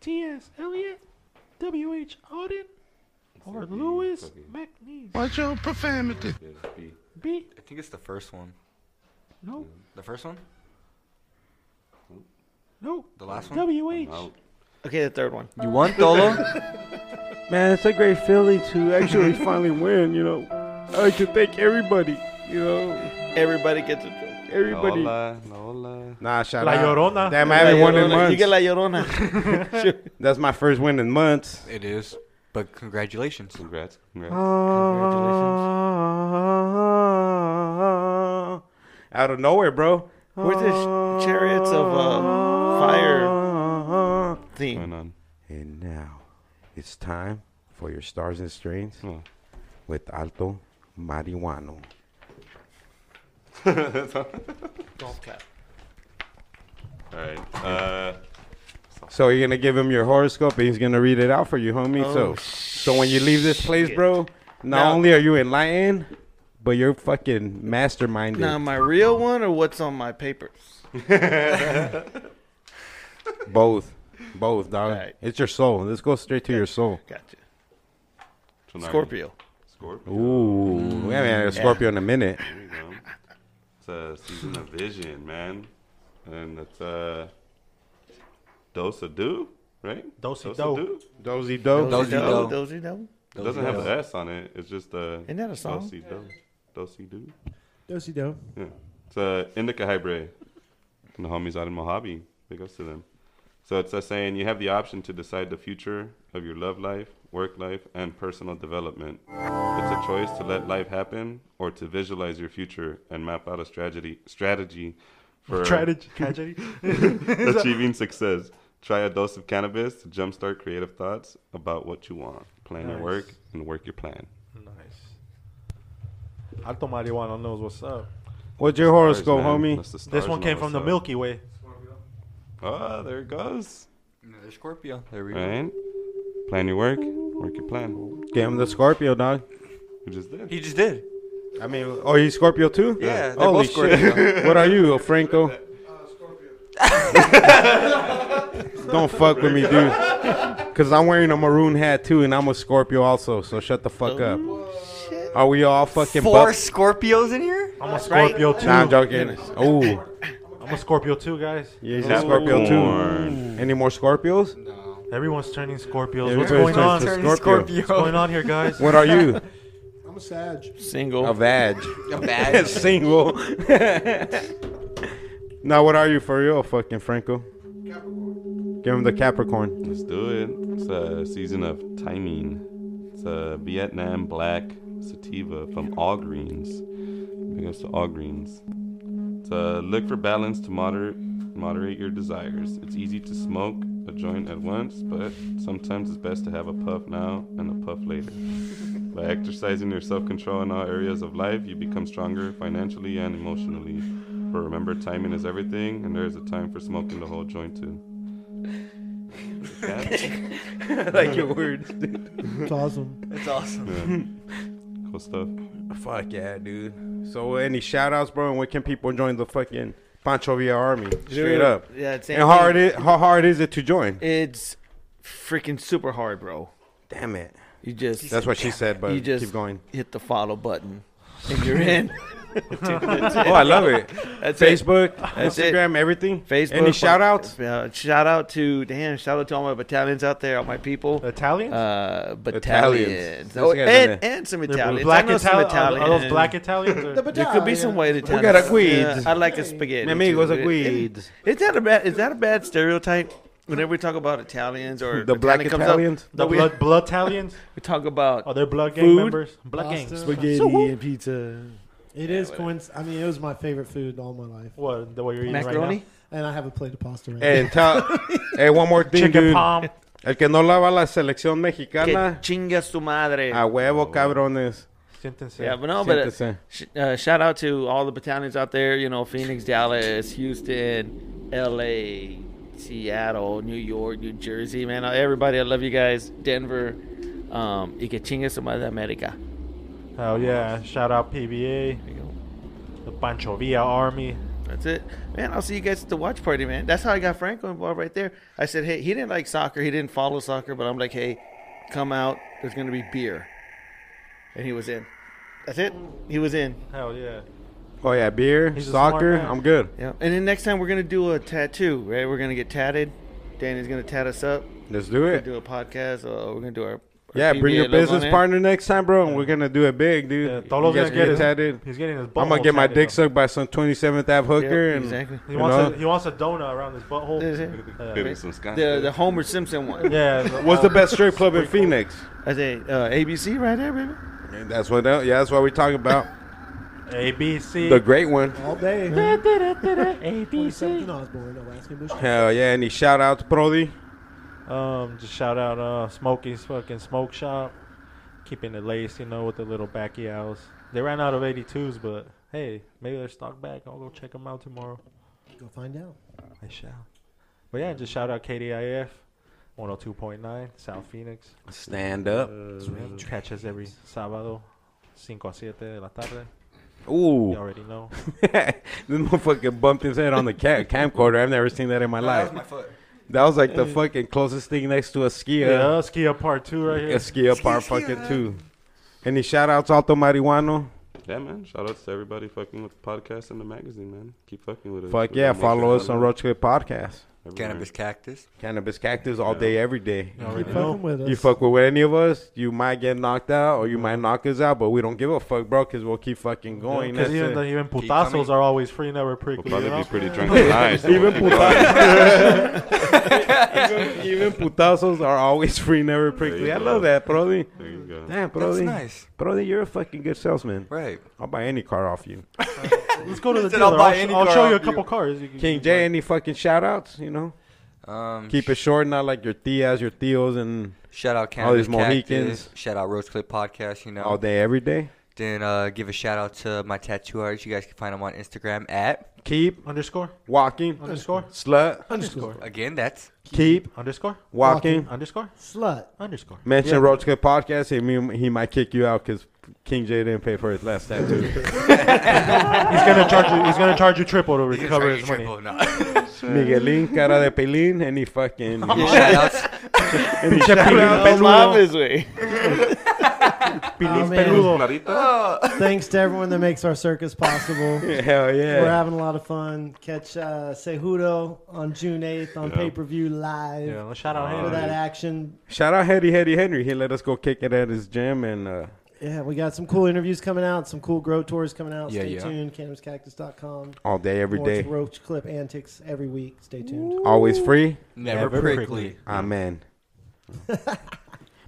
T.S. Eliot, W.H. Auden, or Lewis McNeese? Watch your profanity. yeah, B. B. I think it's the first one. No. The first one? No. The last one? W.H. Out. Okay, the third one. You won, Tholo? Man, it's a great feeling to actually finally win, you know. I like to thank everybody, you know, Everybody gets a drink. everybody. Hola, hola. Nah, shout La out. Llorona. Damn, I haven't won in You get months. La Llorona. Sure. That's my first win in months. It is. But congratulations. Congrats. Congrats. Out of nowhere, bro. Where's the sh- chariots of uh, fire Going theme? on. And now it's time for your stars and strains Oh. with Alto Marihuano. All right. Uh, So you're gonna give him your horoscope and he's gonna read it out for you, homie. so so when you leave this place, bro, not Now- only are you enlightened, but you're fucking masterminded. Now, my real one or what's on my papers? Both. Both, dog. Right. It's your soul. Let's go straight to your soul. Gotcha. Tsunami. Scorpio. Scorpio. Ooh. We haven't had a Scorpio in a minute. There you go. It's a season of vision, man. And it's a dose of do, right? Dose of of do. do. Dozy dope. Dozy Dozy-do, do. dozy-do. It doesn't have an S on it. It's just a. Isn't that a song? Dosey do. Dosey do. Dosey do. Yeah. It's a indica hybrid. And the homies out in Mojave. Big ups to them. So it's a saying you have the option to decide the future of your love life, work life, and personal development. It's a choice to let life happen or to visualize your future and map out a strategy strategy for Tragedy. Tragedy. achieving success. Try a dose of cannabis to jumpstart creative thoughts about what you want. Plan your work and work your plan. nice. Alto Marihuana knows what's up. What's your horoscope, Stars, man. homie? That's the This stars one know came from what's the up. Milky Way. Oh, there it goes. Another Scorpio. There we go. Right? Plan your work, work your plan. Give him the Scorpio, dog. You just did. He just did. I mean, oh, he's Scorpio too? Yeah, they're Holy both Scorpio. shit. what are you, a Franco? Don't fuck with me, dude. Because I'm wearing a maroon hat too, and I'm a Scorpio also, so shut the fuck up. Are we all fucking Oh, Four buff? Scorpios in here? I'm a Scorpio too. Nah, I'm joking. Oh, I'm a Scorpio too, guys. yeah, he's a Scorpio too. Capricorn. Any more Scorpios? Everyone's turning Scorpios. What's Everybody's going turning on? to What's Turn Scorpio. Scorpio. going on here, guys? What are you? I'm a Sag. Single. A vag. A badge. Single. now, what are you for real, fucking Franco? Give him the Capricorn. Let's do it. It's a season of timing. It's a Vietnam black sativa from All Greens. Big ups to All Greens. It's a look for balance to moderate moderate your desires. It's easy to smoke a joint at once, but sometimes it's best to have a puff now and a puff later. By exercising your self control in all areas of life, you become stronger financially and emotionally. But remember, timing is everything, and there is a time for smoking the whole joint too. That's- like your words, dude. It's awesome. That's awesome. Cool stuff. Fuck yeah, dude. So, any shout outs, bro? And when can people join the fucking Pancho Villa Army? Straight Dude, up. Yeah, it's And how hard, is, how hard is it to join? It's freaking super hard, bro. Damn it. You just That's what she said, but you just keep going. hit the follow button and you're in. That's Oh, I love it. it. Facebook, That's it. Instagram, everything. Facebook. Any shout outs? Uh, shout out to damn. Shout out to all my battalions out there, all my people. Italians? Uh, Italians. battalions. Oh, That's good, and, and some They're Italians. Black I know some Italians. Are, are those Italian. black Italians? or- There could be some white Italians. got a quid. Yeah, I like a spaghetti. Mi amigos too. a quid. Is that a bad? Is that a bad stereotype? Whenever we talk about Italians or The black Italian comes up, Italians? the we- blood, blood Italians? we talk about Are they blood gang Food? members? Blood gangs. Pasta. spaghetti and pizza. It is coinc- I mean, it was my favorite food all my life, What? The way you're eating macaroni. right and I have a plate of pasta right now. And tell, hey, one more now? thing, Chicken dude. palm. El que no lava la selección Que mexicana, chinga su madre. a huevo, cabrones. Sentencing. Yeah, but no, but uh, Siéntese. sh- uh, shout out to all the battalions out there. You know, Phoenix, Dallas, Houston, L.A., Seattle, New York, New Jersey. Man, uh, everybody, I love you guys. Denver, um, y que chingue su madre América. Hell yeah. Shout out PBA, There you go. the Pancho Villa Army. That's it, man. I'll see you guys at the watch party, man. That's how I got Franco involved right there. I said, hey, he didn't like soccer, he didn't follow soccer, but I'm like, hey, come out. There's gonna be beer, and he was in. That's it. He was in. Hell yeah. Oh yeah, beer, He's a smart soccer, guy. I'm good. Yeah. And then next time we're gonna do a tattoo, right? We're gonna get tatted. Danny's gonna tat us up. Let's do We're it. gonna do a podcast. Uh, we're gonna do our, our yeah, PBA bring your logo on business there. partner next time, bro, and we're gonna do it big, dude. Yeah, You Tolo's guys gonna get get his tatted. He's getting his butthole. I'm gonna get my tatted dick up. sucked by some 27th Ave hooker, Yeah, and exactly. He you wants, know. a, he wants a donut around his butthole. That's it. Yeah. Maybe some scotch. The the Homer Simpson one. yeah. Uh, the- What's the best strip club in Phoenix? I say uh, ABC right there, baby. And that's what. That, yeah, that's what we're talking about. A B C. the great one. All day. A B 27th Osborne, Alaskan Bush. Hell yeah! Any shout out to Prodi? Um, just shout out uh Smokey's fucking smoke shop, keeping it lace, you know, with the little backy owls. They ran out of 82s, but hey, maybe they're stocked back. I'll go check them out tomorrow. Go find out. I shall. But yeah, just shout out KDIF, 102.9 South Phoenix. Stand up. Catch us every sábado, cinco a siete de la tarde. You Ooh, already know. this motherfucker bumped his head on the ca- camcorder. I've never seen that in my life. That was like the fucking closest thing next to a ski Yeah, up. ski up part two right here. A ski up our fucking too. Any shout outs, Alto Marihuano? Yeah, man. Shout outs to everybody fucking with the podcast and the magazine, man. Keep fucking with us. Fuck We yeah, got more follow shit us on coming Road Trip Podcast. up everywhere. Cannabis cactus. Cannabis Cactus all day, every day. You already know. Fucking with us. You fuck with any of us, you might get knocked out or you might knock us out, but we don't give a fuck, bro, because we'll keep fucking going. Because That's even, the, it. even Keep putazos coming. are always free, never prickly. We'll probably you know? be pretty drunk tonight. so Even we'll keep going. even, even putazos are always free, never prickly. you I go. love that, Brody. There you go. Damn, Brody. That's nice. Brody, you're a fucking good salesman. Right. I'll buy any car off you. Let's go to the He said, "I'll dealer. I'll, buy sh- any I'll car show off you a you." couple cars. You can- King J, any fucking shout outs, you know? Um, Keep it short, not like your tias, your tios, and Shout out All these Cannabis Cactus. Mohicans. Shout out Rose Clip Podcast, you know. all day, every day. Then uh, give a shout out to my tattoo artist. You guys can find him on Instagram at, Keep underscore walking, underscore slut. Underscore. again, that's Keep underscore walking. underscore Slut. underscore. Mention Yeah. Roach Clip Podcast. He, mean- he might kick you out because King J didn't pay for his last tattoo. He's gonna charge you. He's gonna charge you triple to recover Sorry, his money. triple, no. Miguelin, Cara de Pelin, and he fucking. shout outs. Any shout-outs? No mames, güey. Pelín man. peludo. Clarita? Thanks to everyone that makes our circus possible. Hell We're yeah. having a lot of fun. Catch uh, Cejudo on June 8th on Yeah. pay per view live Yeah, let's shout out for him. that action. Shout out Hetty Hetty Henry. He let us go kick it at his gym and uh, Yeah, we got some cool interviews coming out, some cool grow tours coming out. Yeah, Stay yeah. tuned. CannabisCactus.com. all day, every More day. Roach clip antics every week. Stay tuned. Always free. Never, Never prickly. prickly. Amen.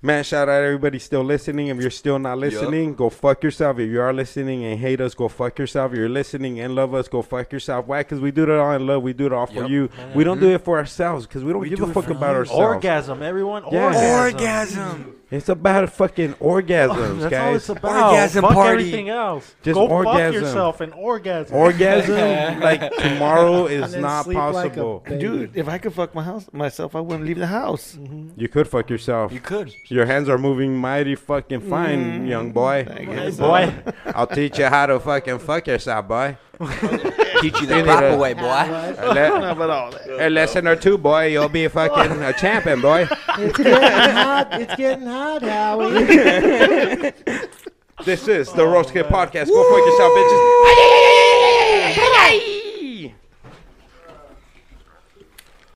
Man, shout out everybody still listening. If you're still not listening, go fuck yourself. If you are listening and hate us, go fuck yourself. If you're listening and love us, go fuck yourself. Why? Because we do it all in love. We do it all for Yep. you. We don't do it for ourselves because we don't Mm-hmm. We give do a it fuck for about you. ourselves. Orgasm, everyone. Yeah. Orgasm. Orgasm. It's about fucking orgasms, That's all guys. it's about. Orgasm fuck party. everything else. Just Go fuck orgasm. yourself and orgasm. Orgasm like tomorrow And is then not sleep like a possible. baby. Dude, if I could fuck my house myself, I wouldn't leave the house. you could fuck yourself. You could. Your hands are moving mighty fucking fine, young boy. guess Boy, I'll teach you how to fucking fuck yourself, boy. Teach you You the need proper a- way, boy. What? A, le- Not about all that. a lesson or two, boy. You'll be fucking a champion, boy. It's getting hot. It's getting hot, Howie. This is the Roast Kid Podcast. Go fuck yourself, bitches.